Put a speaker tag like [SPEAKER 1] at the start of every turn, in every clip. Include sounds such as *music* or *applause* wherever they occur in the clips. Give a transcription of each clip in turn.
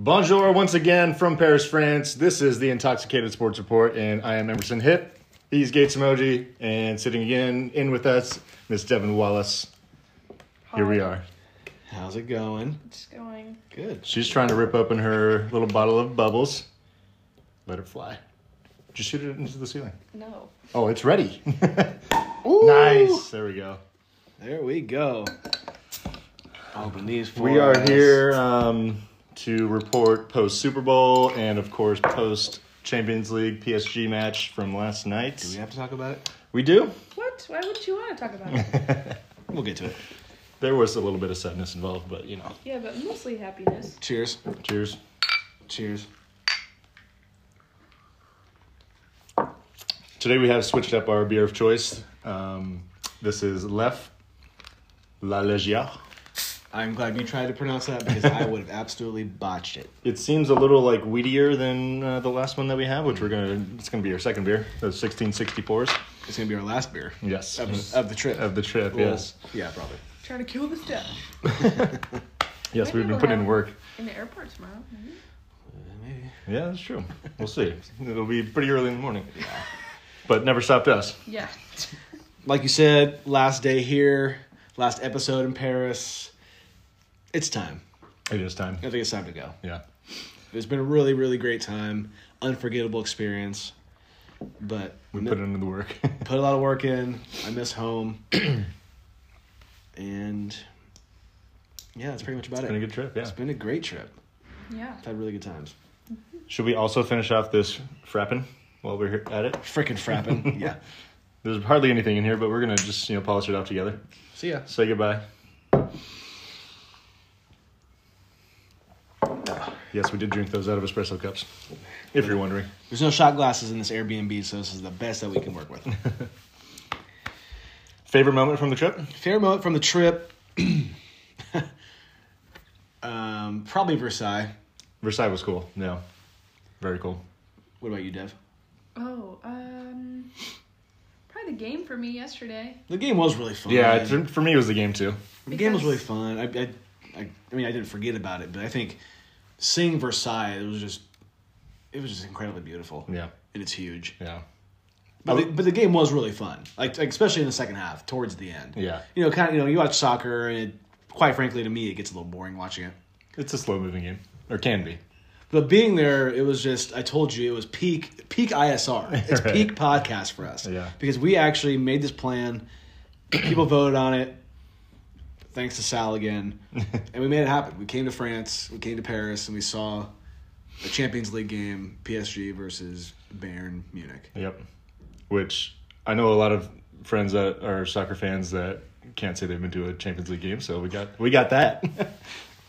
[SPEAKER 1] Bonjour once again from Paris, France. This is the Intoxicated Sports Report, and I am Emerson Hip. He's Gates Emoji, and sitting again in with us, Miss Devin Wallace. Here we are.
[SPEAKER 2] How's it going?
[SPEAKER 3] Just going.
[SPEAKER 2] Good.
[SPEAKER 1] She's trying to rip open her little bottle of bubbles. Let it fly. Just shoot it into the ceiling.
[SPEAKER 3] No.
[SPEAKER 1] Oh, it's ready. *laughs*
[SPEAKER 2] Ooh.
[SPEAKER 1] nice. There we go.
[SPEAKER 2] There we go. Open these for
[SPEAKER 1] We are
[SPEAKER 2] us.
[SPEAKER 1] here um, to report post Super Bowl and, of course, post Champions League PSG match from last night.
[SPEAKER 2] Do we have to talk about it?
[SPEAKER 1] we do.
[SPEAKER 3] What? Why would you want to talk about
[SPEAKER 1] *laughs*
[SPEAKER 3] it?
[SPEAKER 2] We'll get to it.
[SPEAKER 1] There was a little bit of sadness involved, but you know.
[SPEAKER 3] yeah, but mostly happiness.
[SPEAKER 2] Cheers.
[SPEAKER 1] Cheers.
[SPEAKER 2] Cheers.
[SPEAKER 1] Today we have switched up our beer of choice. Um, this is Lef La Legia.
[SPEAKER 2] I'm glad you tried to pronounce that because I would have absolutely botched it.
[SPEAKER 1] It seems a little like wheatier than uh, the last one that we have, which we're gonna. It's gonna be our second beer, the 1660 pours.
[SPEAKER 2] It's gonna be our last beer
[SPEAKER 1] Yes. Mm-hmm.
[SPEAKER 2] of, the- of the trip.
[SPEAKER 1] Of the trip,
[SPEAKER 2] Well,
[SPEAKER 1] yes.
[SPEAKER 2] Yeah, probably.
[SPEAKER 3] Trying to kill the stuff.
[SPEAKER 1] Yes,
[SPEAKER 3] Maybe
[SPEAKER 1] we've been
[SPEAKER 3] we'll
[SPEAKER 1] putting in
[SPEAKER 3] have-
[SPEAKER 1] work.
[SPEAKER 3] In the airport tomorrow. Mm-hmm. maybe.
[SPEAKER 2] Maybe.
[SPEAKER 1] Yeah, that's true. We'll see. *laughs* It'll be pretty early in the morning. But never stopped us.
[SPEAKER 3] Yeah.
[SPEAKER 2] Like you said, last day here, last episode in Paris. It's time.
[SPEAKER 1] It is time.
[SPEAKER 2] I think it's time to go.
[SPEAKER 1] Yeah.
[SPEAKER 2] It's been a really, really great time, unforgettable experience. But
[SPEAKER 1] We put in the work.
[SPEAKER 2] put a lot of work in. I
[SPEAKER 1] *clears throat*
[SPEAKER 2] miss home. and yeah, that's pretty much about
[SPEAKER 1] Been a
[SPEAKER 2] it.
[SPEAKER 1] good trip, yeah.
[SPEAKER 2] It's been a great trip.
[SPEAKER 3] Yeah.
[SPEAKER 2] I've had really good times.
[SPEAKER 1] Should we also finish off this frappin' while we're here at it?
[SPEAKER 2] Freaking
[SPEAKER 1] *laughs*
[SPEAKER 2] frapping. yeah.
[SPEAKER 1] There's hardly anything in here, but we're gonna just you know polish it off together.
[SPEAKER 2] See ya.
[SPEAKER 1] Say goodbye. Ah, Yes, we did drink those out of espresso cups. If you're wondering,
[SPEAKER 2] There's no shot glasses in this Airbnb, so this is the best that we can
[SPEAKER 1] *laughs*
[SPEAKER 2] work with.
[SPEAKER 1] favorite moment from the trip?
[SPEAKER 2] Fair moment from the trip. *clears throat* um, probably Versailles.
[SPEAKER 1] Versailles was cool. No, very cool.
[SPEAKER 2] What about you, Dev?
[SPEAKER 3] Oh, um. Probably the game for me yesterday.
[SPEAKER 2] The game was really fun.
[SPEAKER 1] Yeah, it- for me it was the game too.
[SPEAKER 2] The game was really
[SPEAKER 3] Because-
[SPEAKER 2] fun. I, I, I, I mean, I didn't forget about it, but I think seeing Versailles, it was just, it was just incredibly beautiful.
[SPEAKER 1] Yeah,
[SPEAKER 2] And it's huge.
[SPEAKER 1] yeah,
[SPEAKER 2] But the, but the game was really fun. Like, like, especially in the second half, towards the end.
[SPEAKER 1] yeah.
[SPEAKER 2] You know, kind of. You know, you watch soccer, and it, quite frankly, to me, it gets a little boring watching it.
[SPEAKER 1] It's a slow moving game, or can be.
[SPEAKER 2] But being there, it was just. I told you, it was peak
[SPEAKER 1] *laughs*
[SPEAKER 2] peak ISR. It's
[SPEAKER 1] Right.
[SPEAKER 2] peak podcast for us.
[SPEAKER 1] Yeah.
[SPEAKER 2] Because we actually made this plan. People voted on it. Thanks to Sal
[SPEAKER 1] *laughs*
[SPEAKER 2] again, and we made it happen. We came to France. We came to Paris, and we saw a Champions League game: PSG versus Bayern Munich.
[SPEAKER 1] Yep. Which I know a lot of friends that are soccer fans that can't say they've been to a Champions League game, so we got we got that. *laughs* a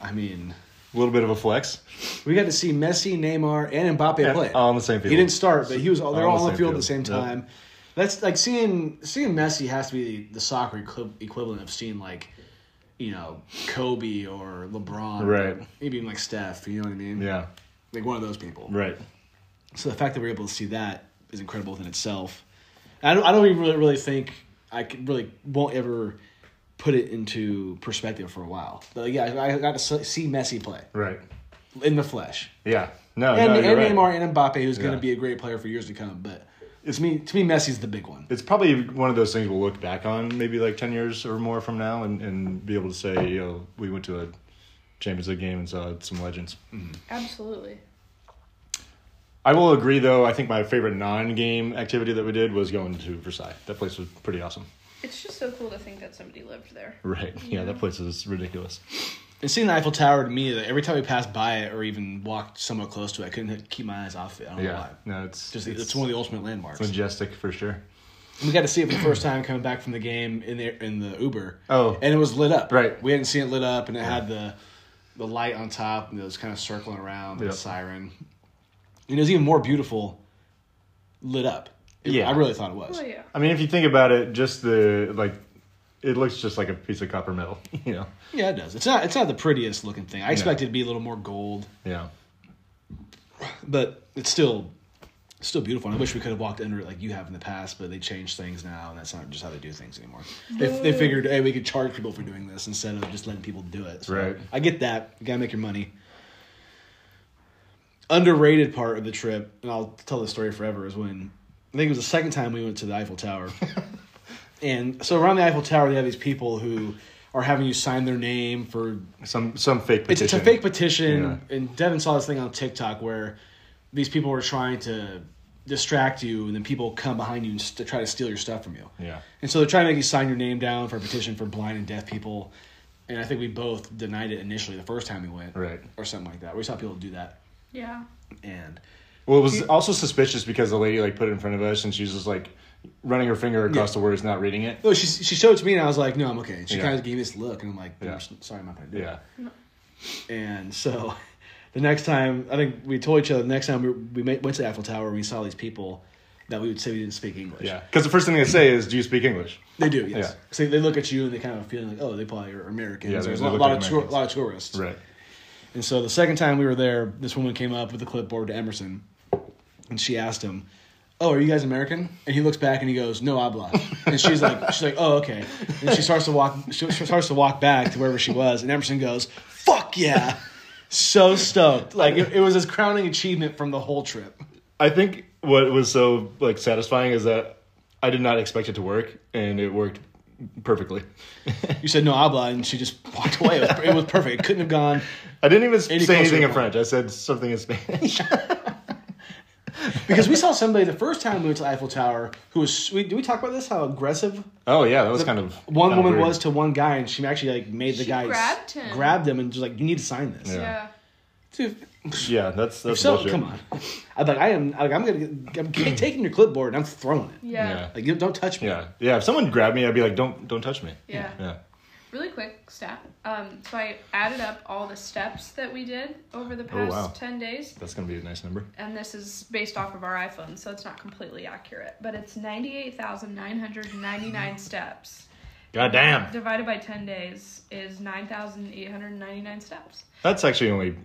[SPEAKER 2] I mean,
[SPEAKER 1] little bit of a flex.
[SPEAKER 2] we got to see Messi, Neymar, and Mbappe
[SPEAKER 1] Yeah,
[SPEAKER 2] play.
[SPEAKER 1] all on the same field.
[SPEAKER 2] He didn't start, but he was. They're all,
[SPEAKER 1] All
[SPEAKER 2] on the field, at the same
[SPEAKER 1] Yep.
[SPEAKER 2] time. That's like seeing seeing Messi has to be the soccer equi- equivalent of seeing like, you know, Kobe or LeBron,
[SPEAKER 1] Right.
[SPEAKER 2] Or maybe even like Steph. You know what I mean?
[SPEAKER 1] Yeah.
[SPEAKER 2] Like one of those people.
[SPEAKER 1] Right.
[SPEAKER 2] So the fact that we are able to see that is incredible within itself. I don't. I don't even really really think I could really won't ever put it into perspective for a while. But like, yeah, I, I got to s- see Messi play
[SPEAKER 1] Right.
[SPEAKER 2] in the flesh.
[SPEAKER 1] Yeah. No.
[SPEAKER 2] And,
[SPEAKER 1] no,
[SPEAKER 2] and
[SPEAKER 1] you're right.
[SPEAKER 2] Neymar and Mbappe, who's going
[SPEAKER 1] Yeah.
[SPEAKER 2] to be a great player for years to come. But to me, to me, Messi's the big one.
[SPEAKER 1] It's probably one of those things we'll look back on maybe like ten years or more from now, and, and be able to say, you know, we went to a Champions League game and saw some legends.
[SPEAKER 3] Absolutely.
[SPEAKER 1] I will agree, though. I think my favorite non-game activity that we did was going to Versailles. That place was pretty awesome. *laughs*
[SPEAKER 3] It's just so cool to think that somebody lived there.
[SPEAKER 1] Right? yeah that place is ridiculous.
[SPEAKER 2] And seeing the Eiffel Tower to me, like, every time we passed by it or even walked somewhat close to it, I couldn't keep my eyes off it. I don't know
[SPEAKER 1] Yeah,
[SPEAKER 2] why.
[SPEAKER 1] no, it's
[SPEAKER 2] Just it's, one of the ultimate landmarks.
[SPEAKER 1] majestic for sure.
[SPEAKER 2] we got to see it for the first time coming back from the game in the in the Uber.
[SPEAKER 1] Oh.
[SPEAKER 2] and it was lit up.
[SPEAKER 1] Right.
[SPEAKER 2] we hadn't seen it lit up, and it had the the light on top, and it was kind of circling around with
[SPEAKER 1] Yep.
[SPEAKER 2] the siren. And it was even more beautiful, lit up. It-
[SPEAKER 1] Yeah.
[SPEAKER 2] I really thought it was.
[SPEAKER 3] Oh, yeah.
[SPEAKER 1] I mean, if you think about it, just the like, it looks just like a piece of copper metal. *laughs* You know?
[SPEAKER 2] Yeah, it does. It's not. It's not the prettiest looking thing. I expected it to be a little more gold,
[SPEAKER 1] Yeah.
[SPEAKER 2] but it's still, it's still beautiful. And I wish we could have walked under it like you have in the past, but they changed things now, and that's not just how they do things anymore. They, they figured, hey, we could charge people for doing this instead of just letting people do it. So
[SPEAKER 1] Right.
[SPEAKER 2] I get that. You gotta make your money. underrated part of the trip, and I'll tell this story forever, is when I think it was the second time we went to the Eiffel Tower. and so around the Eiffel Tower, they have these people who are having you sign their name for
[SPEAKER 1] Some some fake petition.
[SPEAKER 2] it's a fake petition, and Devin saw this thing on TikTok where these people were trying to distract you, and then people come behind you and st- try to steal your stuff from you.
[SPEAKER 1] Yeah.
[SPEAKER 2] And so they're trying to make you sign your name down for a petition for blind and deaf people. And I think we both denied it initially the first time we went,
[SPEAKER 1] Right.
[SPEAKER 2] or something like that. We saw people do that,
[SPEAKER 3] Yeah.
[SPEAKER 2] and
[SPEAKER 1] Well, it was also suspicious because the lady like put it in front of us and she's just like running her finger across
[SPEAKER 2] Yeah.
[SPEAKER 1] the words, not reading it.
[SPEAKER 2] no, she she showed it to me, and I was like, no, I'm okay. And she
[SPEAKER 1] Yeah.
[SPEAKER 2] kind of gave me this look, and I'm like,
[SPEAKER 1] Yeah.
[SPEAKER 2] I'm s- sorry, I'm not gonna do
[SPEAKER 1] Yeah.
[SPEAKER 2] it. And so *laughs* the next time, I think we told each other the next time we we ma- went to the Eiffel Tower, and we saw these people that we would say we didn't speak English.
[SPEAKER 1] Yeah. Because the first thing they say is, "Do you speak English?"
[SPEAKER 2] They do, yes.
[SPEAKER 1] Yeah.
[SPEAKER 2] So they look at you and they kind of feel like, oh, they probably are Americans.
[SPEAKER 1] Yeah, they-
[SPEAKER 2] There's
[SPEAKER 1] they
[SPEAKER 2] a lot,
[SPEAKER 1] look
[SPEAKER 2] lot
[SPEAKER 1] like
[SPEAKER 2] of tour,
[SPEAKER 1] Americans.
[SPEAKER 2] lot of tourists.
[SPEAKER 1] Right.
[SPEAKER 2] And so the second time we were there, this woman came up with a clipboard to Emerson, and she asked him, "Oh, are you guys American?" And he looks back and he goes, "No habla." And she's like, "She's like, oh, okay." And she starts to walk, she she starts to walk back to wherever she was, and Emerson goes, "Fuck yeah!" So stoked, like it, it was his crowning achievement from the whole trip.
[SPEAKER 1] I think what was so like satisfying is that I did not expect it to work, and it worked perfectly.
[SPEAKER 2] You said no habla, and she just walked away. It was, it was perfect. It couldn't have gone.
[SPEAKER 1] I didn't even
[SPEAKER 2] Any
[SPEAKER 1] say
[SPEAKER 2] closer
[SPEAKER 1] anything
[SPEAKER 2] to
[SPEAKER 1] in French. I said something in Spanish.
[SPEAKER 2] Because we saw somebody the first time we went to the Eiffel Tower who was. We, did we talk about this? How aggressive
[SPEAKER 1] oh yeah, that was kind of
[SPEAKER 2] one
[SPEAKER 1] kind of
[SPEAKER 2] woman
[SPEAKER 1] weird.
[SPEAKER 2] was to one guy, and she actually like made the
[SPEAKER 3] She
[SPEAKER 2] guy s-
[SPEAKER 3] grabbed him.
[SPEAKER 2] grabbed him, and just like, "You need to sign this."
[SPEAKER 1] Yeah.
[SPEAKER 3] Yeah.
[SPEAKER 2] Dude,
[SPEAKER 1] Yeah, that's that's
[SPEAKER 2] so
[SPEAKER 1] bullshit.
[SPEAKER 2] come on. I'm like, I am. Like, I'm gonna. Get, I'm k- taking your clipboard and I'm throwing it.
[SPEAKER 3] Yeah.
[SPEAKER 1] Yeah.
[SPEAKER 3] Yeah.
[SPEAKER 2] Like, you don't touch me.
[SPEAKER 1] Yeah, yeah. If someone grabbed me, I'd be like, "Don't, don't touch me." Yeah.
[SPEAKER 3] Really quick stat. Um, so I added up all the steps that we did over the
[SPEAKER 1] Oh,
[SPEAKER 3] past
[SPEAKER 1] wow.
[SPEAKER 3] 10 days.
[SPEAKER 1] That's gonna be a nice number.
[SPEAKER 3] And this is based off of our iPhone, so it's not completely accurate. But it's
[SPEAKER 2] Mm-hmm.
[SPEAKER 3] 98,999 steps.
[SPEAKER 1] God damn.
[SPEAKER 3] Divided by 10 days is 9,899 steps.
[SPEAKER 1] That's actually only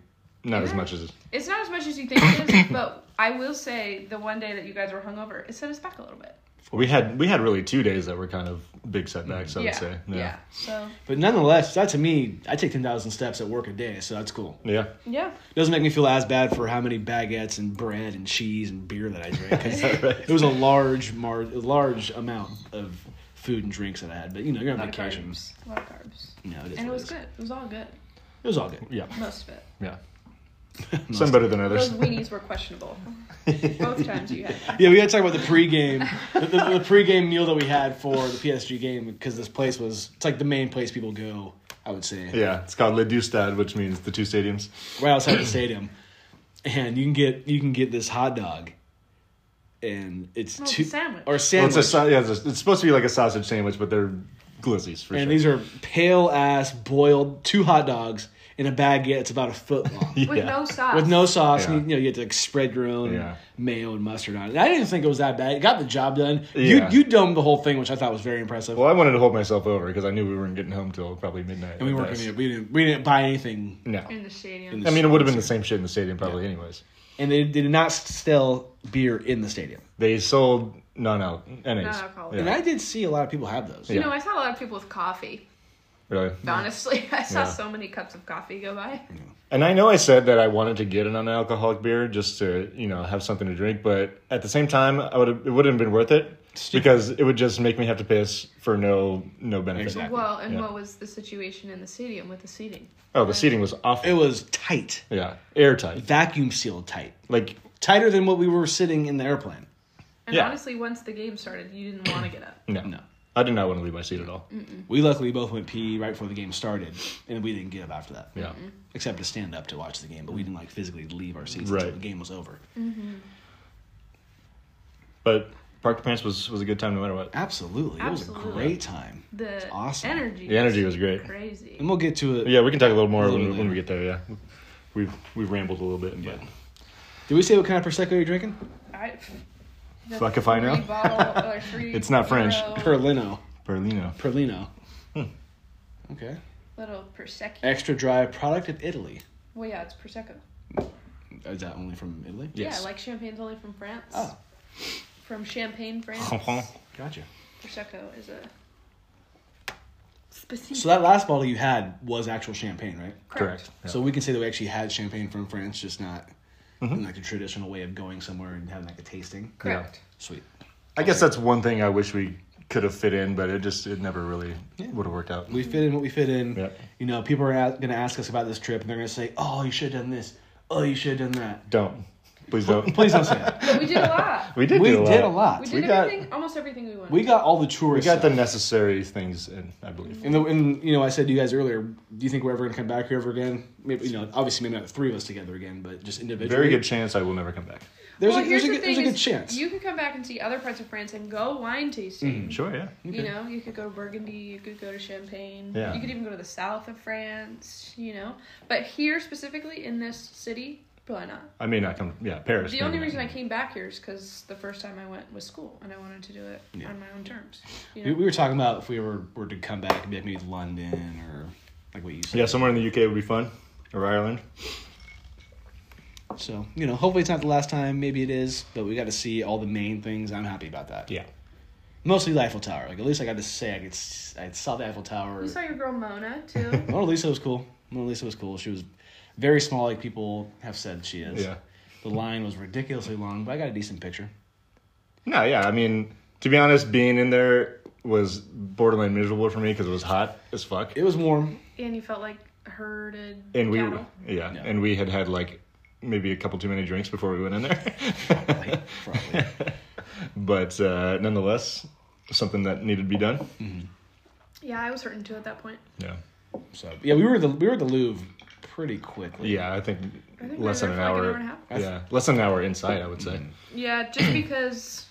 [SPEAKER 1] not as
[SPEAKER 3] Yeah.
[SPEAKER 1] much as
[SPEAKER 3] It's not as much as you think it
[SPEAKER 2] *coughs*
[SPEAKER 3] is, but I will say the one day that you guys were hungover, it set us back a little bit.
[SPEAKER 1] we had. We had really two days that were kind of big setbacks. I
[SPEAKER 3] yeah.
[SPEAKER 1] would say.
[SPEAKER 3] yeah. So,
[SPEAKER 2] But nonetheless, that to me, I take ten thousand steps at work a day, so that's cool.
[SPEAKER 1] Yeah.
[SPEAKER 3] yeah.
[SPEAKER 2] It doesn't make me feel as bad for how many baguettes and bread and cheese and beer that I drank.
[SPEAKER 1] *laughs*
[SPEAKER 2] 'cause it was a large, mar- a large amount of food and drinks that I had. But you know, you're
[SPEAKER 3] A
[SPEAKER 2] on
[SPEAKER 3] lot of
[SPEAKER 2] vacation.
[SPEAKER 3] carbs. A lot of carbs.
[SPEAKER 2] You know, it is
[SPEAKER 3] And it
[SPEAKER 2] what
[SPEAKER 3] was
[SPEAKER 2] is.
[SPEAKER 3] good. It was all good.
[SPEAKER 2] It was all good.
[SPEAKER 1] Yeah.
[SPEAKER 3] Most of
[SPEAKER 2] *laughs*
[SPEAKER 3] it.
[SPEAKER 1] Yeah. Some better than
[SPEAKER 3] Those
[SPEAKER 1] others.
[SPEAKER 3] weenies
[SPEAKER 2] *laughs*
[SPEAKER 3] were questionable. Both times you had. them.
[SPEAKER 2] Yeah, we got to talk about the pregame, the, the, the pregame meal that we had for the PSG game because this place was it's like the main place people go. I would say
[SPEAKER 1] Yeah, it's called Le Deux Stade, which means the two stadiums.
[SPEAKER 2] right outside the stadium, and you can get you can get this hot dog, and it's
[SPEAKER 3] No, it's
[SPEAKER 2] two
[SPEAKER 3] a sandwich.
[SPEAKER 2] or a
[SPEAKER 1] Well,
[SPEAKER 2] sandwich,
[SPEAKER 1] it's, a, sa- yeah, it's, a- it's supposed to be like a sausage sandwich, but they're glizzies for
[SPEAKER 2] and
[SPEAKER 1] sure.
[SPEAKER 2] these are pale ass boiled two hot dogs in a baguette. It's about a foot long.
[SPEAKER 1] yeah.
[SPEAKER 3] With no sauce.
[SPEAKER 2] With no sauce, and
[SPEAKER 1] Yeah.
[SPEAKER 2] you, you know you had to like spread your own
[SPEAKER 1] Yeah.
[SPEAKER 2] mayo and mustard on it. And I didn't think it was that bad. It got the job done.
[SPEAKER 1] Yeah.
[SPEAKER 2] You you domed the whole thing, which I thought was very impressive.
[SPEAKER 1] Well, I wanted to hold myself over because I knew we weren't getting home till probably midnight.
[SPEAKER 2] And we
[SPEAKER 1] at
[SPEAKER 2] weren't
[SPEAKER 1] best.
[SPEAKER 2] gonna, we didn't we didn't buy anything.
[SPEAKER 1] No.
[SPEAKER 3] In the stadium.
[SPEAKER 2] In
[SPEAKER 1] I mean, it would have been the same shit in the stadium probably, anyways.
[SPEAKER 2] And they, they did not sell beer in the stadium.
[SPEAKER 1] They sold non-alc, NAs.
[SPEAKER 3] Non-alcoholic.
[SPEAKER 2] And
[SPEAKER 1] Yeah.
[SPEAKER 2] I did see a lot of people have those.
[SPEAKER 1] Yeah.
[SPEAKER 3] You know, I saw a lot of people with coffee.
[SPEAKER 1] Really?
[SPEAKER 3] Honestly, *laughs* I saw
[SPEAKER 1] Yeah.
[SPEAKER 3] so many cups of coffee go by.
[SPEAKER 1] And I know I said that I wanted to get a non-alcoholic beer just to, you know, have something to drink, but at the same time, I would it wouldn't have been worth it because it would just make me have to piss for no no benefit.
[SPEAKER 2] Exactly.
[SPEAKER 3] Well, and
[SPEAKER 1] Yeah.
[SPEAKER 3] what was the situation in the stadium with the seating?
[SPEAKER 1] Oh, the seating was awful.
[SPEAKER 2] It was tight,
[SPEAKER 1] yeah, airtight.
[SPEAKER 2] vacuum sealed tight,
[SPEAKER 1] Like
[SPEAKER 2] tighter than what we were sitting in the airplane.
[SPEAKER 3] And
[SPEAKER 1] Yeah.
[SPEAKER 3] honestly, once the game started, you didn't want to get up.
[SPEAKER 1] no,
[SPEAKER 2] No,
[SPEAKER 1] I did not want to leave my seat at all.
[SPEAKER 2] we luckily both went pee right before the game started, and we didn't get up after that.
[SPEAKER 1] Yeah,
[SPEAKER 2] except to stand up to watch the game, but we didn't like physically leave our seats
[SPEAKER 1] Right.
[SPEAKER 2] until the game was over.
[SPEAKER 1] but Park the Pants was was a good time no matter what.
[SPEAKER 2] Absolutely, it was
[SPEAKER 3] Absolutely.
[SPEAKER 2] a great time,
[SPEAKER 3] The
[SPEAKER 2] awesome.
[SPEAKER 3] energy.
[SPEAKER 1] The energy was great.
[SPEAKER 3] crazy.
[SPEAKER 2] and we'll get to it.
[SPEAKER 1] Yeah, we can talk a little more
[SPEAKER 2] A little
[SPEAKER 1] when, when we
[SPEAKER 2] later.
[SPEAKER 1] get there. Yeah, we we rambled a little bit, but
[SPEAKER 2] Did we say what kind of prosecco you're drinking?
[SPEAKER 3] I, the
[SPEAKER 1] Fuck if I know.
[SPEAKER 3] three bottle-
[SPEAKER 1] *laughs*
[SPEAKER 3] or three
[SPEAKER 1] It's not French.
[SPEAKER 3] euro
[SPEAKER 2] Perlino, Hmm.
[SPEAKER 1] Berlino.
[SPEAKER 2] Perlino. Okay,
[SPEAKER 3] Little Prosecco.
[SPEAKER 2] extra dry product of Italy.
[SPEAKER 3] Well, yeah, it's Prosecco.
[SPEAKER 2] Is that only from Italy?
[SPEAKER 1] Yes.
[SPEAKER 3] Yeah, like champagne's only from France.
[SPEAKER 2] Oh.
[SPEAKER 3] From Champagne, France.
[SPEAKER 1] *laughs* Uh-huh.
[SPEAKER 2] Gotcha.
[SPEAKER 3] Prosecco is a. Specific.
[SPEAKER 2] So that last bottle you had was actual champagne, right?
[SPEAKER 1] Correct. Yeah.
[SPEAKER 2] So we can say that we actually had champagne from France, just not
[SPEAKER 1] Mm-hmm.
[SPEAKER 2] than like the traditional way of going somewhere and having like a tasting.
[SPEAKER 3] Correct.
[SPEAKER 2] Sweet.
[SPEAKER 1] I guess that's one thing I wish we could have fit in, but it just it never really
[SPEAKER 2] Yeah.
[SPEAKER 1] would have worked out.
[SPEAKER 2] We fit in what we fit in.
[SPEAKER 1] Yeah.
[SPEAKER 2] You know, people are going to ask us about this trip, and they're going to say, "Oh, you should have done this. Oh, you should have done that."
[SPEAKER 1] Don't please don't. *laughs*
[SPEAKER 2] Please don't say that.
[SPEAKER 3] But we did a lot.
[SPEAKER 1] We did.
[SPEAKER 2] we
[SPEAKER 1] do a
[SPEAKER 2] did a
[SPEAKER 1] lot.
[SPEAKER 2] lot.
[SPEAKER 3] We
[SPEAKER 2] We,
[SPEAKER 3] did
[SPEAKER 1] We got-
[SPEAKER 3] everything, almost everything we wanted.
[SPEAKER 2] got all the tourists.
[SPEAKER 1] We got the necessary things in, I believe.
[SPEAKER 2] And, the, and you know, I said to you guys earlier, do you think we're ever gonna come back here ever again? Maybe you know, obviously maybe not the three of us together again, but just individually.
[SPEAKER 1] Very good chance I will never come back.
[SPEAKER 2] There's
[SPEAKER 3] well,
[SPEAKER 2] a, there's
[SPEAKER 3] here's
[SPEAKER 2] a,
[SPEAKER 3] the
[SPEAKER 2] good-
[SPEAKER 3] thing:
[SPEAKER 2] there's a good
[SPEAKER 3] is
[SPEAKER 2] chance.
[SPEAKER 3] You could come back and see other parts of France and go wine tasting.
[SPEAKER 1] Sure, yeah.
[SPEAKER 2] Mm-hmm.
[SPEAKER 3] You know, you could go to Burgundy, you could go to Champagne,
[SPEAKER 1] Yeah.
[SPEAKER 3] you could even go to the south of France. You know, but here specifically in this city, probably not.
[SPEAKER 1] I may not come. Yeah, Paris.
[SPEAKER 3] The only
[SPEAKER 1] maybe
[SPEAKER 3] reason
[SPEAKER 1] not.
[SPEAKER 3] I came back here is because the first time I went was school, and I wanted to do it
[SPEAKER 2] Yeah.
[SPEAKER 3] on my own terms. You
[SPEAKER 2] We,
[SPEAKER 3] know?
[SPEAKER 2] we were talking about if we were were to come back, maybe maybe London or like what you said.
[SPEAKER 1] Yeah, somewhere in the UK would be fun, or Ireland.
[SPEAKER 2] So you know, hopefully it's not the last time. Maybe it is, but we got to see all the main things. I'm happy about that.
[SPEAKER 1] Yeah.
[SPEAKER 2] Mostly the Eiffel Tower. Like at least I got to say I could s- I saw the Eiffel Tower.
[SPEAKER 3] You saw your girl Mona
[SPEAKER 2] *laughs*
[SPEAKER 3] too.
[SPEAKER 2] Mona Lisa was cool. Mona Lisa was cool. She was very small, like people have said she is.
[SPEAKER 1] Yeah.
[SPEAKER 2] The line was ridiculously long, but I got a decent picture.
[SPEAKER 1] No, yeah. I mean, to be honest, being in there was borderline miserable for me because it was hot as fuck,
[SPEAKER 2] It was
[SPEAKER 1] *laughs*
[SPEAKER 2] warm.
[SPEAKER 3] and you felt like herded
[SPEAKER 1] and we
[SPEAKER 3] cattle.
[SPEAKER 1] yeah,
[SPEAKER 2] Yeah.
[SPEAKER 1] and we had had like maybe a couple too many drinks before we went in there. *laughs*
[SPEAKER 2] Probably. probably.
[SPEAKER 1] but uh, nonetheless, something that needed to be done.
[SPEAKER 3] Yeah, I was hurting too at that point.
[SPEAKER 1] Yeah,
[SPEAKER 2] So yeah, we were the we were at the Louvre pretty quickly.
[SPEAKER 1] yeah. I think,
[SPEAKER 3] I think we
[SPEAKER 1] less
[SPEAKER 3] were
[SPEAKER 1] than an
[SPEAKER 3] there for, like, an
[SPEAKER 1] hour.
[SPEAKER 3] hour and a half.
[SPEAKER 1] yeah, less than an hour inside. I would say. *clears throat*
[SPEAKER 3] Yeah, just because.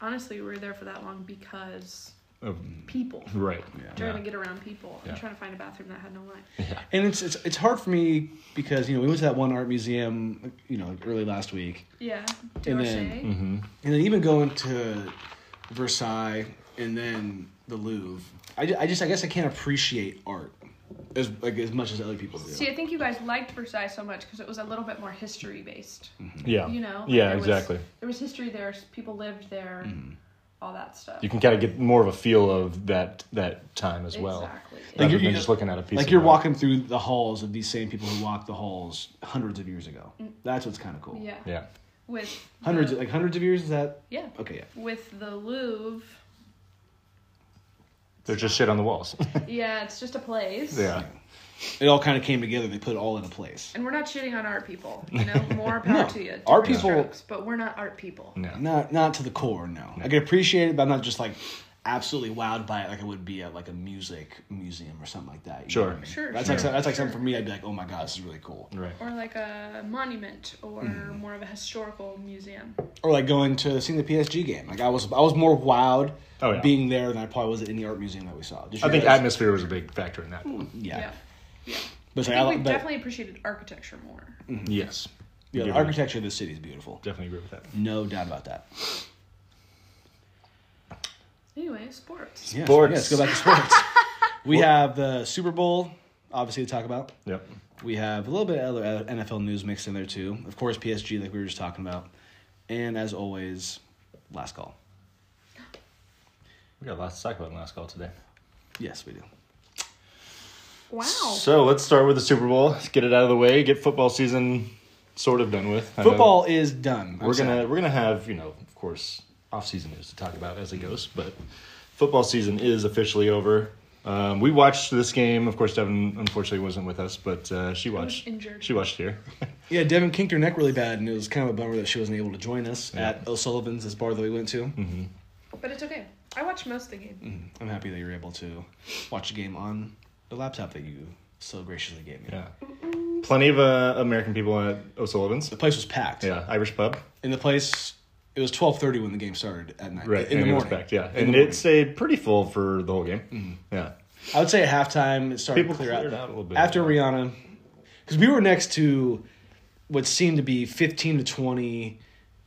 [SPEAKER 3] Honestly, we were there for that long because
[SPEAKER 2] Mm.
[SPEAKER 1] Of-
[SPEAKER 3] people.
[SPEAKER 1] right.
[SPEAKER 3] Trying to
[SPEAKER 1] Yeah.
[SPEAKER 3] get around people
[SPEAKER 1] Yeah.
[SPEAKER 3] and trying to find a bathroom that had no line.
[SPEAKER 2] And it's it's it's hard for me because you know we went to that one art museum you know like early last week,
[SPEAKER 3] Yeah,
[SPEAKER 2] And
[SPEAKER 3] Dorset.
[SPEAKER 2] then-
[SPEAKER 1] mm-hmm.
[SPEAKER 2] and then even going to Versailles and then the Louvre. I, ju- I just I guess I can't appreciate art as like as much as other people do.
[SPEAKER 3] See, I think you guys liked Versailles so much because it was a little bit more history based.
[SPEAKER 1] Yeah.
[SPEAKER 3] You know.
[SPEAKER 1] Mm-hmm. Yeah.
[SPEAKER 3] There was-
[SPEAKER 1] Exactly. Mm-hmm.
[SPEAKER 3] there was history there. s- People lived there. All that stuff.
[SPEAKER 1] You can kind of get more of a feel of that that time as well.
[SPEAKER 3] Exactly.
[SPEAKER 1] Rather
[SPEAKER 2] you're-
[SPEAKER 1] than
[SPEAKER 2] you-
[SPEAKER 1] just looking at a piece.
[SPEAKER 2] like
[SPEAKER 1] of
[SPEAKER 2] you're
[SPEAKER 1] art.
[SPEAKER 2] walking through the halls of these same people who walked the halls hundreds of years ago. That's what's kind of cool.
[SPEAKER 3] yeah.
[SPEAKER 1] Yeah.
[SPEAKER 3] With
[SPEAKER 2] Hundreds
[SPEAKER 3] the-
[SPEAKER 2] like hundreds of years is that
[SPEAKER 3] yeah.
[SPEAKER 2] okay? Yeah.
[SPEAKER 3] With the Louvre.
[SPEAKER 1] There's just shit on the
[SPEAKER 2] *laughs*
[SPEAKER 1] walls.
[SPEAKER 3] Yeah, it's just a place.
[SPEAKER 1] yeah.
[SPEAKER 2] It all kind of came together. They put it all in a place.
[SPEAKER 3] And we're not shitting on art people.
[SPEAKER 1] *laughs*
[SPEAKER 3] You know, more power
[SPEAKER 2] No,
[SPEAKER 3] to you.
[SPEAKER 2] art
[SPEAKER 3] different
[SPEAKER 2] people-
[SPEAKER 3] strokes, but we're not art people.
[SPEAKER 1] No.
[SPEAKER 2] Not not to the core, no. I can appreciate it, but I'm not just like absolutely wowed by it like I would be at like a music museum or something like that. you know
[SPEAKER 1] Sure.
[SPEAKER 2] what I mean?
[SPEAKER 3] Sure,
[SPEAKER 2] That's
[SPEAKER 3] sure,
[SPEAKER 2] like some- that's like
[SPEAKER 3] sure.
[SPEAKER 2] something for me. I'd be like, oh my god, this is really cool.
[SPEAKER 1] Right.
[SPEAKER 3] Or like a monument, or
[SPEAKER 1] Mm-hmm.
[SPEAKER 3] more of a historical museum.
[SPEAKER 2] Or like going to seeing the PSG game. Like I was I was more wowed
[SPEAKER 1] Oh, yeah.
[SPEAKER 2] being there than I probably was at any art museum that we saw. Just
[SPEAKER 1] I think
[SPEAKER 2] because-
[SPEAKER 1] atmosphere was a big factor in that.
[SPEAKER 2] yeah.
[SPEAKER 3] Yeah, yeah.
[SPEAKER 2] But, it's
[SPEAKER 3] I
[SPEAKER 2] like, I
[SPEAKER 3] think
[SPEAKER 2] li-
[SPEAKER 3] we
[SPEAKER 2] but
[SPEAKER 3] definitely appreciated architecture more.
[SPEAKER 1] Mm. Yes.
[SPEAKER 2] yeah, the
[SPEAKER 1] Give it-
[SPEAKER 2] architecture of the city is beautiful.
[SPEAKER 1] Definitely agree with that.
[SPEAKER 2] No doubt about that.
[SPEAKER 3] Anyway, sports.
[SPEAKER 2] Yeah,
[SPEAKER 1] Sports.
[SPEAKER 2] yeah, let's go back to
[SPEAKER 3] *laughs*
[SPEAKER 2] sports. we have the Super Bowl, obviously to talk about.
[SPEAKER 1] Yep.
[SPEAKER 2] We have a little bit of other NFL news mixed in there too. Of course, PSG, like we were just talking about, and as always, last call.
[SPEAKER 1] We got lots to talk about in last call today.
[SPEAKER 2] Yes, we do.
[SPEAKER 3] Wow.
[SPEAKER 1] So let's start with the Super Bowl. Let's get it out of the way. Get football season sort of done with. I know
[SPEAKER 2] Football is done. I'm
[SPEAKER 1] We're
[SPEAKER 2] sad.
[SPEAKER 1] gonna we're gonna have you know of course off season news to talk about as it goes, but football season is officially over. Um, we watched this game. Of course, Devin unfortunately wasn't with us, but uh, she watched.
[SPEAKER 3] injured.
[SPEAKER 1] She watched here. *laughs*
[SPEAKER 2] Yeah, Devin kinked her neck really bad, and it was kind of a bummer that she wasn't able to join us at O'Sullivan's, this bar that we went to.
[SPEAKER 1] Mm-hmm.
[SPEAKER 3] But it's okay. I watched most of the
[SPEAKER 1] Mm,
[SPEAKER 3] game.
[SPEAKER 2] I'm happy that you were able to watch the game on the laptop that you so graciously gave me.
[SPEAKER 1] yeah, plenty of uh, American people at O'Sullivan's.
[SPEAKER 2] The place was packed.
[SPEAKER 1] Yeah, Irish pub.
[SPEAKER 2] In the place, it was 12:30 when the game started at night.
[SPEAKER 1] Right
[SPEAKER 2] In
[SPEAKER 1] and
[SPEAKER 2] the
[SPEAKER 1] it was
[SPEAKER 2] morning. Mm.
[SPEAKER 1] packed, yeah,
[SPEAKER 2] In
[SPEAKER 1] and
[SPEAKER 2] the
[SPEAKER 1] it stayed pretty full for the whole game. Yeah,
[SPEAKER 2] I would say at halftime it started
[SPEAKER 1] People
[SPEAKER 2] to clear out.
[SPEAKER 1] cleared out a little bit.
[SPEAKER 2] After Rihanna, because we were next to what seemed to be 15 to 20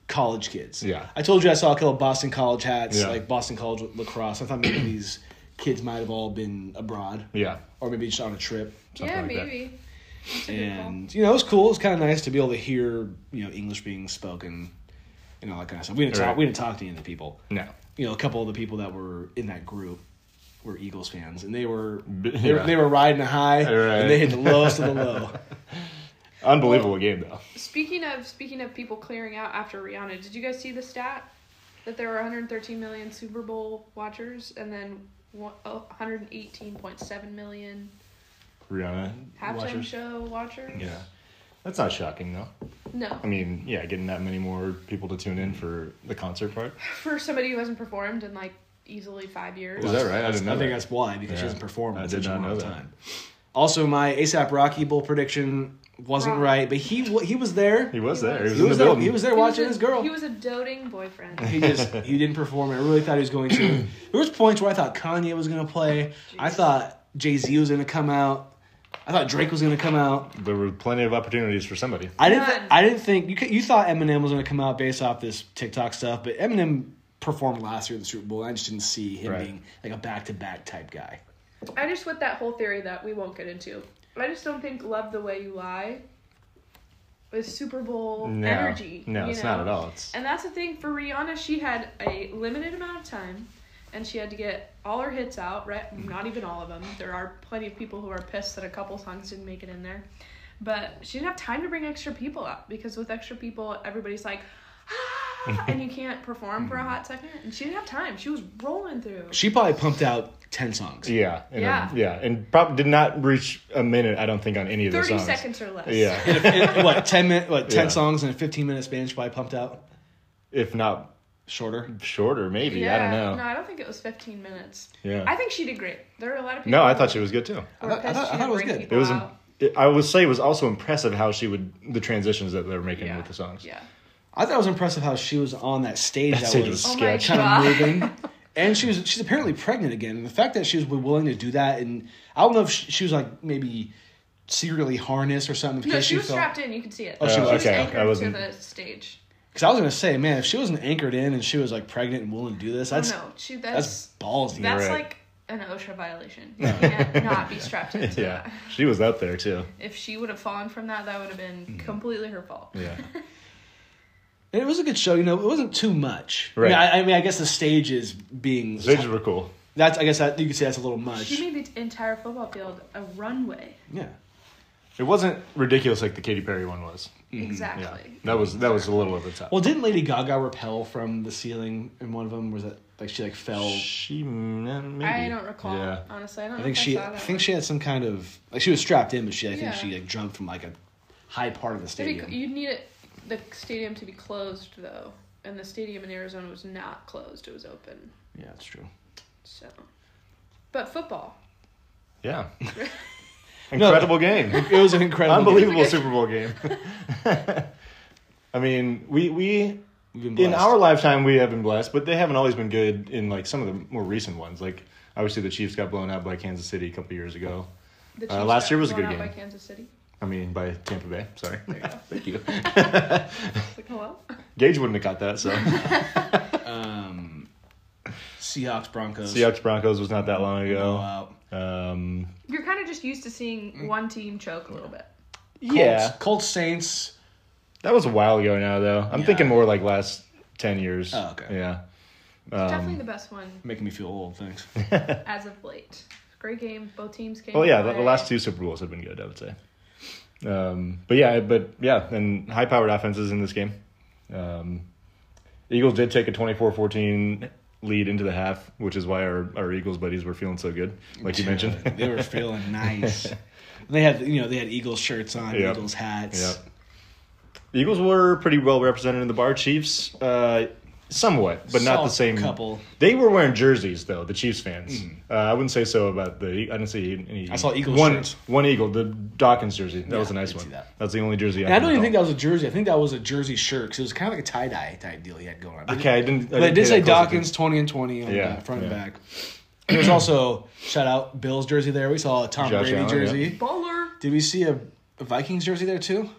[SPEAKER 2] college kids.
[SPEAKER 1] Yeah.
[SPEAKER 2] I told you I saw a couple Boston College hats,
[SPEAKER 1] Yeah.
[SPEAKER 2] like Boston College lacrosse. I thought maybe these kids might have all been abroad
[SPEAKER 1] yeah,
[SPEAKER 2] or maybe just on a trip.
[SPEAKER 1] Something
[SPEAKER 3] yeah,
[SPEAKER 1] like that.
[SPEAKER 3] maybe. That's a good call.
[SPEAKER 2] And, you know, it was cool. It was kind of nice to be able to hear, you know, English being spoken and all that kind of stuff. We didn't,
[SPEAKER 1] Right.
[SPEAKER 2] talk, we didn't talk to any of the people.
[SPEAKER 1] no,
[SPEAKER 2] You know, a couple of the people that were in that group were
[SPEAKER 1] *laughs*
[SPEAKER 2] Eagles fans, and they were
[SPEAKER 1] B-
[SPEAKER 2] they, were
[SPEAKER 1] yeah.
[SPEAKER 2] they were riding high,
[SPEAKER 1] Right.
[SPEAKER 2] and they hit the lowest of the low.
[SPEAKER 1] Unbelievable game though.
[SPEAKER 3] Speaking of speaking of people clearing out after Rihanna, did you guys see the stat that there were 113 million Super Bowl watchers and then one- oh, 118.7 million
[SPEAKER 1] Rihanna.
[SPEAKER 3] halftime
[SPEAKER 1] watchers.
[SPEAKER 3] show watchers?
[SPEAKER 1] Yeah. That's not shocking though.
[SPEAKER 3] No,
[SPEAKER 1] I mean, yeah, getting that many more people to tune in for the concert part.
[SPEAKER 3] for somebody who hasn't performed in like easily five years.
[SPEAKER 1] Is that right? *laughs* I didn't know
[SPEAKER 2] I think
[SPEAKER 1] that.
[SPEAKER 2] that's why because she
[SPEAKER 1] Yeah.
[SPEAKER 2] doesn't perform
[SPEAKER 1] I
[SPEAKER 2] at
[SPEAKER 1] did
[SPEAKER 2] such a
[SPEAKER 1] not
[SPEAKER 2] long
[SPEAKER 1] know that.
[SPEAKER 2] time. Also, my ASAP Rocky Bull prediction wasn't
[SPEAKER 3] Wrong.
[SPEAKER 2] right, but he wa- he was there.
[SPEAKER 1] He was
[SPEAKER 3] He
[SPEAKER 1] there. He
[SPEAKER 3] was.
[SPEAKER 1] was
[SPEAKER 2] He
[SPEAKER 1] in
[SPEAKER 2] was
[SPEAKER 1] the
[SPEAKER 2] there.
[SPEAKER 1] building.
[SPEAKER 2] He was there
[SPEAKER 3] He was
[SPEAKER 2] watching
[SPEAKER 3] a-
[SPEAKER 2] his girl.
[SPEAKER 3] He was a
[SPEAKER 1] *laughs*
[SPEAKER 3] doting boyfriend.
[SPEAKER 2] He just he didn't perform. I really thought he was going to. There was points where I thought Kanye was going to play. I
[SPEAKER 3] Jeez.
[SPEAKER 2] thought Jay Z was going to come out. I thought Drake was going to come out.
[SPEAKER 1] There were plenty of opportunities for somebody.
[SPEAKER 2] I didn't. Th-
[SPEAKER 3] None.
[SPEAKER 2] I didn't think you. c- You thought Eminem was going to come out based off this TikTok stuff, but Eminem performed last year at the Super Bowl. And I just didn't see him
[SPEAKER 1] Right.
[SPEAKER 2] being like a back to back type guy.
[SPEAKER 3] I just with that whole theory that we won't get into. I just don't think "Love the Way You Lie" is Super Bowl
[SPEAKER 1] No,
[SPEAKER 3] energy.
[SPEAKER 1] no,
[SPEAKER 3] you
[SPEAKER 1] it's
[SPEAKER 3] know?
[SPEAKER 1] not at all. It's
[SPEAKER 3] And that's the thing for Rihanna. She had a limited amount of time, and she had to get all her hits out. Right, not even all of them. There are plenty of people who are pissed that a couple songs didn't make it in there, but she didn't have time to bring extra people up because with extra people, everybody's like. "Ah," and you can't perform for
[SPEAKER 1] *laughs*
[SPEAKER 3] a hot second. And she didn't have time. She was rolling through.
[SPEAKER 2] She probably pumped out ten songs.
[SPEAKER 1] yeah, and,
[SPEAKER 3] Yeah.
[SPEAKER 1] um, yeah, and probably did not reach a minute. I don't think on any of the
[SPEAKER 3] Thirty
[SPEAKER 1] songs.
[SPEAKER 3] seconds or less.
[SPEAKER 1] Yeah,
[SPEAKER 2] In, what ten minute? What ten
[SPEAKER 1] Yeah.
[SPEAKER 2] songs in a fifteen minute span? She probably pumped out
[SPEAKER 1] if not
[SPEAKER 2] shorter.
[SPEAKER 1] shorter, maybe.
[SPEAKER 3] Yeah,
[SPEAKER 1] I don't know.
[SPEAKER 3] No, I don't think it was 15 minutes.
[SPEAKER 1] Yeah.
[SPEAKER 3] I think she did great. There were a lot of people.
[SPEAKER 1] no, I thought she was good too.
[SPEAKER 3] who
[SPEAKER 2] I
[SPEAKER 3] were
[SPEAKER 2] thought- I thought-
[SPEAKER 3] pissed she
[SPEAKER 2] I
[SPEAKER 3] didn't
[SPEAKER 2] thought it was
[SPEAKER 3] bring
[SPEAKER 2] good.
[SPEAKER 1] It
[SPEAKER 3] people
[SPEAKER 1] was.
[SPEAKER 3] out.
[SPEAKER 1] It, I would say it was also impressive how she would the transitions that they were making
[SPEAKER 3] Yeah.
[SPEAKER 1] with the songs.
[SPEAKER 3] Yeah.
[SPEAKER 2] I thought it was impressive how she was on that stage. That,
[SPEAKER 1] That stage
[SPEAKER 2] was,
[SPEAKER 1] was
[SPEAKER 3] Oh my
[SPEAKER 1] sketch.
[SPEAKER 2] kind
[SPEAKER 3] God.
[SPEAKER 2] of
[SPEAKER 3] *laughs*
[SPEAKER 2] moving. And she was she's apparently pregnant again. And the fact that she was willing to do that, and I don't know if she, she was like maybe secretly harnessed or something.
[SPEAKER 3] No,
[SPEAKER 2] because
[SPEAKER 3] she was strapped in. You could see it.
[SPEAKER 2] Oh, she was-
[SPEAKER 3] was
[SPEAKER 1] Uh, okay,
[SPEAKER 3] anchored
[SPEAKER 1] I wasn't-
[SPEAKER 3] to the stage.
[SPEAKER 2] Because I was gonna say, man, if she wasn't anchored in and she was like pregnant and willing to do this,
[SPEAKER 3] Oh,
[SPEAKER 2] that's
[SPEAKER 3] no. She,
[SPEAKER 2] that's
[SPEAKER 3] that's
[SPEAKER 2] ballsy.
[SPEAKER 3] that's
[SPEAKER 1] right.
[SPEAKER 3] like an
[SPEAKER 1] *laughs*
[SPEAKER 3] OSHA violation. You can't not be strapped into
[SPEAKER 1] Yeah,
[SPEAKER 3] that.
[SPEAKER 1] *laughs* she was up there too.
[SPEAKER 3] If she would have fallen from that, that would have
[SPEAKER 1] Mm-hmm.
[SPEAKER 3] been completely her fault.
[SPEAKER 1] Yeah,
[SPEAKER 2] And it was a good show. You know, it wasn't too much. I mean,
[SPEAKER 1] Right.
[SPEAKER 2] I, I mean, I guess the stage is being
[SPEAKER 1] the stages were cool.
[SPEAKER 2] that's. I guess that you could say that's a little much.
[SPEAKER 3] She made the entire football field a runway.
[SPEAKER 2] yeah.
[SPEAKER 1] It wasn't ridiculous like the Katy Perry one was.
[SPEAKER 3] Exactly.
[SPEAKER 1] Mm-hmm. Yeah, that was that was a little over the top.
[SPEAKER 2] Well, didn't Lady Gaga rappel from the ceiling in one of them? Was that like she like fell?
[SPEAKER 1] she mm, maybe.
[SPEAKER 3] I don't recall.
[SPEAKER 1] Yeah,
[SPEAKER 3] Honestly, I don't
[SPEAKER 2] I
[SPEAKER 3] know
[SPEAKER 2] think
[SPEAKER 3] if
[SPEAKER 2] she,
[SPEAKER 3] I saw
[SPEAKER 2] I
[SPEAKER 3] that
[SPEAKER 2] think
[SPEAKER 3] one.
[SPEAKER 2] she had some kind of like she was strapped in, but she, I think
[SPEAKER 3] Yeah.
[SPEAKER 2] she like jumped from like a high part of the
[SPEAKER 3] It'd be
[SPEAKER 2] stadium.
[SPEAKER 3] co- You'd need it, the stadium to be closed though, and the stadium in Arizona was not closed; it was open.
[SPEAKER 2] yeah, that's true.
[SPEAKER 3] So, but football.
[SPEAKER 1] *laughs* yeah. Incredible game.
[SPEAKER 2] It was an incredible,
[SPEAKER 1] Unbelievable
[SPEAKER 3] Like a-
[SPEAKER 1] Super Bowl *laughs* game. I mean, we we
[SPEAKER 2] Game. We've been
[SPEAKER 1] in
[SPEAKER 2] blessed.
[SPEAKER 1] our lifetime we have been blessed, but they haven't always been good in like some of the more recent ones. Like obviously the Chiefs got blown out by Kansas City a couple years ago.
[SPEAKER 3] The
[SPEAKER 1] Uh,
[SPEAKER 3] Chiefs
[SPEAKER 1] last
[SPEAKER 3] got
[SPEAKER 1] year was a
[SPEAKER 3] blown
[SPEAKER 1] good
[SPEAKER 3] out By
[SPEAKER 1] game.
[SPEAKER 3] Kansas City.
[SPEAKER 1] I mean by Tampa Bay. Sorry. Thank you.
[SPEAKER 3] It's Like hello.
[SPEAKER 1] Gage wouldn't have got that. *laughs* So
[SPEAKER 2] um, Seahawks Broncos.
[SPEAKER 1] Seahawks Broncos was not that long
[SPEAKER 2] Blow
[SPEAKER 1] ago.
[SPEAKER 2] out.
[SPEAKER 1] Um,
[SPEAKER 3] You're kind of just used to
[SPEAKER 2] Mm.
[SPEAKER 3] seeing one team choke a little bit.
[SPEAKER 2] Colts,
[SPEAKER 1] yeah,
[SPEAKER 2] Colts Saints.
[SPEAKER 1] that was a while ago now though. I'm
[SPEAKER 2] Yeah.
[SPEAKER 1] thinking more like last ten years.
[SPEAKER 2] Oh, okay.
[SPEAKER 1] Yeah. Um,
[SPEAKER 3] Definitely the best one
[SPEAKER 2] Making me feel
[SPEAKER 1] *laughs*
[SPEAKER 2] old. Thanks.
[SPEAKER 3] as of late. Great game. Both teams came.
[SPEAKER 1] Well, Oh, yeah, the,
[SPEAKER 3] away.
[SPEAKER 1] the last two Super Bowls have been good, I would say. Um, but yeah, but yeah, and high-powered offenses in this game. Um, Eagles did take a 24-14 lead into the half, which is why our, our Eagles buddies were feeling so good, like you mentioned.
[SPEAKER 2] Dude, they were
[SPEAKER 1] *laughs*
[SPEAKER 2] feeling nice. They had you know they had Eagles shirts on,
[SPEAKER 1] Yep.
[SPEAKER 2] Eagles hats.
[SPEAKER 1] Yep. The Eagles were pretty well represented in the bar. Chiefs, uh, somewhat, but not the
[SPEAKER 2] Solid
[SPEAKER 1] same.
[SPEAKER 2] couple. Hmm.
[SPEAKER 1] They were wearing jerseys though. The Chiefs fans. Uh, I wouldn't say so about the. I didn't see any.
[SPEAKER 2] I saw Eagles
[SPEAKER 1] one.
[SPEAKER 2] shirts.
[SPEAKER 1] One Eagle, the Dawkins jersey. That
[SPEAKER 2] Yeah,
[SPEAKER 1] was a
[SPEAKER 2] I
[SPEAKER 1] nice
[SPEAKER 2] did
[SPEAKER 1] one.
[SPEAKER 2] see that.
[SPEAKER 1] That's the only jersey.
[SPEAKER 2] And I
[SPEAKER 1] can
[SPEAKER 2] don't even think that
[SPEAKER 1] recall.
[SPEAKER 2] was a jersey. I think that was a jersey shirt because it was kind of like a tie dye type deal he had going on. But-
[SPEAKER 1] Okay, I didn't.
[SPEAKER 2] But it did say Dawkins twenty and twenty on
[SPEAKER 1] Yeah,
[SPEAKER 2] the front and
[SPEAKER 1] yeah.
[SPEAKER 2] back. *clears throat* There was also shout out Bills jersey there. We saw a Tom
[SPEAKER 1] Josh
[SPEAKER 2] Brady
[SPEAKER 1] Allen,
[SPEAKER 2] jersey.
[SPEAKER 3] baller.
[SPEAKER 2] Did we see a, a Vikings jersey there too?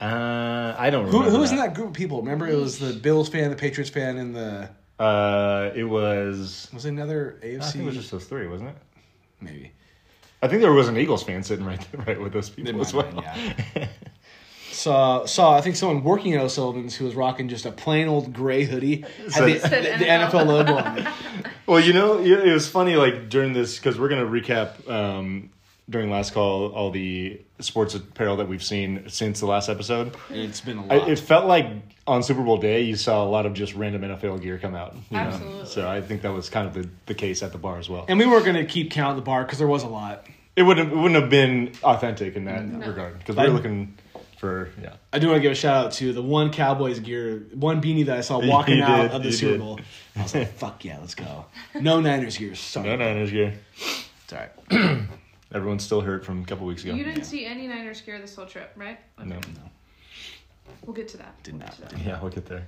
[SPEAKER 1] Uh, I don't
[SPEAKER 2] Who,
[SPEAKER 1] remember.
[SPEAKER 2] who was in
[SPEAKER 1] that?
[SPEAKER 2] that group of people? Remember, it was the Bills fan, the Patriots fan, and the
[SPEAKER 1] Uh, it was.
[SPEAKER 2] was it another
[SPEAKER 1] I
[SPEAKER 2] AFC?
[SPEAKER 1] think it was just those three, wasn't it?
[SPEAKER 2] Maybe.
[SPEAKER 1] I think there was an Eagles fan sitting right right with those people
[SPEAKER 2] They
[SPEAKER 1] as
[SPEAKER 2] might
[SPEAKER 1] well. *laughs*
[SPEAKER 2] have been, Saw saw I think someone working at O'Sullivan's who was rocking just a plain old gray hoodie had the,
[SPEAKER 3] Said
[SPEAKER 2] the- the
[SPEAKER 3] NFL.
[SPEAKER 1] *laughs*
[SPEAKER 2] NFL logo on it.
[SPEAKER 1] Well, you know, it it was funny. Like during this, because we're gonna recap um, during last call all the sports apparel that we've seen since the last episode.
[SPEAKER 2] And it's been a
[SPEAKER 1] I,
[SPEAKER 2] lot.
[SPEAKER 1] it felt like on Super Bowl day you saw a lot of just random NFL gear come out. you know?
[SPEAKER 3] Absolutely.
[SPEAKER 1] So I think that was kind of the, the case at the bar as well.
[SPEAKER 2] and we were going to keep count of the bar because there was a lot.
[SPEAKER 1] It wouldn't it wouldn't have been authentic in that
[SPEAKER 3] No.
[SPEAKER 1] regard because we were
[SPEAKER 2] But-
[SPEAKER 1] looking for yeah.
[SPEAKER 2] I do want to give a shout out to the one Cowboys gear, one beanie that I saw
[SPEAKER 1] *laughs*
[SPEAKER 2] walking
[SPEAKER 1] You
[SPEAKER 2] out
[SPEAKER 1] did,
[SPEAKER 2] of the
[SPEAKER 1] you
[SPEAKER 2] Super
[SPEAKER 1] did.
[SPEAKER 2] Bowl. I was like, fuck yeah, let's go. No Niners gear. Sorry.
[SPEAKER 1] No Niners gear.
[SPEAKER 2] It's all right.
[SPEAKER 1] Everyone's still hurt from a couple weeks ago.
[SPEAKER 3] You didn't see any Niners gear this whole trip, right? Okay.
[SPEAKER 1] No.
[SPEAKER 3] We'll get to that.
[SPEAKER 2] Did not.
[SPEAKER 3] We'll get to
[SPEAKER 1] *laughs* Yeah, we'll get there.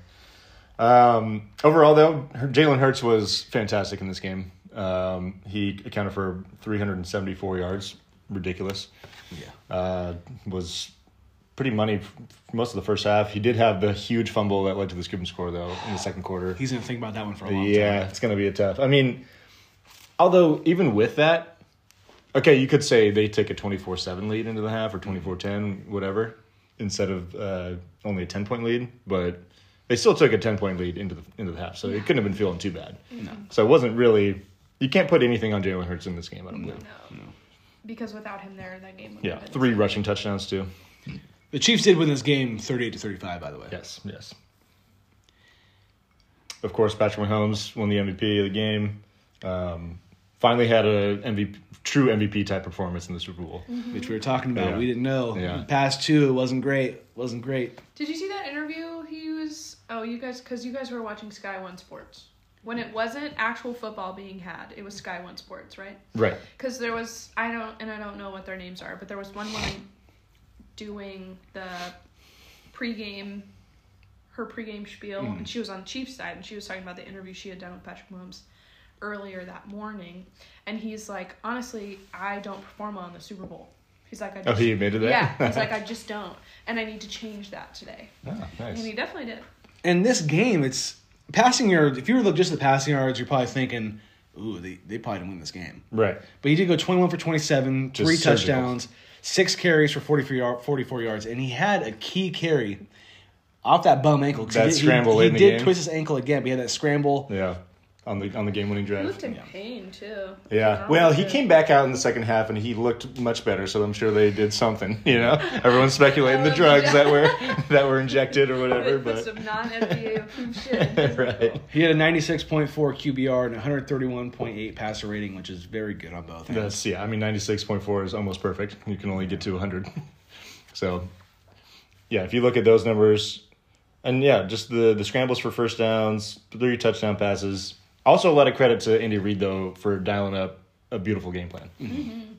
[SPEAKER 1] Um, overall, though, Jalen Hurts was fantastic in this game. Um, he accounted for 374 yards. Ridiculous.
[SPEAKER 2] Yeah.
[SPEAKER 1] Uh, was pretty money f- for most of the first half. He did have the huge fumble that led to the scoop and score, though, in the second quarter.
[SPEAKER 2] He's going to think about that one for a long time.
[SPEAKER 1] yeah, it's going to be a tough. I mean, although even with that, okay, you could say they take a 24-7 lead into the half
[SPEAKER 2] Mm-hmm.
[SPEAKER 1] or 24-10, whatever, instead of uh, only a 10-point lead, but they still took a 10-point lead into the into the half. So it couldn't have been feeling too bad.
[SPEAKER 2] No.
[SPEAKER 1] So it wasn't really you can't put anything on Jalen Hurts in this game, I don't believe.
[SPEAKER 3] that. No. Because without him there, that game would
[SPEAKER 1] Yeah,
[SPEAKER 3] have been
[SPEAKER 1] three rushing touchdowns too.
[SPEAKER 2] The Chiefs did win this game 38 to 35, by the way.
[SPEAKER 1] Yes, yes. Of course, Patrick Mahomes won the MVP of the game. Um, finally, had a MVP, true MVP type performance in the Super Bowl.
[SPEAKER 2] Which we were talking about.
[SPEAKER 1] Yeah.
[SPEAKER 2] We didn't know.
[SPEAKER 1] Yeah.
[SPEAKER 2] Past two, it wasn't great. Wasn't great.
[SPEAKER 3] Did you see that interview he was? Oh, you guys, because you guys were watching Sky One Sports when it wasn't actual football being had. It was Sky One Sports, right?
[SPEAKER 1] Right.
[SPEAKER 3] Because there was I don't and I don't know what their names are, but there was one woman doing the pregame, her pregame spiel,
[SPEAKER 1] Hmm.
[SPEAKER 3] and she was on Chiefs side, and she was talking about the interview she had done with Patrick Mahomes earlier that morning, and he's like, honestly, I don't perform well in the Super Bowl. He's like, I
[SPEAKER 1] Oh,
[SPEAKER 3] just,
[SPEAKER 1] he admitted that. *laughs*
[SPEAKER 3] yeah, he's like, I just don't, and I need to change that today.
[SPEAKER 1] Ah, nice.
[SPEAKER 3] And he definitely did.
[SPEAKER 2] And this game, it's passing yards. If you were to look just at the passing yards, you're probably thinking, ooh, they, they probably didn't win this game.
[SPEAKER 1] Right.
[SPEAKER 2] But he did go 21 for 27,
[SPEAKER 1] Just
[SPEAKER 2] three
[SPEAKER 1] surgical.
[SPEAKER 2] touchdowns, six carries for 44, yard, 44 yards, and he had a key carry off that bum ankle. 'cause he
[SPEAKER 1] That
[SPEAKER 2] did- he-
[SPEAKER 1] scramble
[SPEAKER 2] he,
[SPEAKER 1] late in the
[SPEAKER 2] did
[SPEAKER 1] game.
[SPEAKER 2] twist his ankle again, but he had that scramble.
[SPEAKER 1] Yeah. On the on the game winning
[SPEAKER 3] He
[SPEAKER 1] drive.
[SPEAKER 3] looked in pain too.
[SPEAKER 1] Yeah. Well, he came back out in the second half and he looked much better, so I'm sure they did something, *laughs* you know. Everyone's speculating the drugs that were that were injected or whatever,
[SPEAKER 3] With put
[SPEAKER 1] but *laughs*
[SPEAKER 3] some non-FDA approved shit. in his
[SPEAKER 1] right.
[SPEAKER 2] He had a 96.4 QBR and 131.8 passer rating, which is very good on both ends.
[SPEAKER 1] That's yeah. I mean, ninety six point four is almost perfect. You can only get to hundred. *laughs* So, yeah, if you look at those numbers, and yeah, just the the scrambles for first downs, three touchdown passes. Also, a lot of credit to Andy Reid though for dialing up a beautiful game plan.
[SPEAKER 2] Mm-hmm.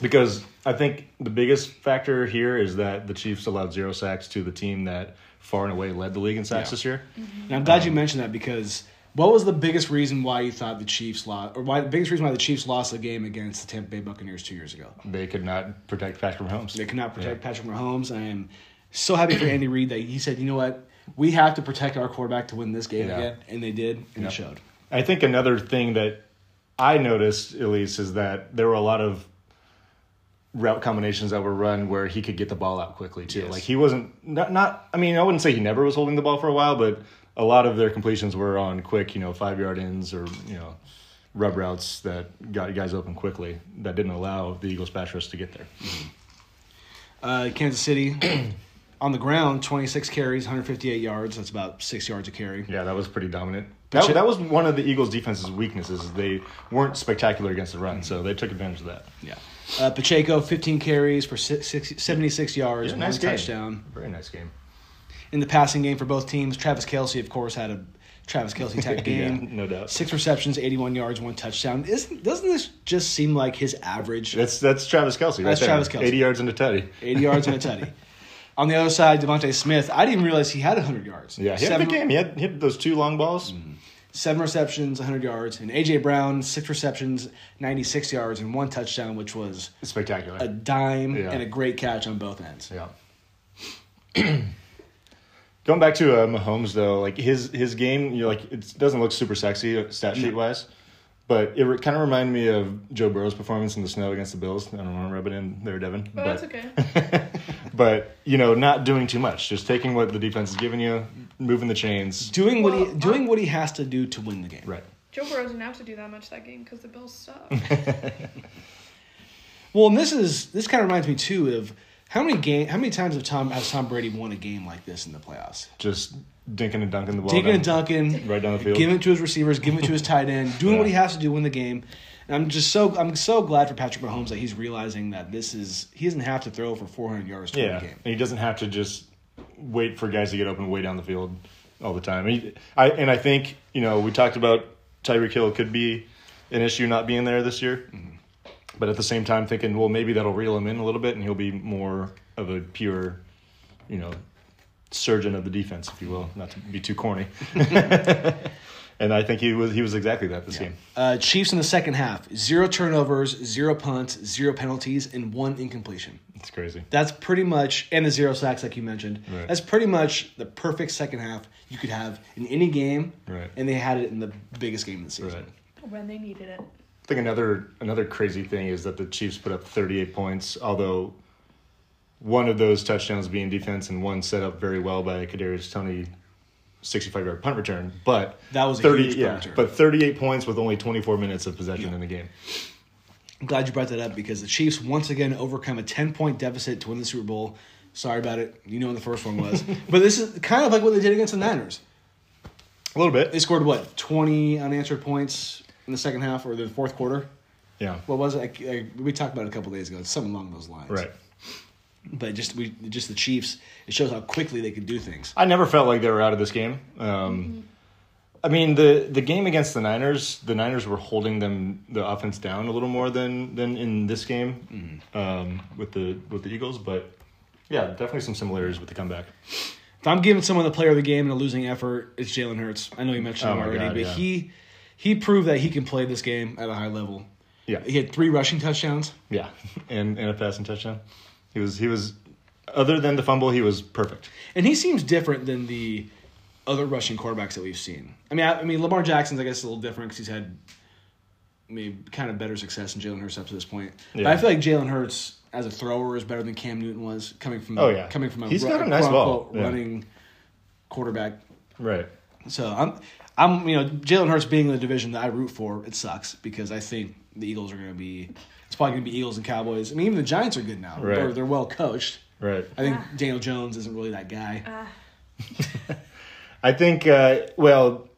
[SPEAKER 1] Because I think the biggest factor here is that the Chiefs allowed zero sacks to the team that far and away led the league in sacks
[SPEAKER 2] Yeah.
[SPEAKER 1] this year.
[SPEAKER 2] And I'm
[SPEAKER 1] Um,
[SPEAKER 2] glad you mentioned that because what was the biggest reason why you thought the Chiefs lost, or why the biggest reason why the Chiefs lost the game against the Tampa Bay Buccaneers two years ago?
[SPEAKER 1] They could not protect Patrick Mahomes.
[SPEAKER 2] They could not protect Patrick Mahomes. I am so happy for Andy Reid that he said, you know what, we have to protect our quarterback to win this game
[SPEAKER 1] Yeah.
[SPEAKER 2] again, and they did, and
[SPEAKER 1] Yeah.
[SPEAKER 2] it showed.
[SPEAKER 1] I think another thing that I noticed, at least, is that there were a lot of route combinations that were run where he could get the ball out quickly too.
[SPEAKER 2] Yes.
[SPEAKER 1] Like he wasn't not, not. I mean, I wouldn't say he never was holding the ball for a while, but a lot of their completions were on quick, you know, five yard ins or you know, rub routes that got guys open quickly that didn't allow the Eagles pass rush to get there.
[SPEAKER 2] Uh, Kansas City *clears throat* on the ground, 26 carries, 158 yards. That's about six yards a carry.
[SPEAKER 1] Yeah, that was pretty dominant.
[SPEAKER 2] But
[SPEAKER 1] That,
[SPEAKER 2] you-
[SPEAKER 1] that was one of the Eagles' defense's weaknesses. is They weren't spectacular against the run, so they took advantage of that.
[SPEAKER 2] Yeah. Uh, Pacheco, 15 carries for si- six- 76 yards,
[SPEAKER 1] Yeah,
[SPEAKER 2] one
[SPEAKER 1] nice game.
[SPEAKER 2] touchdown.
[SPEAKER 1] Very nice game.
[SPEAKER 2] In the passing game for both teams, Travis Kelsey, of course, had a Travis
[SPEAKER 1] *laughs*
[SPEAKER 2] Kelsey type game.
[SPEAKER 1] Yeah, no doubt.
[SPEAKER 2] Six receptions, 81 yards, one touchdown. Isn't, doesn't this just seem like his average?
[SPEAKER 1] That's that's Travis Kelsey. Right
[SPEAKER 2] That's
[SPEAKER 1] there.
[SPEAKER 2] Travis Kelce.
[SPEAKER 1] Eighty yards into Teddy.
[SPEAKER 2] 80 yards and a tutty. On the other side, Devontae Smith, I didn't even realize he had 100 yards.
[SPEAKER 1] Yeah, he had a
[SPEAKER 2] seven,
[SPEAKER 1] big game. He had hit those two long balls.
[SPEAKER 2] seven receptions, 100 yards. And A.J. Brown, six receptions, 96 yards, and one touchdown, which was
[SPEAKER 1] Spectacular.
[SPEAKER 2] a dime
[SPEAKER 1] Yeah.
[SPEAKER 2] and a great catch on both ends.
[SPEAKER 1] yeah. *clears throat* Going back to uh, Mahomes though, like his his game, you know, like it doesn't look super sexy uh, stat sheet wise, but it re- kind of reminded me of Joe Burrow's performance in the snow against the Bills. I don't want to rub it in there, Devin.
[SPEAKER 3] But
[SPEAKER 1] but
[SPEAKER 3] that's okay.
[SPEAKER 1] but you know, not doing too much, just taking what the defense is giving you, moving the chains.
[SPEAKER 2] Doing, what
[SPEAKER 3] Well,
[SPEAKER 2] he, doing what he has to do to win the game.
[SPEAKER 1] Right. *laughs*
[SPEAKER 3] Joe Burrow didn't have to do that much that game because the Bills suck.
[SPEAKER 2] Well, and this is this kind of reminds me too of how many game how many times have Tom has Tom Brady won a game like this in the playoffs?
[SPEAKER 1] Just dinking and dunking the ball.
[SPEAKER 2] Taking
[SPEAKER 1] down.
[SPEAKER 2] a Duncan,
[SPEAKER 1] Right down the field.
[SPEAKER 2] giving it to his receivers, giving it
[SPEAKER 1] *laughs*
[SPEAKER 2] to his tight end, doing what he
[SPEAKER 1] Yeah.
[SPEAKER 2] has to do to win the game. And I'm just so I'm so glad for Patrick Mahomes that he's realizing that this is he doesn't have to throw for 400 yards to win
[SPEAKER 1] Yeah,
[SPEAKER 2] the game.
[SPEAKER 1] and he doesn't have to just wait for guys to get open way down the field all the time. He, I and I think you know we talked about Tyreek Hill could be an issue not being there this year,
[SPEAKER 2] Mm-hmm.
[SPEAKER 1] but at the same time thinking, well, maybe that'll reel him in a little bit, and he'll be more of a pure, you know, surgeon of the defense, if you will, not to be too
[SPEAKER 2] *laughs*
[SPEAKER 1] corny. *laughs* and I think he was he was exactly that this game.
[SPEAKER 2] Uh, Chiefs in the second half, zero turnovers, zero punts, zero penalties, and one incompletion.
[SPEAKER 1] It's crazy.
[SPEAKER 2] That's pretty much, and the zero sacks, like you mentioned.
[SPEAKER 1] Right.
[SPEAKER 2] That's pretty much the perfect second half you could have in any game.
[SPEAKER 1] Right.
[SPEAKER 2] And they had it in the biggest game of the season.
[SPEAKER 1] Right.
[SPEAKER 3] when they needed it.
[SPEAKER 1] I think another another crazy thing is that the Chiefs put up 38 points, although one of those touchdowns being defense and one set up very well by Kadarius Tony 65 yard punt return, but
[SPEAKER 2] That was a huge punt return.
[SPEAKER 1] but 38 points with only 24 minutes of possession in the game.
[SPEAKER 2] I'm glad you brought that up because the Chiefs once again overcome a 10 point deficit to win the Super Bowl. Sorry about it. You know what the first
[SPEAKER 1] *laughs*
[SPEAKER 2] one was. but this is kind of like what they did against the Niners.
[SPEAKER 1] A little
[SPEAKER 2] They
[SPEAKER 1] bit,
[SPEAKER 2] scored, what, 20 unanswered points in the second half or the fourth quarter?
[SPEAKER 1] yeah,
[SPEAKER 2] What was it? I, I, we talked about it a couple days ago. It's something along those lines.
[SPEAKER 1] right.
[SPEAKER 2] But just we just the Chiefs, it shows how quickly they can do things.
[SPEAKER 1] I never felt like they were out of this game. Um, I mean the the game against the Niners, the Niners were holding them the offense down a little more than than in this game um, with the with the Eagles, but yeah, definitely some similarities with the comeback.
[SPEAKER 2] If I'm giving someone the player of the game in a losing effort, it's Jalen Hurts. I know you mentioned
[SPEAKER 1] Oh
[SPEAKER 2] him
[SPEAKER 1] my
[SPEAKER 2] already,
[SPEAKER 1] God,
[SPEAKER 2] but
[SPEAKER 1] yeah.
[SPEAKER 2] he he proved that he can play this game at a high level.
[SPEAKER 1] Yeah,
[SPEAKER 2] He had three rushing touchdowns.
[SPEAKER 1] yeah, *laughs* and and a passing touchdown. He was he was other than the fumble, he was perfect.
[SPEAKER 2] And he seems different than the other rushing quarterbacks that we've seen. I mean, I, I mean, Lamar Jackson's I guess a little different because he's had maybe kind of better success than Jalen Hurts up to this point. But
[SPEAKER 1] Yeah.
[SPEAKER 2] I feel like Jalen Hurts as a thrower is better than Cam Newton was coming from.
[SPEAKER 1] Oh, yeah.
[SPEAKER 2] coming from a
[SPEAKER 1] He's
[SPEAKER 2] ru-
[SPEAKER 1] got a nice
[SPEAKER 2] quote-unquote
[SPEAKER 1] ball, yeah.
[SPEAKER 2] running quarterback.
[SPEAKER 1] Right.
[SPEAKER 2] So I'm, I'm you know Jalen Hurts being in the division that I root for, it sucks because I think the Eagles are going to be. It's probably going to be Eagles and Cowboys. I mean, even the Giants are good now.
[SPEAKER 1] Right.
[SPEAKER 2] They're, they're well coached.
[SPEAKER 1] Right.
[SPEAKER 2] I think
[SPEAKER 3] Ah.
[SPEAKER 2] Daniel Jones isn't really that guy.
[SPEAKER 1] I think. Uh, well,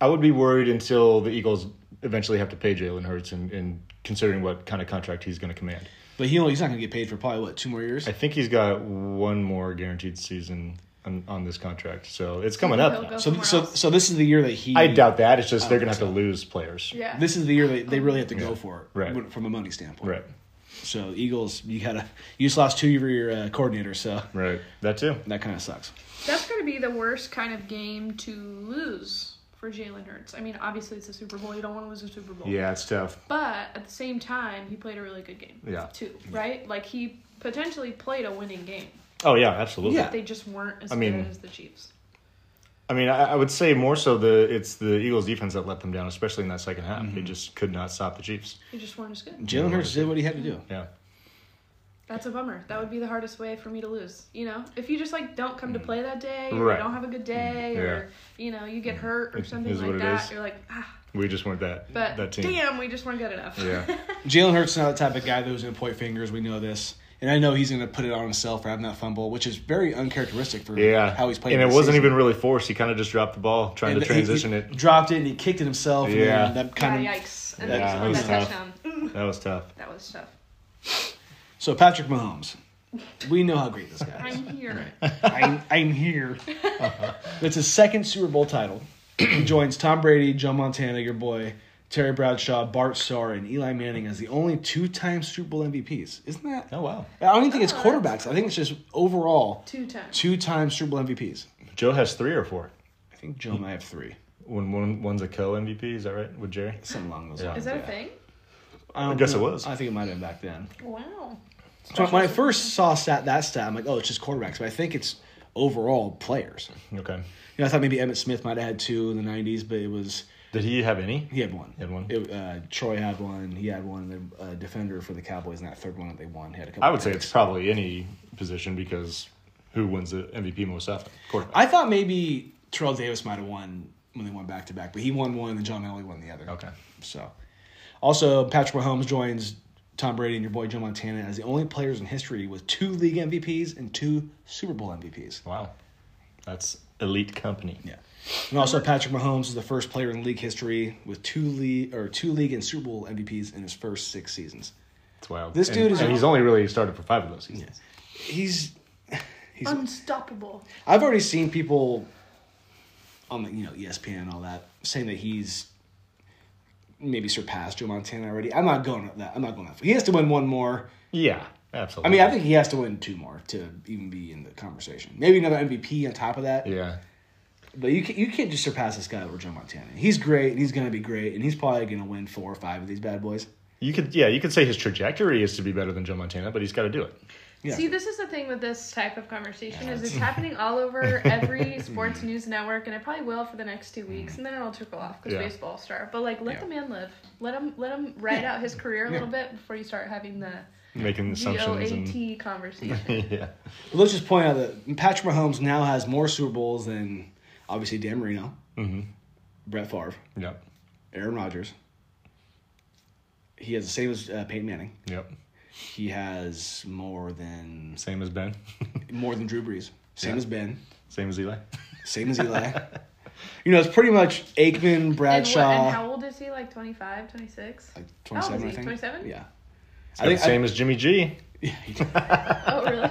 [SPEAKER 1] I would be worried until the Eagles eventually have to pay Jalen Hurts, and, and considering what kind of contract he's going to command.
[SPEAKER 2] But he only, he's not going to get paid for probably what two more years.
[SPEAKER 1] I think he's got one more guaranteed season on, on this contract, so it's coming up.
[SPEAKER 3] He'll
[SPEAKER 1] now.
[SPEAKER 3] go
[SPEAKER 2] So
[SPEAKER 3] somewhere
[SPEAKER 2] so
[SPEAKER 3] else.
[SPEAKER 2] so this is the year that he.
[SPEAKER 1] I doubt that. It's just they're gonna have to lose players.
[SPEAKER 3] yeah.
[SPEAKER 2] This is the year they, they really have to go for it
[SPEAKER 1] Right.
[SPEAKER 2] when- from a money standpoint.
[SPEAKER 1] Right.
[SPEAKER 2] So Eagles, you gotta you just lost two of your uh, coordinators, so
[SPEAKER 1] Right. That too.
[SPEAKER 2] that kind of sucks.
[SPEAKER 3] That's going to be the worst kind of game to lose for Jalen Hurts. I mean, obviously it's a Super Bowl. You don't want to lose a Super Bowl.
[SPEAKER 1] Yeah, it's tough.
[SPEAKER 3] But at the same time, he played a really good game.
[SPEAKER 1] Yeah.
[SPEAKER 3] Too, right? Like he potentially played a winning game.
[SPEAKER 1] Oh yeah, absolutely.
[SPEAKER 2] Yeah.
[SPEAKER 3] They just weren't as
[SPEAKER 1] I mean-
[SPEAKER 3] good as the Chiefs.
[SPEAKER 1] I mean, I, I would say more so the it's the Eagles defense that let them down, especially in that second half. They just could not stop the Chiefs.
[SPEAKER 3] They just weren't as good.
[SPEAKER 2] Jalen Hurts did what he had to do.
[SPEAKER 1] Yeah.
[SPEAKER 3] That's a bummer. That would be the hardest way for me to lose. You know, if you just like don't come to play that day, or
[SPEAKER 1] Mm. Right. Mm.
[SPEAKER 3] you don't have a good day, or you know you get hurt or
[SPEAKER 1] It
[SPEAKER 3] something
[SPEAKER 1] is what
[SPEAKER 3] like
[SPEAKER 1] it
[SPEAKER 3] that,
[SPEAKER 1] is.
[SPEAKER 3] you're like, ah.
[SPEAKER 1] We just weren't that
[SPEAKER 3] But
[SPEAKER 1] that team.
[SPEAKER 3] damn, we just weren't good enough. *laughs*
[SPEAKER 1] Yeah.
[SPEAKER 2] Jalen Hurts is not the type of guy that was going to point fingers. We know this, and I know he's going to put it on himself for having that fumble, which is very uncharacteristic for
[SPEAKER 1] Yeah.
[SPEAKER 2] how he's playing.
[SPEAKER 1] And it
[SPEAKER 2] this
[SPEAKER 1] wasn't
[SPEAKER 2] season.
[SPEAKER 1] even really forced. He kind of just dropped the ball, trying
[SPEAKER 2] And
[SPEAKER 1] to
[SPEAKER 2] he- he
[SPEAKER 1] transition it.
[SPEAKER 2] Dropped it and he kicked it himself.
[SPEAKER 1] Yeah.
[SPEAKER 2] And then that
[SPEAKER 3] Yeah,
[SPEAKER 2] kind of.
[SPEAKER 3] yikes! And
[SPEAKER 1] Yeah,
[SPEAKER 3] then
[SPEAKER 1] that
[SPEAKER 3] just
[SPEAKER 1] was
[SPEAKER 3] that
[SPEAKER 1] tough.
[SPEAKER 3] touchdown. Mm,
[SPEAKER 1] That was tough.
[SPEAKER 3] that was tough.
[SPEAKER 2] So Patrick Mahomes, we know how great this guy is.
[SPEAKER 3] I'm here.
[SPEAKER 2] I'm, I'm here. That's his second Super Bowl title. He joins Tom Brady, Joe Montana, your boy, Terry Bradshaw, Bart Starr, and Eli Manning as the only two-time Super Bowl MVPs. Isn't that?
[SPEAKER 1] Oh wow.
[SPEAKER 2] I don't even think it's quarterbacks. I think it's just overall
[SPEAKER 3] *laughs* Two times.
[SPEAKER 2] two-time Super Bowl MVPs.
[SPEAKER 1] Joe has three or four.
[SPEAKER 2] I think Joe and I have three.
[SPEAKER 1] When one one's a co MVP, is that right? With Jerry.
[SPEAKER 2] Something along those
[SPEAKER 1] Yeah.
[SPEAKER 2] lines.
[SPEAKER 3] Is that a
[SPEAKER 2] yeah.
[SPEAKER 3] thing?
[SPEAKER 2] I, don't
[SPEAKER 1] I guess it
[SPEAKER 2] know.
[SPEAKER 1] was.
[SPEAKER 2] I think it might have been back then.
[SPEAKER 3] Wow.
[SPEAKER 2] So when I first saw stat, that stat, I'm like, oh, it's just quarterbacks. But I think it's overall players.
[SPEAKER 1] Okay.
[SPEAKER 2] You know, I thought maybe Emmett Smith might have had two in the '90s, but it was
[SPEAKER 1] Did he have any?
[SPEAKER 2] he had one.
[SPEAKER 1] He had one?
[SPEAKER 2] It, uh, Troy had one. He had one. and The uh, defender for the Cowboys in that third one that they won, he had a couple.
[SPEAKER 1] I would say
[SPEAKER 2] picks.
[SPEAKER 1] it's probably any position because who wins the MVP most often? Quarterback.
[SPEAKER 2] I thought maybe Terrell Davis might have won when they won back to back, but he won one and John Elway won the other.
[SPEAKER 1] Okay.
[SPEAKER 2] So, also Patrick Mahomes joins Tom Brady and your boy Joe Montana as the only players in history with two league MVPs and two Super Bowl MVPs.
[SPEAKER 1] Wow. That's elite company.
[SPEAKER 2] Yeah. And also Patrick Mahomes is the first player in league history with two league or two league and Super Bowl MVPs in his first six seasons.
[SPEAKER 1] It's wild.
[SPEAKER 2] This
[SPEAKER 1] And-
[SPEAKER 2] dude is-
[SPEAKER 1] and he's only really started for five of those seasons.
[SPEAKER 2] He's he's
[SPEAKER 3] Unstoppable.
[SPEAKER 2] I've already seen people on the you know E ESPN and all that saying that he's maybe surpassed Joe Montana already. I'm not going that. I'm not going that. Far. He has to win one more.
[SPEAKER 1] Yeah,
[SPEAKER 2] I
[SPEAKER 1] absolutely.
[SPEAKER 2] mean, I think he has to win two more to even be in the conversation. Maybe another MVP on top of that.
[SPEAKER 1] Yeah.
[SPEAKER 2] But you can't, you can't just surpass this guy over Joe Montana. He's great. And he's going to be great, and he's probably going to win four or five of these bad boys.
[SPEAKER 1] You could yeah, you could say his trajectory is to be better than Joe Montana, but he's got to do it.
[SPEAKER 2] Yeah.
[SPEAKER 3] See, this is the thing with this type of conversation is it's happening
[SPEAKER 1] *laughs*
[SPEAKER 3] all over every
[SPEAKER 1] Mm.
[SPEAKER 3] sports news network, and it probably will for the next two weeks, and then it'll trickle off because
[SPEAKER 1] Yeah.
[SPEAKER 3] baseball star. But like, let
[SPEAKER 2] Yeah.
[SPEAKER 3] the man live. Let him let him ride out his career a little bit before you start having the
[SPEAKER 1] Making
[SPEAKER 3] G O
[SPEAKER 1] assumptions
[SPEAKER 3] A
[SPEAKER 1] and *laughs*
[SPEAKER 3] T conversation.
[SPEAKER 1] yeah.
[SPEAKER 2] But let's just point out that Patrick Mahomes now has more Super Bowls than obviously Dan Marino,
[SPEAKER 1] Mhm.
[SPEAKER 2] Brett Favre,
[SPEAKER 1] Yep.
[SPEAKER 2] Aaron Rodgers. He has the same as uh, Peyton Manning.
[SPEAKER 1] Yep.
[SPEAKER 2] He has more than
[SPEAKER 1] Same as Ben. *laughs*
[SPEAKER 2] more than Drew Brees. Same
[SPEAKER 1] Yeah.
[SPEAKER 2] as Ben.
[SPEAKER 1] Same as Eli.
[SPEAKER 2] Same as Eli. *laughs* you know, it's pretty much Aikman,
[SPEAKER 3] And, what,
[SPEAKER 2] Bradshaw.
[SPEAKER 3] and how old is he? Like 25, 26?
[SPEAKER 2] like 27,
[SPEAKER 3] How old
[SPEAKER 2] I
[SPEAKER 3] is he?
[SPEAKER 2] think.
[SPEAKER 3] 27?
[SPEAKER 2] Yeah. *laughs*
[SPEAKER 1] I think
[SPEAKER 2] I-
[SPEAKER 1] same as Jimmy G.
[SPEAKER 2] Yeah, he did.
[SPEAKER 3] Oh, really?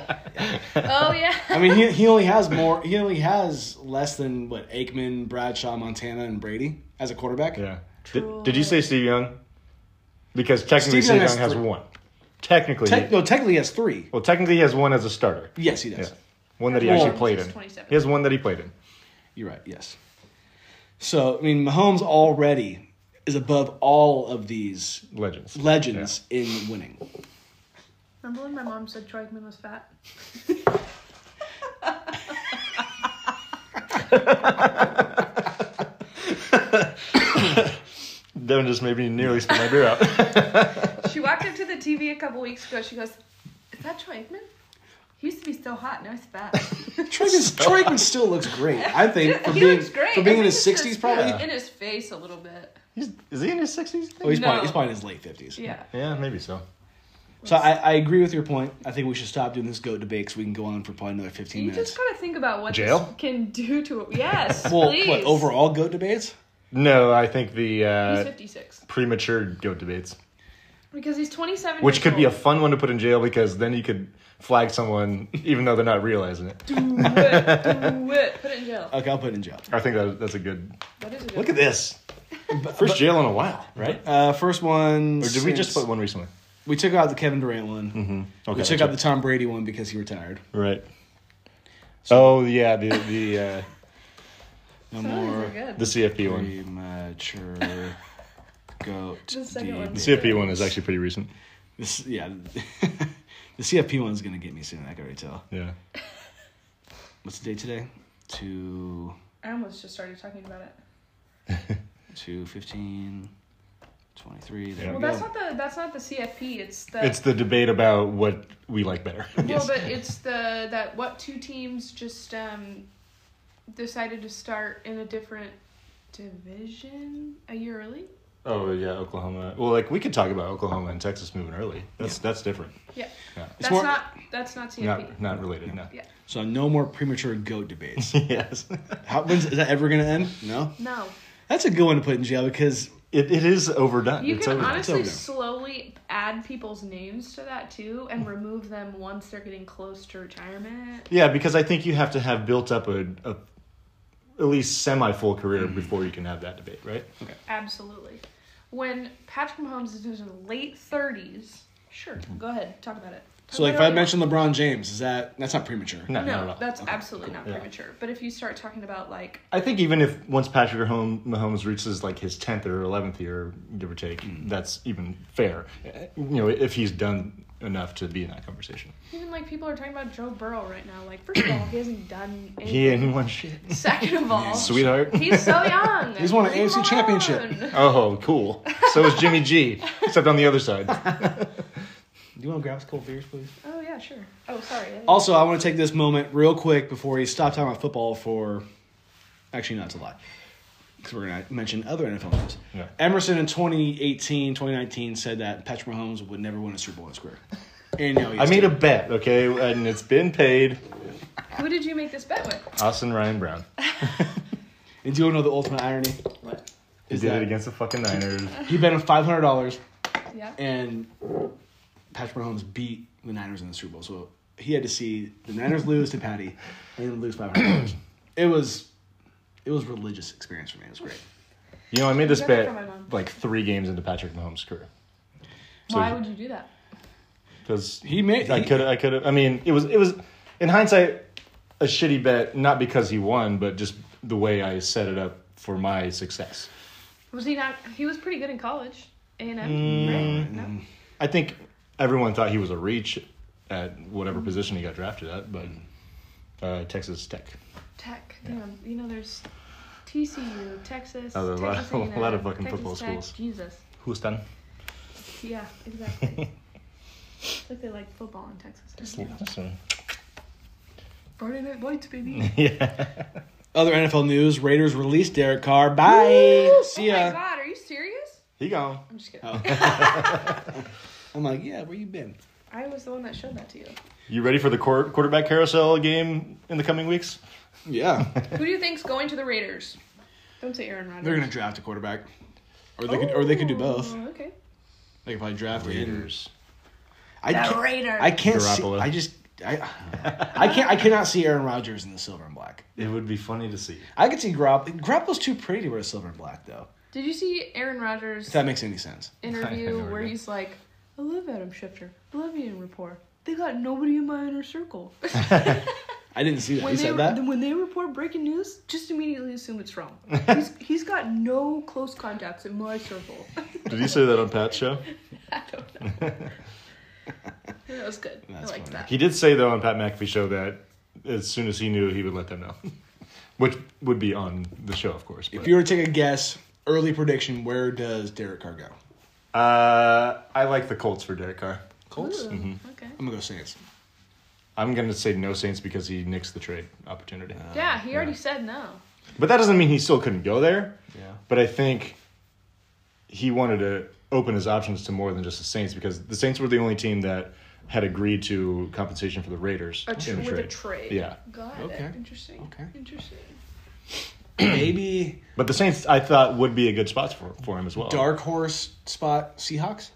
[SPEAKER 3] oh, yeah.
[SPEAKER 2] *laughs* I mean, he, he only has more. He only has less than what Aikman, Bradshaw, Montana, and Brady as a quarterback.
[SPEAKER 1] Yeah. Did, did you say Steve Young? Because technically
[SPEAKER 2] Steve
[SPEAKER 1] Steve
[SPEAKER 2] Young
[SPEAKER 1] Young,
[SPEAKER 2] has
[SPEAKER 1] has
[SPEAKER 2] three.
[SPEAKER 1] one. Technically,
[SPEAKER 2] Tec- no, technically, he has three.
[SPEAKER 1] well, technically he has one as a starter.
[SPEAKER 2] Yes, he does.
[SPEAKER 1] Yeah. One that he
[SPEAKER 3] Well-
[SPEAKER 1] actually played in.
[SPEAKER 3] Twenty-seven.
[SPEAKER 1] He has one that he played in.
[SPEAKER 2] You're right. Yes. So I mean, Mahomes already is above all of these
[SPEAKER 1] Legends.
[SPEAKER 2] legends in winning.
[SPEAKER 3] Remember when my mom said Troy Aikman was fat?
[SPEAKER 1] Devin just made me nearly spit my beer out. *laughs*
[SPEAKER 3] She walked up to the TV a couple weeks ago. She goes, Is that Troy Aikman? He used to be so hot. Now he's fat.
[SPEAKER 2] Troy
[SPEAKER 1] *laughs*
[SPEAKER 2] Aikman- Troy Aikman still looks great. I think for
[SPEAKER 3] *laughs* he
[SPEAKER 2] being
[SPEAKER 3] looks great.
[SPEAKER 2] for being
[SPEAKER 3] I
[SPEAKER 2] in
[SPEAKER 3] think
[SPEAKER 2] his
[SPEAKER 3] it's just
[SPEAKER 2] sixties probably.
[SPEAKER 3] In his face a little bit.
[SPEAKER 1] He's, is he in his sixties?
[SPEAKER 2] Oh, he's probably
[SPEAKER 3] No.
[SPEAKER 2] he's probably in his late fifties.
[SPEAKER 3] Yeah.
[SPEAKER 1] Yeah, maybe so.
[SPEAKER 2] So I, I agree with your point. I think we should stop doing this goat debate because we can go on for probably another fifteen
[SPEAKER 3] You
[SPEAKER 2] minutes.
[SPEAKER 3] just gotta think about what
[SPEAKER 1] Jail?
[SPEAKER 3] this can do to it.
[SPEAKER 2] *laughs*
[SPEAKER 3] Yes,
[SPEAKER 2] Well,
[SPEAKER 3] please.
[SPEAKER 2] what overall goat debates?
[SPEAKER 1] No, I think the
[SPEAKER 3] He's
[SPEAKER 1] uh,
[SPEAKER 3] 56
[SPEAKER 1] premature goat debates,
[SPEAKER 3] because he's 27.
[SPEAKER 1] which
[SPEAKER 3] years
[SPEAKER 1] could be a
[SPEAKER 3] old.
[SPEAKER 1] fun one to put in jail because then you could flag someone even though they're not realizing it.
[SPEAKER 3] do it, do it. Put it in jail.
[SPEAKER 2] Okay, I'll put it in jail.
[SPEAKER 1] I think that, that's a good.
[SPEAKER 3] That is a good
[SPEAKER 1] Look at this. First jail in a while, right?
[SPEAKER 2] Uh, first one.
[SPEAKER 1] Or did we just
[SPEAKER 2] since-
[SPEAKER 1] put one recently?
[SPEAKER 2] We took out the Kevin Durant one.
[SPEAKER 1] Okay,
[SPEAKER 2] We took
[SPEAKER 1] that's
[SPEAKER 2] out the Tom Brady one because he retired.
[SPEAKER 1] Right. Oh yeah, the the uh,
[SPEAKER 2] No
[SPEAKER 3] Some of these
[SPEAKER 2] more
[SPEAKER 3] are
[SPEAKER 1] *laughs*
[SPEAKER 3] good.
[SPEAKER 1] the CFP one.
[SPEAKER 2] *laughs* premature goat.
[SPEAKER 3] The second one.
[SPEAKER 1] The
[SPEAKER 2] debate.
[SPEAKER 1] CFP one is actually pretty recent.
[SPEAKER 2] This, yeah, *laughs* the CFP one's gonna get me soon. I can already tell.
[SPEAKER 1] Yeah.
[SPEAKER 2] What's the date today? Two,
[SPEAKER 3] I almost just started talking about it.
[SPEAKER 2] two fifteen, twenty-three. There
[SPEAKER 1] Yeah.
[SPEAKER 2] we
[SPEAKER 3] Well,
[SPEAKER 2] go.
[SPEAKER 3] that's not the that's not the CFP. It's the
[SPEAKER 1] It's the debate about what we like better.
[SPEAKER 3] well, but it's the that what two teams just um decided to start in a different division a year early.
[SPEAKER 1] Oh yeah, Oklahoma. Well, like we could talk about Oklahoma and Texas moving early. That's that's different.
[SPEAKER 3] Yeah,
[SPEAKER 1] Yeah.
[SPEAKER 3] that's
[SPEAKER 2] more-
[SPEAKER 3] not that's not CFP.
[SPEAKER 1] Not not related. No.
[SPEAKER 3] Yeah,
[SPEAKER 2] so no more premature goat
[SPEAKER 1] *laughs*
[SPEAKER 2] debates. *laughs*
[SPEAKER 1] yes.
[SPEAKER 2] How, when's, is that ever gonna end? No.
[SPEAKER 3] no.
[SPEAKER 2] That's a good one to put in jail because
[SPEAKER 1] It, it is overdone.
[SPEAKER 3] You
[SPEAKER 1] it's
[SPEAKER 3] can
[SPEAKER 1] overdone.
[SPEAKER 2] over
[SPEAKER 3] honestly
[SPEAKER 2] now.
[SPEAKER 3] slowly add people's names to that too, and remove them once they're getting close to retirement.
[SPEAKER 1] Yeah, because I think you have to have built up a, a at least semi full career before you can have that debate, right?
[SPEAKER 3] Absolutely. When Patrick Mahomes is in his late thirties, sure, go ahead, talk about it. Talk
[SPEAKER 2] so like if
[SPEAKER 3] about
[SPEAKER 2] I
[SPEAKER 3] it all you
[SPEAKER 2] mention LeBron James, is that that's not premature?
[SPEAKER 1] No, not at
[SPEAKER 3] No,
[SPEAKER 1] all.
[SPEAKER 3] that's absolutely not
[SPEAKER 1] Yeah.
[SPEAKER 3] premature. But if you start talking about like,
[SPEAKER 1] I think even if once Patrick Mahomes, Mahomes reaches like his tenth or eleventh year, give or take,
[SPEAKER 2] Mm-hmm.
[SPEAKER 1] that's even fair. You know, if he's done enough to be in that conversation,
[SPEAKER 3] even like people are talking about Joe Burrow right now. Like, first of all, he hasn't done
[SPEAKER 1] *clears throat* he
[SPEAKER 3] anything. *laughs*
[SPEAKER 1] ain't won shit,
[SPEAKER 3] Second
[SPEAKER 1] *laughs*
[SPEAKER 3] of all,
[SPEAKER 1] sweetheart.
[SPEAKER 3] he's so
[SPEAKER 1] *laughs*
[SPEAKER 3] young.
[SPEAKER 2] He's won an
[SPEAKER 3] Leave
[SPEAKER 2] AFC
[SPEAKER 3] him
[SPEAKER 2] championship.
[SPEAKER 3] alone.
[SPEAKER 1] Oh, cool. So is Jimmy G, except on the other
[SPEAKER 2] *laughs*
[SPEAKER 1] side.
[SPEAKER 2] Do you want to grab us cold beers, please?
[SPEAKER 3] Oh yeah, sure. Oh sorry. I-
[SPEAKER 2] Also, I want to take this moment real quick before we stop talking about football for. Actually, not to lie. because we're going to mention other NFL names.
[SPEAKER 1] Yeah.
[SPEAKER 2] Emerson in 2018, 2019 said that Patrick Mahomes would never win a Super Bowl in square. And now he
[SPEAKER 1] I
[SPEAKER 2] is
[SPEAKER 1] made a
[SPEAKER 2] too.
[SPEAKER 1] bet, okay, and it's been paid.
[SPEAKER 3] Who did you make this bet with?
[SPEAKER 1] Austin Ryan Brown.
[SPEAKER 2] And do you know the ultimate irony?
[SPEAKER 4] What?
[SPEAKER 1] He
[SPEAKER 2] Is
[SPEAKER 1] did
[SPEAKER 2] that-
[SPEAKER 1] it against the fucking Niners.
[SPEAKER 2] He bet him five hundred dollars,
[SPEAKER 3] Yeah.
[SPEAKER 2] and Patrick Mahomes beat the Niners in the Super Bowl. So he had to see the Niners lose to Patty, and then lose five hundred
[SPEAKER 1] *clears throat*
[SPEAKER 2] dollars. It was, it was a religious experience for me. It was great.
[SPEAKER 1] You know, I made this
[SPEAKER 3] Except for my
[SPEAKER 1] bet
[SPEAKER 3] mom.
[SPEAKER 1] like three games into Patrick Mahomes' career.
[SPEAKER 3] Why would you do that?
[SPEAKER 1] Because
[SPEAKER 2] He made. *laughs*
[SPEAKER 1] I could, I could have. I mean, it was, it was, in hindsight, a shitty bet. Not because he won, but just the way I set it up for my success.
[SPEAKER 3] Was he not? He was pretty good in college. A and M.
[SPEAKER 1] Mm.
[SPEAKER 3] Right? No.
[SPEAKER 1] I think everyone thought he was a reach at whatever position he got drafted at, but uh, Texas Tech.
[SPEAKER 3] Tech. Damn. You know, there's TCU, Texas.
[SPEAKER 1] Oh, there's a lot- *laughs*
[SPEAKER 3] Texas
[SPEAKER 1] a lot
[SPEAKER 3] A&M,
[SPEAKER 1] of fucking
[SPEAKER 3] Texas
[SPEAKER 1] football
[SPEAKER 3] Tech,
[SPEAKER 1] schools.
[SPEAKER 3] Jesus.
[SPEAKER 1] Houston.
[SPEAKER 3] Yeah, exactly.
[SPEAKER 1] *laughs*
[SPEAKER 3] it's like they like football in Texas.
[SPEAKER 1] Houston.
[SPEAKER 3] Friday Night Lights, baby.
[SPEAKER 1] Yeah.
[SPEAKER 2] Other NFL news: Raiders released Derek Carr. Bye. See
[SPEAKER 3] Oh my
[SPEAKER 2] ya. Oh.
[SPEAKER 3] god, are you serious?
[SPEAKER 1] He gone.
[SPEAKER 3] I'm just kidding.
[SPEAKER 2] I'm like, yeah. Where you been?
[SPEAKER 3] I was the one that showed that to you.
[SPEAKER 1] You ready for the quar- quarterback carousel game in the coming weeks?
[SPEAKER 2] Yeah.
[SPEAKER 3] Who do you think's going to the Raiders? Don't say Aaron
[SPEAKER 2] *laughs*
[SPEAKER 3] Rodgers.
[SPEAKER 2] They're gonna draft a quarterback, or they could, or they could do both.
[SPEAKER 3] Oh, Okay.
[SPEAKER 2] They could probably draft Raiders. I
[SPEAKER 4] The
[SPEAKER 2] can't-
[SPEAKER 4] Raiders.
[SPEAKER 2] I can't see.
[SPEAKER 1] Garoppolo.
[SPEAKER 2] I just. I, I can't. I cannot see Aaron Rodgers in the silver and black.
[SPEAKER 1] It would be funny to see.
[SPEAKER 2] I could see Garoppolo. Garoppolo's too pretty to wear silver and black, though.
[SPEAKER 3] Did you see Aaron
[SPEAKER 2] If
[SPEAKER 3] Rodgers'
[SPEAKER 2] that makes any sense.
[SPEAKER 1] I know,
[SPEAKER 3] interview where
[SPEAKER 1] right?
[SPEAKER 3] he's like, I love Adam Schefter. I love Ian Rapport. They got nobody in my
[SPEAKER 2] *laughs*
[SPEAKER 3] inner circle.
[SPEAKER 2] I didn't see that.
[SPEAKER 3] when
[SPEAKER 2] He
[SPEAKER 3] they
[SPEAKER 2] said that.
[SPEAKER 3] then when they report breaking news, just immediately assume it's
[SPEAKER 2] *laughs*
[SPEAKER 3] wrong. he's, he's got no close contacts in
[SPEAKER 2] *laughs*
[SPEAKER 3] my circle.
[SPEAKER 1] Did he say that on Pat's show?
[SPEAKER 3] I *laughs* don't know. that was good.
[SPEAKER 2] That's
[SPEAKER 3] I liked
[SPEAKER 2] funny.
[SPEAKER 3] that.
[SPEAKER 1] He did say though on Pat McAfee show that as soon as he knew, he would let them know, *laughs* which would be on the show, of course.
[SPEAKER 2] If
[SPEAKER 1] But,
[SPEAKER 2] you were to take a guess, early prediction, where does Derek Carr go?
[SPEAKER 1] uh, I like the Colts for Derek Carr.
[SPEAKER 2] Colts. Mm-hmm.
[SPEAKER 3] Ooh,
[SPEAKER 2] I'm
[SPEAKER 3] Okay.
[SPEAKER 2] gonna go Saints.
[SPEAKER 1] I'm gonna say no Saints because he nixed the trade opportunity,
[SPEAKER 2] Uh.
[SPEAKER 3] Yeah, he already said no.
[SPEAKER 1] but that doesn't mean he still couldn't go there.
[SPEAKER 2] Yeah.
[SPEAKER 1] But I think he wanted to open his options to more than just the Saints because the Saints were the only team that had agreed to compensation for the Raiders
[SPEAKER 3] A tr-
[SPEAKER 1] in
[SPEAKER 3] with a trade.
[SPEAKER 1] Yeah.
[SPEAKER 3] Got
[SPEAKER 2] Okay.
[SPEAKER 3] it. Interesting.
[SPEAKER 2] Okay.
[SPEAKER 3] Interesting.
[SPEAKER 2] Maybe
[SPEAKER 1] But the Saints, I thought, would be a good spot for, for him as well.
[SPEAKER 2] dark horse spot Seahawks.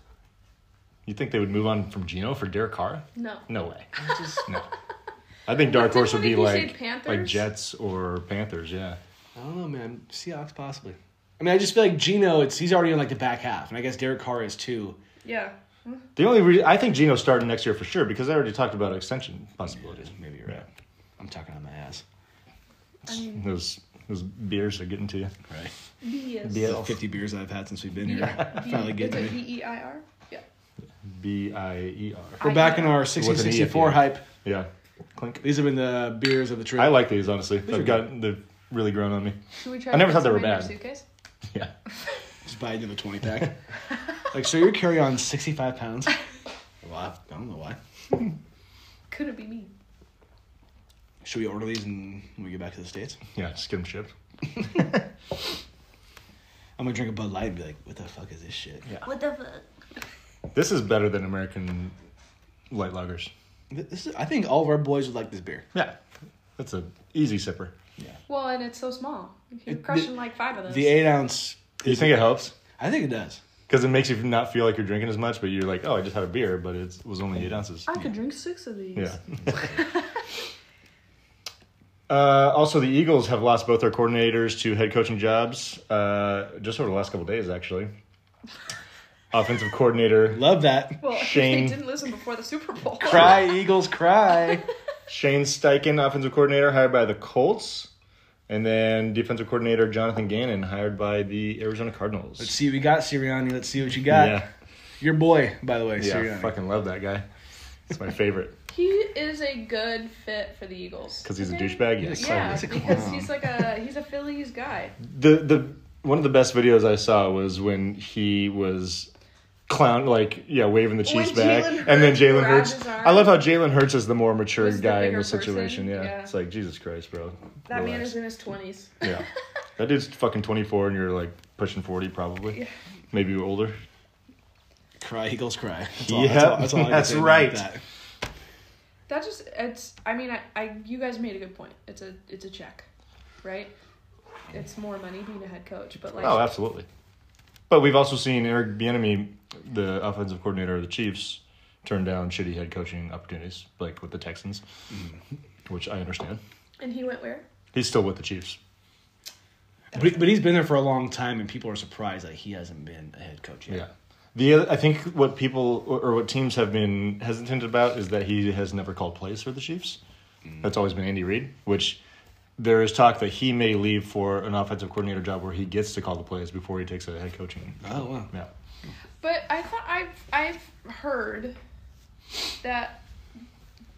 [SPEAKER 1] You think they would move on from Gino for Derek Carr?
[SPEAKER 3] No.
[SPEAKER 1] No way.
[SPEAKER 2] It's just-
[SPEAKER 1] No. *laughs* I think dark
[SPEAKER 3] Didn't
[SPEAKER 1] horse would be
[SPEAKER 3] one of you say
[SPEAKER 1] like
[SPEAKER 3] Panthers?
[SPEAKER 1] like Jets or Panthers. Yeah.
[SPEAKER 2] I don't know, man. Seahawks possibly. I mean, I just feel like Gino. It's he's already in like the back half, and I guess Derek Carr is too.
[SPEAKER 3] Yeah.
[SPEAKER 1] The only re- I think Gino's starting next year for sure because I already talked about extension possibilities.
[SPEAKER 2] Maybe you're right. I'm talking on my ass.
[SPEAKER 3] I mean,
[SPEAKER 1] Those those beers are getting to you.
[SPEAKER 2] Right.
[SPEAKER 3] BS.
[SPEAKER 1] BS.
[SPEAKER 2] The 50 beers I've had since we've been here. Finally get to
[SPEAKER 3] Is it
[SPEAKER 2] me.
[SPEAKER 3] B-E-I-R? Yeah.
[SPEAKER 1] B I E R.
[SPEAKER 2] *laughs* We're back in our
[SPEAKER 1] With an E at the
[SPEAKER 2] 1664
[SPEAKER 1] end.
[SPEAKER 2] hype.
[SPEAKER 1] Yeah. Clink.
[SPEAKER 2] These have been the beers of the trip.
[SPEAKER 1] I like these honestly.
[SPEAKER 2] are
[SPEAKER 1] They've got they've really grown on me.
[SPEAKER 3] Should we try
[SPEAKER 1] I never
[SPEAKER 3] to
[SPEAKER 1] thought
[SPEAKER 3] put
[SPEAKER 1] they were
[SPEAKER 3] some in your
[SPEAKER 1] bad.
[SPEAKER 3] Suitcase?
[SPEAKER 1] *laughs* Yeah.
[SPEAKER 2] Just buy another 20 pack. like, so you're carry on 65 pounds? Well, I I don't know why.
[SPEAKER 3] Could it be me?
[SPEAKER 2] Should we order these and when we get back to the States?
[SPEAKER 1] Yeah. Just get them shipped.
[SPEAKER 2] I'm gonna drink a Bud Light and be like, what the fuck is this shit?
[SPEAKER 1] Yeah.
[SPEAKER 4] What the fuck?
[SPEAKER 1] This is better than American light lagers.
[SPEAKER 2] Th- This is, I think all of our boys would like this beer.
[SPEAKER 1] Yeah. That's an easy sipper.
[SPEAKER 3] Well, and it's so small. You're
[SPEAKER 2] It-
[SPEAKER 3] crushing
[SPEAKER 2] the-
[SPEAKER 3] like five of those.
[SPEAKER 2] The 8 ounce.
[SPEAKER 1] Do you think it helps?
[SPEAKER 2] I think it does.
[SPEAKER 1] Because it makes you not feel like you're drinking as much, but you're like, oh, I just had a beer, but it's- it was only eight ounces.
[SPEAKER 3] I could drink six of these.
[SPEAKER 1] Yeah. *laughs* uh, also, the Eagles have lost both their coordinators to head coaching jobs uh, just over the last couple days, actually. Offensive coordinator
[SPEAKER 2] Love that.
[SPEAKER 3] Well, *laughs*
[SPEAKER 1] Shane.
[SPEAKER 3] they didn't listen before the Super Bowl.
[SPEAKER 2] Cry, Eagles, cry.
[SPEAKER 1] Shane Steichen, offensive coordinator, hired by the Colts. And then defensive coordinator Jonathan Gannon, hired by the Arizona Cardinals.
[SPEAKER 2] Let's see what we got, Sirianni. Let's see what you got.
[SPEAKER 1] yeah,
[SPEAKER 2] Your boy, by the way,
[SPEAKER 1] yeah,
[SPEAKER 2] Sirianni.
[SPEAKER 1] fucking love that guy. It's my favorite
[SPEAKER 3] He is a good fit for the Eagles.
[SPEAKER 1] because he's a
[SPEAKER 3] Okay? *laughs*
[SPEAKER 1] douchebag. Yes, I
[SPEAKER 3] Yeah,
[SPEAKER 1] know.
[SPEAKER 2] He's a
[SPEAKER 3] because
[SPEAKER 2] clown.
[SPEAKER 3] he's like a he's a Phillies guy.
[SPEAKER 1] the the one of the best videos I saw was when he was clown like yeah waving the Chiefs
[SPEAKER 3] When
[SPEAKER 1] back
[SPEAKER 3] Jalen
[SPEAKER 1] and then
[SPEAKER 3] Hurts
[SPEAKER 1] Jalen
[SPEAKER 3] grabs
[SPEAKER 1] Hurts.
[SPEAKER 3] his arm.
[SPEAKER 1] I love how Jalen Hurts is the more mature
[SPEAKER 3] Was the
[SPEAKER 1] guy in
[SPEAKER 3] bigger
[SPEAKER 1] the situation.
[SPEAKER 3] person,
[SPEAKER 1] Yeah.
[SPEAKER 3] yeah.
[SPEAKER 1] it's like Jesus Christ, bro.
[SPEAKER 3] That man
[SPEAKER 1] Relax.
[SPEAKER 3] *laughs* is in his twenties.
[SPEAKER 1] yeah. That dude's fucking 24 and you're like pushing 40 probably.
[SPEAKER 3] Yeah.
[SPEAKER 1] Maybe older.
[SPEAKER 5] Cry, Eagles cry. That's
[SPEAKER 1] Yep, *laughs*
[SPEAKER 5] I can
[SPEAKER 1] that's
[SPEAKER 5] say about
[SPEAKER 1] right.
[SPEAKER 5] that.
[SPEAKER 3] That just it's I mean I, I you guys made a good point. It's a it's a check, right? It's more money being a head coach, but like
[SPEAKER 1] Oh, absolutely. But we've also seen Eric Bieniemy, the offensive coordinator of the Chiefs, turn down shitty head coaching opportunities, like with the Texans, which I understand.
[SPEAKER 3] and he went where?
[SPEAKER 1] He's still with the Chiefs.
[SPEAKER 2] But, but he's been there for a long time, and people are surprised that he hasn't been a head coach yet.
[SPEAKER 1] Yeah. The other, I think what people or what teams have been hesitant about is that he has never called plays for the Chiefs. That's always been Andy Reid, which there is talk that he may leave for an offensive coordinator job where he gets to call the plays before he takes a head coaching.
[SPEAKER 5] Oh wow.
[SPEAKER 1] Yeah.
[SPEAKER 3] But I thought I've I've heard that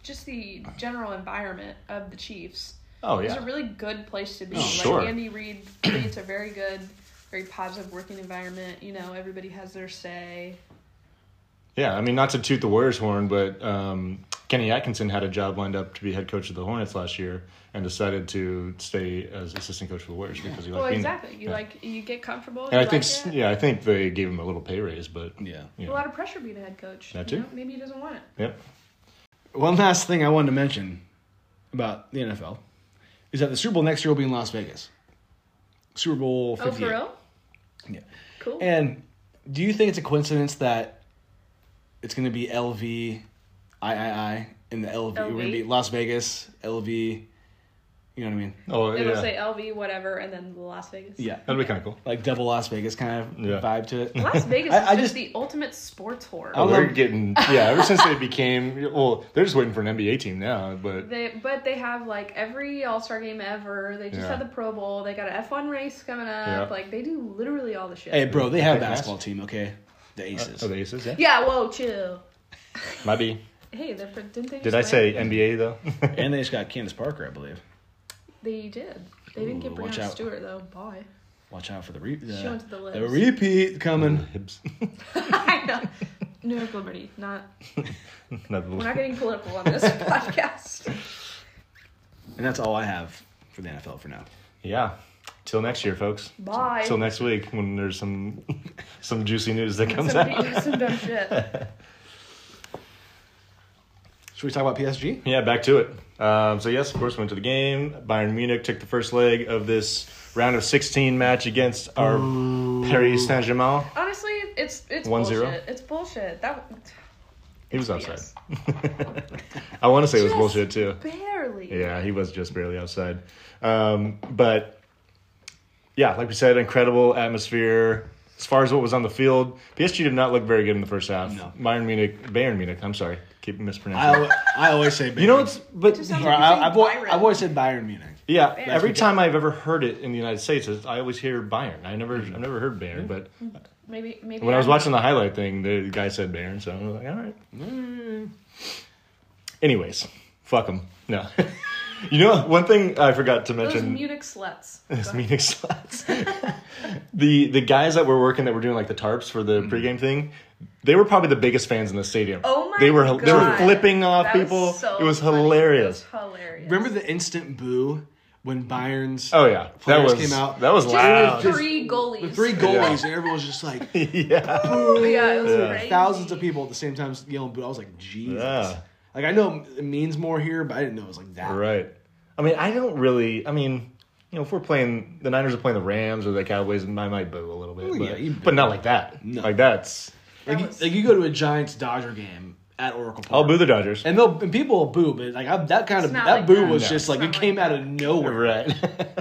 [SPEAKER 3] just the general environment of the Chiefs
[SPEAKER 1] Oh
[SPEAKER 3] is a
[SPEAKER 1] yeah.
[SPEAKER 3] really good place to be.
[SPEAKER 1] Oh,
[SPEAKER 3] like
[SPEAKER 1] sure.
[SPEAKER 3] Andy Reid creates a very good, very positive working environment. You know, everybody has their say.
[SPEAKER 1] Yeah, I mean, not to toot the Warriors' horn, but um, Kenny Atkinson had a job lined up to be head coach of the Hornets last year and decided to stay as assistant coach for the Warriors because he liked
[SPEAKER 3] Well,
[SPEAKER 1] being there.
[SPEAKER 3] exactly. You
[SPEAKER 1] Yeah.
[SPEAKER 3] like you get comfortable.
[SPEAKER 1] And
[SPEAKER 3] you
[SPEAKER 1] I think,
[SPEAKER 3] like
[SPEAKER 1] s
[SPEAKER 3] it.
[SPEAKER 1] yeah, I think they gave him a little pay raise, but
[SPEAKER 5] Yeah.
[SPEAKER 1] you
[SPEAKER 3] a
[SPEAKER 1] know,
[SPEAKER 3] lot of pressure being a head coach.
[SPEAKER 1] That
[SPEAKER 3] you
[SPEAKER 1] too.
[SPEAKER 3] know? Maybe he doesn't want it.
[SPEAKER 1] yep.
[SPEAKER 2] One last thing I wanted to mention about the NFL is that the Super Bowl next year will be in Las Vegas. Super Bowl
[SPEAKER 3] Oh,
[SPEAKER 2] 58.
[SPEAKER 3] for real?
[SPEAKER 2] Yeah.
[SPEAKER 3] Cool.
[SPEAKER 2] And do you think it's a coincidence that it's going to be LV, III, in the LV? We're going to be
[SPEAKER 3] LV?
[SPEAKER 2] Las Vegas, LV. You know what I mean?
[SPEAKER 1] Oh
[SPEAKER 3] It'll
[SPEAKER 1] yeah,
[SPEAKER 3] say LV whatever, and then Las Vegas.
[SPEAKER 2] Yeah.
[SPEAKER 1] that'd be kind of cool.
[SPEAKER 2] Like double Las Vegas kind of
[SPEAKER 1] Yeah.
[SPEAKER 2] vibe to it.
[SPEAKER 3] Las Vegas
[SPEAKER 2] I-
[SPEAKER 3] is
[SPEAKER 2] I
[SPEAKER 3] just
[SPEAKER 2] just-
[SPEAKER 3] the ultimate sports whore.
[SPEAKER 2] I
[SPEAKER 1] Oh, they're
[SPEAKER 2] love-
[SPEAKER 1] getting yeah. Ever since they became well, they're just waiting for an NBA team now. But
[SPEAKER 3] They but they have like every All Star game ever. They just
[SPEAKER 1] Yeah.
[SPEAKER 3] had the Pro Bowl. They got an F one race coming up.
[SPEAKER 1] Yeah.
[SPEAKER 3] Like they do literally all the
[SPEAKER 2] *laughs*
[SPEAKER 3] shit.
[SPEAKER 2] Hey, bro, they have a
[SPEAKER 1] Vegas.
[SPEAKER 2] basketball team, okay? The Aces.
[SPEAKER 1] oh, the Aces, yeah,
[SPEAKER 3] Yeah. Whoa. Chill.
[SPEAKER 1] might be.
[SPEAKER 3] Hey, they're, fr- didn't they?
[SPEAKER 1] Did
[SPEAKER 3] just
[SPEAKER 1] I say
[SPEAKER 3] win?
[SPEAKER 1] NBA *laughs* though?
[SPEAKER 2] And they just got Candace Parker, I believe.
[SPEAKER 3] They did. They didn't get
[SPEAKER 2] Ooh, watch
[SPEAKER 3] Brianna
[SPEAKER 2] out.
[SPEAKER 3] Stewart though. Bye. *laughs*
[SPEAKER 2] Watch out for the, re- the,
[SPEAKER 3] She went to the
[SPEAKER 2] the
[SPEAKER 3] lips.
[SPEAKER 1] *laughs*
[SPEAKER 2] repeat coming.
[SPEAKER 3] I know. No liberty. Not.
[SPEAKER 1] Not the-
[SPEAKER 3] We're not getting political on this *laughs* podcast.
[SPEAKER 2] And that's all I have for the NFL for now.
[SPEAKER 1] yeah. Till next year, folks.
[SPEAKER 3] Bye.
[SPEAKER 1] Till next week when there's some *laughs* some juicy news that comes
[SPEAKER 3] Somebody
[SPEAKER 1] out.
[SPEAKER 3] do some dumb shit.
[SPEAKER 2] Should we talk about PSG?
[SPEAKER 1] *laughs* Yeah, back to it. Um, so yes, of course, went to the game. Bayern Munich took the first leg of this round of 16 match against our Paris Saint Germain.
[SPEAKER 3] Honestly, it's it's
[SPEAKER 1] 1-0?
[SPEAKER 3] bullshit. It's bullshit. That
[SPEAKER 1] He was
[SPEAKER 3] Yes.
[SPEAKER 1] outside. *laughs* I want to say it was
[SPEAKER 3] Just
[SPEAKER 1] bullshit too.
[SPEAKER 3] barely.
[SPEAKER 1] Yeah, he was just barely outside. Um, but yeah, like we said, incredible atmosphere. As far as what was on the field, PSG did not look very good in the first half.
[SPEAKER 2] No.
[SPEAKER 1] Bayern Munich, Bayern Munich. I'm sorry, keep
[SPEAKER 2] I,
[SPEAKER 1] mispronouncing.
[SPEAKER 2] al- I always say Bayern.
[SPEAKER 1] you know what's but
[SPEAKER 3] just sounds
[SPEAKER 2] Or
[SPEAKER 3] like
[SPEAKER 2] I, have
[SPEAKER 3] you're saying Byron.
[SPEAKER 2] always said Bayern Munich.
[SPEAKER 1] yeah,
[SPEAKER 3] Bayern.
[SPEAKER 1] every time I've ever heard it in the United States, is- I always hear Bayern. I never, I've never heard
[SPEAKER 3] Mm-hmm.
[SPEAKER 1] Bayern, but
[SPEAKER 3] Maybe maybe
[SPEAKER 1] when I was
[SPEAKER 3] I'm-
[SPEAKER 1] watching the highlight thing, the guy said Bayern, so I was like, all right. Anyways, fuck them. No, *laughs* you know one thing I forgot to
[SPEAKER 3] those
[SPEAKER 1] mention.
[SPEAKER 3] Munich sluts.
[SPEAKER 1] *laughs* It's Munich slots. the the guys that were working that were doing like the tarps for
[SPEAKER 2] Mm-hmm.
[SPEAKER 1] the pregame thing, they were probably the biggest fans in the stadium.
[SPEAKER 3] Oh my
[SPEAKER 1] They were they were
[SPEAKER 3] God.
[SPEAKER 1] flipping off
[SPEAKER 3] That was
[SPEAKER 1] people.
[SPEAKER 3] so
[SPEAKER 1] it was
[SPEAKER 3] funny.
[SPEAKER 1] hilarious.
[SPEAKER 3] It was hilarious.
[SPEAKER 2] Remember the instant boo when Bayern's
[SPEAKER 1] Oh yeah, that
[SPEAKER 2] Players
[SPEAKER 1] was
[SPEAKER 2] came out.
[SPEAKER 1] that was
[SPEAKER 3] Just
[SPEAKER 1] loud.
[SPEAKER 3] the three goalies.
[SPEAKER 2] the three goalies and everyone was just like
[SPEAKER 1] *laughs* yeah,
[SPEAKER 3] Yeah, it was
[SPEAKER 1] Yeah.
[SPEAKER 3] crazy.
[SPEAKER 2] thousands of people at the same time yelling boo. I was like, Jesus.
[SPEAKER 1] Yeah.
[SPEAKER 2] Like I know it means more here, but I didn't know it was like that.
[SPEAKER 1] right. I mean, I don't really. I mean, you know, if we're playing the Niners are playing the Rams or the Cowboys, I might boo a little bit,
[SPEAKER 2] Ooh, Oh, yeah,
[SPEAKER 1] but,
[SPEAKER 2] you boo.
[SPEAKER 1] but not like that.
[SPEAKER 2] No.
[SPEAKER 1] Like that's
[SPEAKER 2] Like,
[SPEAKER 3] That
[SPEAKER 2] you-
[SPEAKER 3] was-
[SPEAKER 2] like you go to a Giants Dodger game at Oracle Park.
[SPEAKER 1] I'll boo the Dodgers.
[SPEAKER 2] and they'll and people will boo, but like I, that kind
[SPEAKER 3] It's
[SPEAKER 2] of
[SPEAKER 3] not
[SPEAKER 2] that
[SPEAKER 3] like
[SPEAKER 2] boo
[SPEAKER 3] that.
[SPEAKER 2] was
[SPEAKER 1] No.
[SPEAKER 2] just like
[SPEAKER 3] It's
[SPEAKER 2] it
[SPEAKER 3] not
[SPEAKER 2] came
[SPEAKER 3] like
[SPEAKER 2] out
[SPEAKER 3] that.
[SPEAKER 2] of
[SPEAKER 1] *laughs*
[SPEAKER 2] nowhere.
[SPEAKER 1] Right.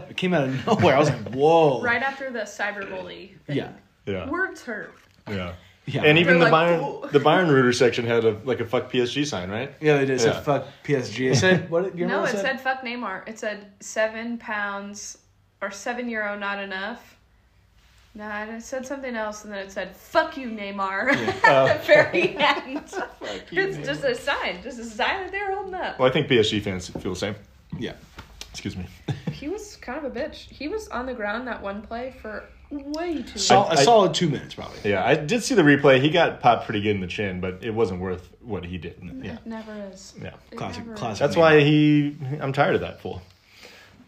[SPEAKER 2] It came out of nowhere. I was
[SPEAKER 3] *laughs*
[SPEAKER 2] like, whoa.
[SPEAKER 3] Right after the cyber bully. Thing.
[SPEAKER 2] Yeah.
[SPEAKER 1] *laughs*
[SPEAKER 3] *laughs*
[SPEAKER 1] yeah.
[SPEAKER 3] Words hurt.
[SPEAKER 1] Yeah.
[SPEAKER 2] Yeah.
[SPEAKER 1] And even the
[SPEAKER 3] They're like,
[SPEAKER 1] Byron the Byron Rooter section had a like a fuck PSG sign, right?
[SPEAKER 2] yeah, they did. It said
[SPEAKER 1] Yeah.
[SPEAKER 2] fuck PSG. It said what? You remember
[SPEAKER 3] No,
[SPEAKER 2] what
[SPEAKER 3] it said fuck Neymar. It said seven pounds or seven euro not enough. No, and it said something else, and then it said "fuck you, Neymar" *laughs*
[SPEAKER 2] Oh,
[SPEAKER 3] at the very end.
[SPEAKER 2] *laughs*
[SPEAKER 3] *laughs* it's just a sign, just a sign that they're holding up.
[SPEAKER 1] Well, I think PSG fans feel the same.
[SPEAKER 2] Yeah.
[SPEAKER 1] Excuse me.
[SPEAKER 3] He was kind of a bitch. He was on the ground that one play for way too
[SPEAKER 2] Sol-
[SPEAKER 1] I-
[SPEAKER 2] a
[SPEAKER 1] I-
[SPEAKER 2] solid two minutes probably.
[SPEAKER 1] Yeah, I did see the replay. He got popped pretty good in the chin, but it wasn't worth what he did. Yeah,
[SPEAKER 3] It never is.
[SPEAKER 1] yeah.
[SPEAKER 3] It
[SPEAKER 2] Classic-
[SPEAKER 3] never is.
[SPEAKER 2] classic.
[SPEAKER 1] That's why he. I'm tired of that fool.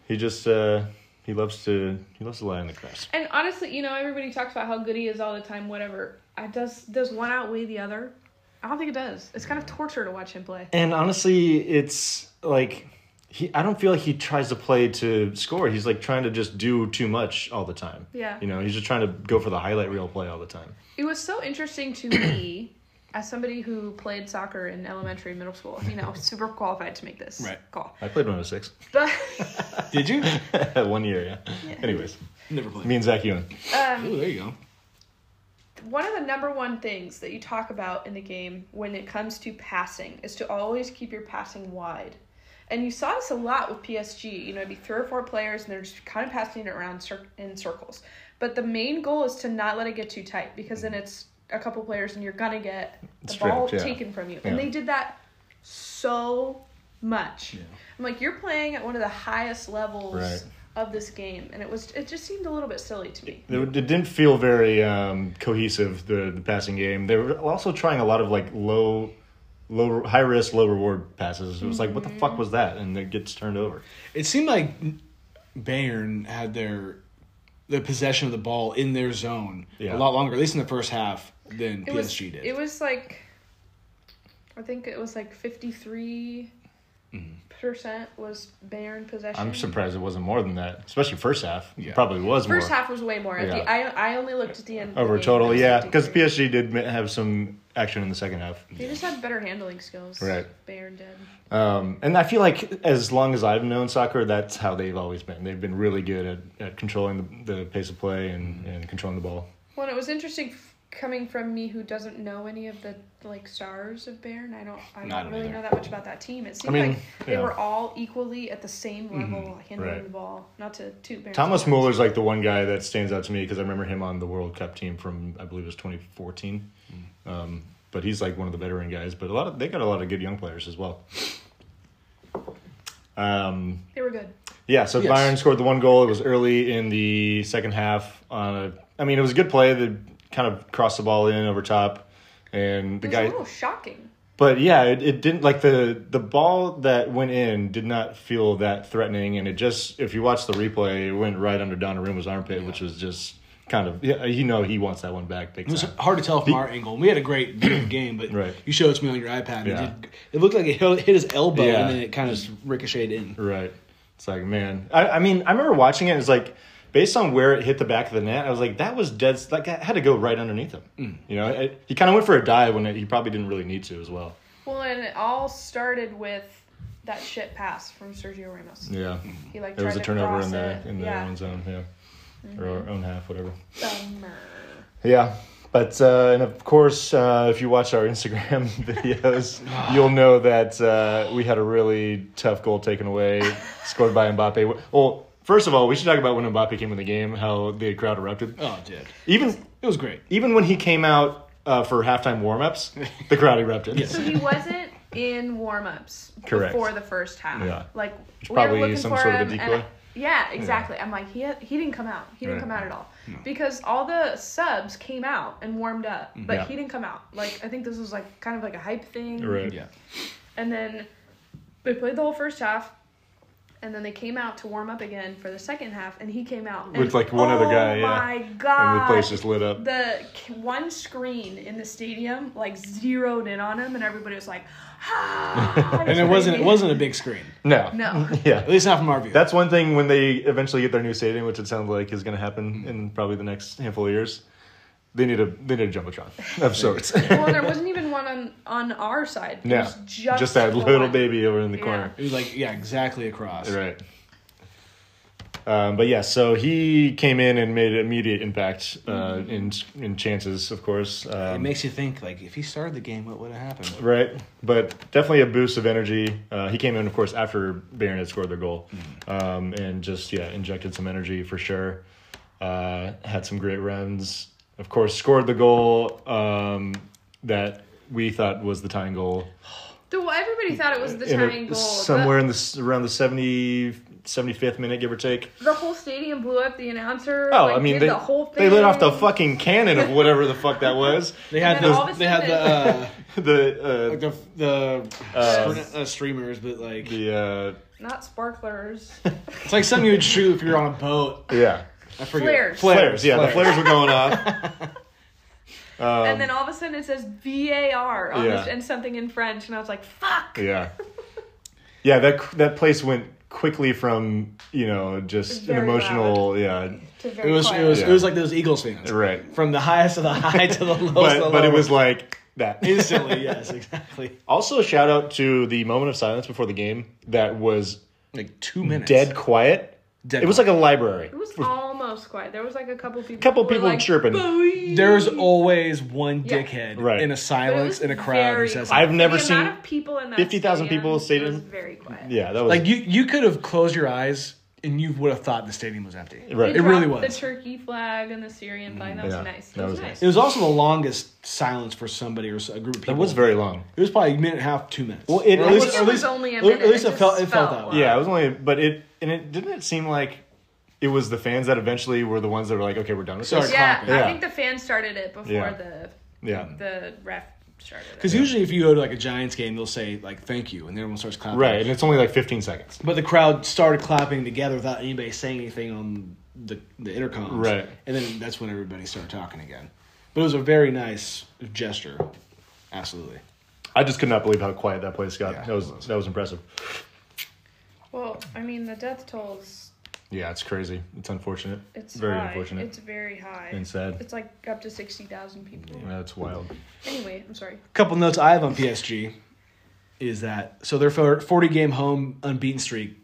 [SPEAKER 1] He just uh, he He loves to he loves to lie on the grass.
[SPEAKER 3] And honestly, you know, everybody talks about how good he is all the time, whatever. I does does one outweigh the other? I don't think it does. It's kind of torture to watch him play.
[SPEAKER 1] And honestly, it's like he I don't feel like he tries to play to score. He's like trying to just do too much all the time.
[SPEAKER 3] Yeah.
[SPEAKER 1] You know, he's just trying to go for the highlight reel play all the time.
[SPEAKER 3] It was so interesting to me as somebody who played soccer in elementary and middle school. You know, I was super qualified to make this
[SPEAKER 4] Right.
[SPEAKER 3] call.
[SPEAKER 1] I played when I was six.
[SPEAKER 3] But *laughs*
[SPEAKER 4] Did you?
[SPEAKER 1] *laughs* One year, yeah. Anyways,
[SPEAKER 4] Never played.
[SPEAKER 1] me and Zach Ewan.
[SPEAKER 4] Ooh, there you go.
[SPEAKER 3] one of the number one things that you talk about in the game when it comes to passing is to always keep your passing wide. And you saw this a lot with PSG. You know, it'd be three or four players, and they're just kind of passing it around cir- in circles. But the main goal is to not let it get too tight, because then it's a couple players, and you're gonna get the
[SPEAKER 1] Stripped,
[SPEAKER 3] ball
[SPEAKER 1] yeah.
[SPEAKER 3] taken from you. And
[SPEAKER 1] Yeah.
[SPEAKER 3] they did that so much. I'm like, you're playing at one of the highest levels
[SPEAKER 1] Right.
[SPEAKER 3] of this game, and it was it just seemed a little bit silly to me.
[SPEAKER 1] It it didn't feel very um, cohesive the the passing game. They were also trying a lot of like low, low high risk, low reward passes. It was like, what the
[SPEAKER 3] Mm-hmm.
[SPEAKER 1] fuck was that? And it gets turned over.
[SPEAKER 4] It seemed like Bayern had their the possession of the ball in their zone
[SPEAKER 1] Yeah.
[SPEAKER 4] a lot longer, at least in the first half, than
[SPEAKER 3] it
[SPEAKER 4] PSG
[SPEAKER 3] was,
[SPEAKER 4] did.
[SPEAKER 3] It was like, I think it was like 53 percent was Bayern possession.
[SPEAKER 1] I'm surprised it wasn't more than that, especially first half. It
[SPEAKER 4] Yeah.
[SPEAKER 1] Probably was
[SPEAKER 3] First
[SPEAKER 1] more
[SPEAKER 3] half was way more. At the- I I only looked at the end. of the
[SPEAKER 1] over
[SPEAKER 3] game,
[SPEAKER 1] total.
[SPEAKER 3] it was
[SPEAKER 1] Yeah, because PSG
[SPEAKER 3] 53.
[SPEAKER 1] did ma- have some action in the second half.
[SPEAKER 3] They just had better handling skills.
[SPEAKER 1] Right.
[SPEAKER 3] Bayern did.
[SPEAKER 1] Um, and I feel like as long as I've known soccer, that's how they've always been. They've been really good at, at controlling the, the pace of play and, and controlling the ball.
[SPEAKER 3] Well, and it was interesting f- coming from me who doesn't know any of the like stars of Bayern. I don't. I don't,
[SPEAKER 4] I don't
[SPEAKER 3] really
[SPEAKER 4] either.
[SPEAKER 3] know that much about that team. It seemed
[SPEAKER 1] mean,
[SPEAKER 3] like they
[SPEAKER 1] yeah. Mm-hmm.
[SPEAKER 3] were all equally at the same level handling
[SPEAKER 1] Right.
[SPEAKER 3] the ball. Not to toot Bayern's
[SPEAKER 1] Thomas
[SPEAKER 3] horn.
[SPEAKER 1] Mueller's like the one guy that stands out to me because I remember him on the World Cup team from I believe it was 2014. Um, but he's like one of the veteran guys. But a lot of they got a lot of good young players as well. Um,
[SPEAKER 3] They were good.
[SPEAKER 1] yeah, so
[SPEAKER 4] Yes.
[SPEAKER 1] Byron scored the one goal. It was early in the second half. On a, I mean, it was a good play. They kind of crossed the ball in over top, and the
[SPEAKER 3] It was
[SPEAKER 1] guy.
[SPEAKER 3] a little shocking.
[SPEAKER 1] But yeah, it, it didn't like the the ball that went in did not feel that threatening, and it just if you watch the replay, it went right under Donnarumma's armpit, which was just kind of yeah, you know he wants that one back big
[SPEAKER 4] It was
[SPEAKER 1] time.
[SPEAKER 4] hard to tell from our angle. We had a great *clears throat* view of the game, but
[SPEAKER 1] Right.
[SPEAKER 4] you showed it to me on your iPad. and
[SPEAKER 1] Yeah.
[SPEAKER 4] It, did, it looked like it hit hit his elbow
[SPEAKER 1] Yeah.
[SPEAKER 4] and then it kind of just ricocheted in.
[SPEAKER 1] Right. It's like man, I, I mean I remember watching it. It's like based on where it hit the back of the net, I was like that was dead. Like I had to go right underneath him. You know, it, he kind of went for a dive when it, he probably didn't really need to as well.
[SPEAKER 3] Well, and it all started with that shit pass from Sergio Ramos.
[SPEAKER 1] Yeah,
[SPEAKER 3] He like
[SPEAKER 1] there
[SPEAKER 3] tried
[SPEAKER 1] was a
[SPEAKER 3] to
[SPEAKER 1] turnover
[SPEAKER 3] cross
[SPEAKER 1] in the
[SPEAKER 3] Mm. it.
[SPEAKER 1] in the
[SPEAKER 3] yeah. Mm-hmm.
[SPEAKER 1] own zone, yeah, or our own half, whatever.
[SPEAKER 3] Bummer.
[SPEAKER 1] Yeah. But, uh, and of course, uh, if you watch our Instagram *laughs* videos, you'll know that uh, we had a really tough goal taken away, scored by Mbappe. Well, first of all, we should talk about when Mbappe came in the game, how the crowd erupted.
[SPEAKER 4] Oh, it did.
[SPEAKER 1] Even,
[SPEAKER 4] It was great.
[SPEAKER 1] even when he came out uh, for halftime warm ups, the crowd erupted.
[SPEAKER 3] So he wasn't in warm ups
[SPEAKER 1] Correct.
[SPEAKER 3] before the first half.
[SPEAKER 1] Yeah.
[SPEAKER 3] Like
[SPEAKER 1] It's
[SPEAKER 3] we
[SPEAKER 1] probably
[SPEAKER 3] were looking
[SPEAKER 1] some
[SPEAKER 3] for
[SPEAKER 1] sort of a
[SPEAKER 3] him, and
[SPEAKER 1] decoy.
[SPEAKER 3] yeah, exactly. I'm like he he didn't come out. He didn't
[SPEAKER 1] Right.
[SPEAKER 3] come out at all because all the subs came out and warmed up, but
[SPEAKER 1] Yeah.
[SPEAKER 3] he didn't come out. Like I think this was like kind of like a hype thing.
[SPEAKER 1] *laughs* Right.
[SPEAKER 4] Yeah.
[SPEAKER 3] And then they played the whole first half, and then they came out to warm up again for the second half, and he came out and,
[SPEAKER 1] With, like, one other guy,
[SPEAKER 3] Oh
[SPEAKER 1] yeah.
[SPEAKER 3] my god!
[SPEAKER 1] And the place just lit up.
[SPEAKER 3] the c- one screen in the stadium like zeroed in on him, and everybody was like,
[SPEAKER 1] *laughs*
[SPEAKER 3] ah!
[SPEAKER 4] And it wasn't it wasn't a big screen.
[SPEAKER 1] No.
[SPEAKER 3] No.
[SPEAKER 1] *laughs* Yeah.
[SPEAKER 4] At least not from our view.
[SPEAKER 1] That's one thing when they eventually get their new stadium, which it sounds like is going to happen in probably the next handful of years. They need a they need a jumbotron of sorts.
[SPEAKER 3] *laughs* well, and there wasn't even one on on our side. It
[SPEAKER 1] Yeah,
[SPEAKER 3] was
[SPEAKER 1] just,
[SPEAKER 3] just,
[SPEAKER 1] that
[SPEAKER 3] the
[SPEAKER 1] little
[SPEAKER 3] one.
[SPEAKER 1] baby over in the
[SPEAKER 3] Yeah.
[SPEAKER 1] corner.
[SPEAKER 4] it was like yeah, exactly across.
[SPEAKER 1] Right. Um, but yeah, so he came in and made an immediate impact uh, in
[SPEAKER 3] Mm-hmm.
[SPEAKER 1] in chances, of course.
[SPEAKER 4] It
[SPEAKER 1] Um,
[SPEAKER 4] makes you think like if he started the game, what would have happened?
[SPEAKER 1] right, but definitely a boost of energy. Uh, he came in, of course, after Bayern had scored their goal,
[SPEAKER 3] Mm-hmm.
[SPEAKER 1] um, and just yeah, injected some energy for sure. Uh, had some great runs. Of course, scored the goal um, that we thought was the tying goal.
[SPEAKER 3] The, well, everybody thought it was the
[SPEAKER 1] in a-
[SPEAKER 3] tying goal.
[SPEAKER 1] somewhere in the s- around the 70, 75th minute, give or take.
[SPEAKER 3] The, the whole stadium blew up. The announcer.
[SPEAKER 1] Oh,
[SPEAKER 3] like,
[SPEAKER 1] I mean,
[SPEAKER 3] did
[SPEAKER 1] they,
[SPEAKER 3] the whole thing.
[SPEAKER 1] they lit off the fucking cannon of whatever the fuck that
[SPEAKER 3] *laughs*
[SPEAKER 1] was.
[SPEAKER 4] They had
[SPEAKER 3] And then all
[SPEAKER 4] the
[SPEAKER 3] of a
[SPEAKER 4] they had the uh,
[SPEAKER 1] the
[SPEAKER 4] like
[SPEAKER 1] uh,
[SPEAKER 2] uh,
[SPEAKER 4] the the uh, streamers, but like
[SPEAKER 1] the uh,
[SPEAKER 3] Not sparklers.
[SPEAKER 2] It's like something you would shoot if you're on a boat.
[SPEAKER 1] Yeah.
[SPEAKER 2] I forget.
[SPEAKER 3] Flares.
[SPEAKER 1] Flares. Yeah, the flares were going off. *laughs* Um,
[SPEAKER 3] and then all of a sudden it says VAR on
[SPEAKER 1] Yeah.
[SPEAKER 3] this, and something in French, and I was like, "Fuck!"
[SPEAKER 1] Yeah. Yeah, that that place went quickly from, you know, just an
[SPEAKER 3] Very
[SPEAKER 1] emotional, yeah,
[SPEAKER 3] To
[SPEAKER 2] It
[SPEAKER 3] very
[SPEAKER 2] was
[SPEAKER 3] quiet.
[SPEAKER 2] it was
[SPEAKER 1] Yeah.
[SPEAKER 2] it was like those Eagles
[SPEAKER 1] *laughs*
[SPEAKER 2] fans.
[SPEAKER 1] right.
[SPEAKER 2] From the highest of the high to the *laughs* lowest of the
[SPEAKER 1] But
[SPEAKER 2] low.
[SPEAKER 1] but it was like that.
[SPEAKER 2] instantly, yes, exactly.
[SPEAKER 1] *laughs* Also shout out to the moment of silence before the game that was
[SPEAKER 2] Like two minutes.
[SPEAKER 1] dead quiet.
[SPEAKER 2] Dead
[SPEAKER 1] it was like a library.
[SPEAKER 3] It was almost quiet. There was like a couple people.
[SPEAKER 1] Couple
[SPEAKER 3] who were
[SPEAKER 1] people
[SPEAKER 3] like,
[SPEAKER 1] chirping.
[SPEAKER 3] "Boy."
[SPEAKER 2] There's always one
[SPEAKER 3] Yeah.
[SPEAKER 2] dickhead
[SPEAKER 1] Right.
[SPEAKER 2] in a
[SPEAKER 3] But it
[SPEAKER 2] silence
[SPEAKER 3] was
[SPEAKER 2] in a crowd who
[SPEAKER 3] very
[SPEAKER 2] says,
[SPEAKER 3] quiet.
[SPEAKER 1] I've never
[SPEAKER 3] the
[SPEAKER 1] seen
[SPEAKER 3] amount of people in that
[SPEAKER 1] 50,000
[SPEAKER 3] stadium,
[SPEAKER 1] people stayed
[SPEAKER 3] it was
[SPEAKER 1] in-
[SPEAKER 3] very quiet.
[SPEAKER 1] Yeah, that was
[SPEAKER 2] like you you could have closed your eyes and you would have thought the stadium was empty.
[SPEAKER 1] right.
[SPEAKER 3] They
[SPEAKER 2] It really
[SPEAKER 3] dropped
[SPEAKER 2] was.
[SPEAKER 3] The Turkey flag and the Syrian flag. That
[SPEAKER 1] Mm, Yeah,
[SPEAKER 3] was nice.
[SPEAKER 1] that
[SPEAKER 3] That
[SPEAKER 1] was
[SPEAKER 3] was
[SPEAKER 1] nice.
[SPEAKER 3] nice.
[SPEAKER 2] It was also the longest silence for somebody or s- a group of people.
[SPEAKER 1] It was very long.
[SPEAKER 2] It was probably a minute and a half, two minutes.
[SPEAKER 1] Well, it-
[SPEAKER 2] Or
[SPEAKER 1] I
[SPEAKER 2] at
[SPEAKER 1] think
[SPEAKER 2] least,
[SPEAKER 1] it
[SPEAKER 2] at
[SPEAKER 3] was
[SPEAKER 2] least,
[SPEAKER 3] only a
[SPEAKER 2] at
[SPEAKER 3] minute.
[SPEAKER 2] least
[SPEAKER 3] It
[SPEAKER 2] it, felt
[SPEAKER 3] just
[SPEAKER 2] it felt
[SPEAKER 3] felt
[SPEAKER 2] that
[SPEAKER 3] like-
[SPEAKER 2] way.
[SPEAKER 1] Yeah, it was only but it and it didn't it seem like it was the fans that eventually were the ones that were like, okay, we're done with
[SPEAKER 2] Sorry.
[SPEAKER 1] this.
[SPEAKER 3] Yeah,
[SPEAKER 2] clapping.
[SPEAKER 1] Yeah.
[SPEAKER 3] I think the fans started it before
[SPEAKER 1] Yeah.
[SPEAKER 3] the
[SPEAKER 1] Yeah.
[SPEAKER 3] the ref started it.
[SPEAKER 2] Because usually, if you go to like a Giants game, they'll say like "thank you," and everyone starts clapping.
[SPEAKER 1] Right, and it's only like 15 seconds.
[SPEAKER 2] But the crowd started clapping together without anybody saying anything on the the intercoms.
[SPEAKER 1] Right.
[SPEAKER 2] And then that's when everybody started talking again. But it was a very nice gesture. Absolutely.
[SPEAKER 1] I just could not believe how quiet that place got.
[SPEAKER 2] Yeah.
[SPEAKER 1] that was that was impressive.
[SPEAKER 3] Well, I mean, the death toll's
[SPEAKER 1] Yeah, it's crazy. It's unfortunate.
[SPEAKER 3] it's
[SPEAKER 1] very
[SPEAKER 3] high.
[SPEAKER 1] unfortunate
[SPEAKER 3] It's very high.
[SPEAKER 1] and sad.
[SPEAKER 3] It's like up to sixty thousand people.
[SPEAKER 1] That's wild.
[SPEAKER 3] Anyway, I'm sorry.
[SPEAKER 2] A couple notes I have on PSG is that so their forty game home unbeaten streak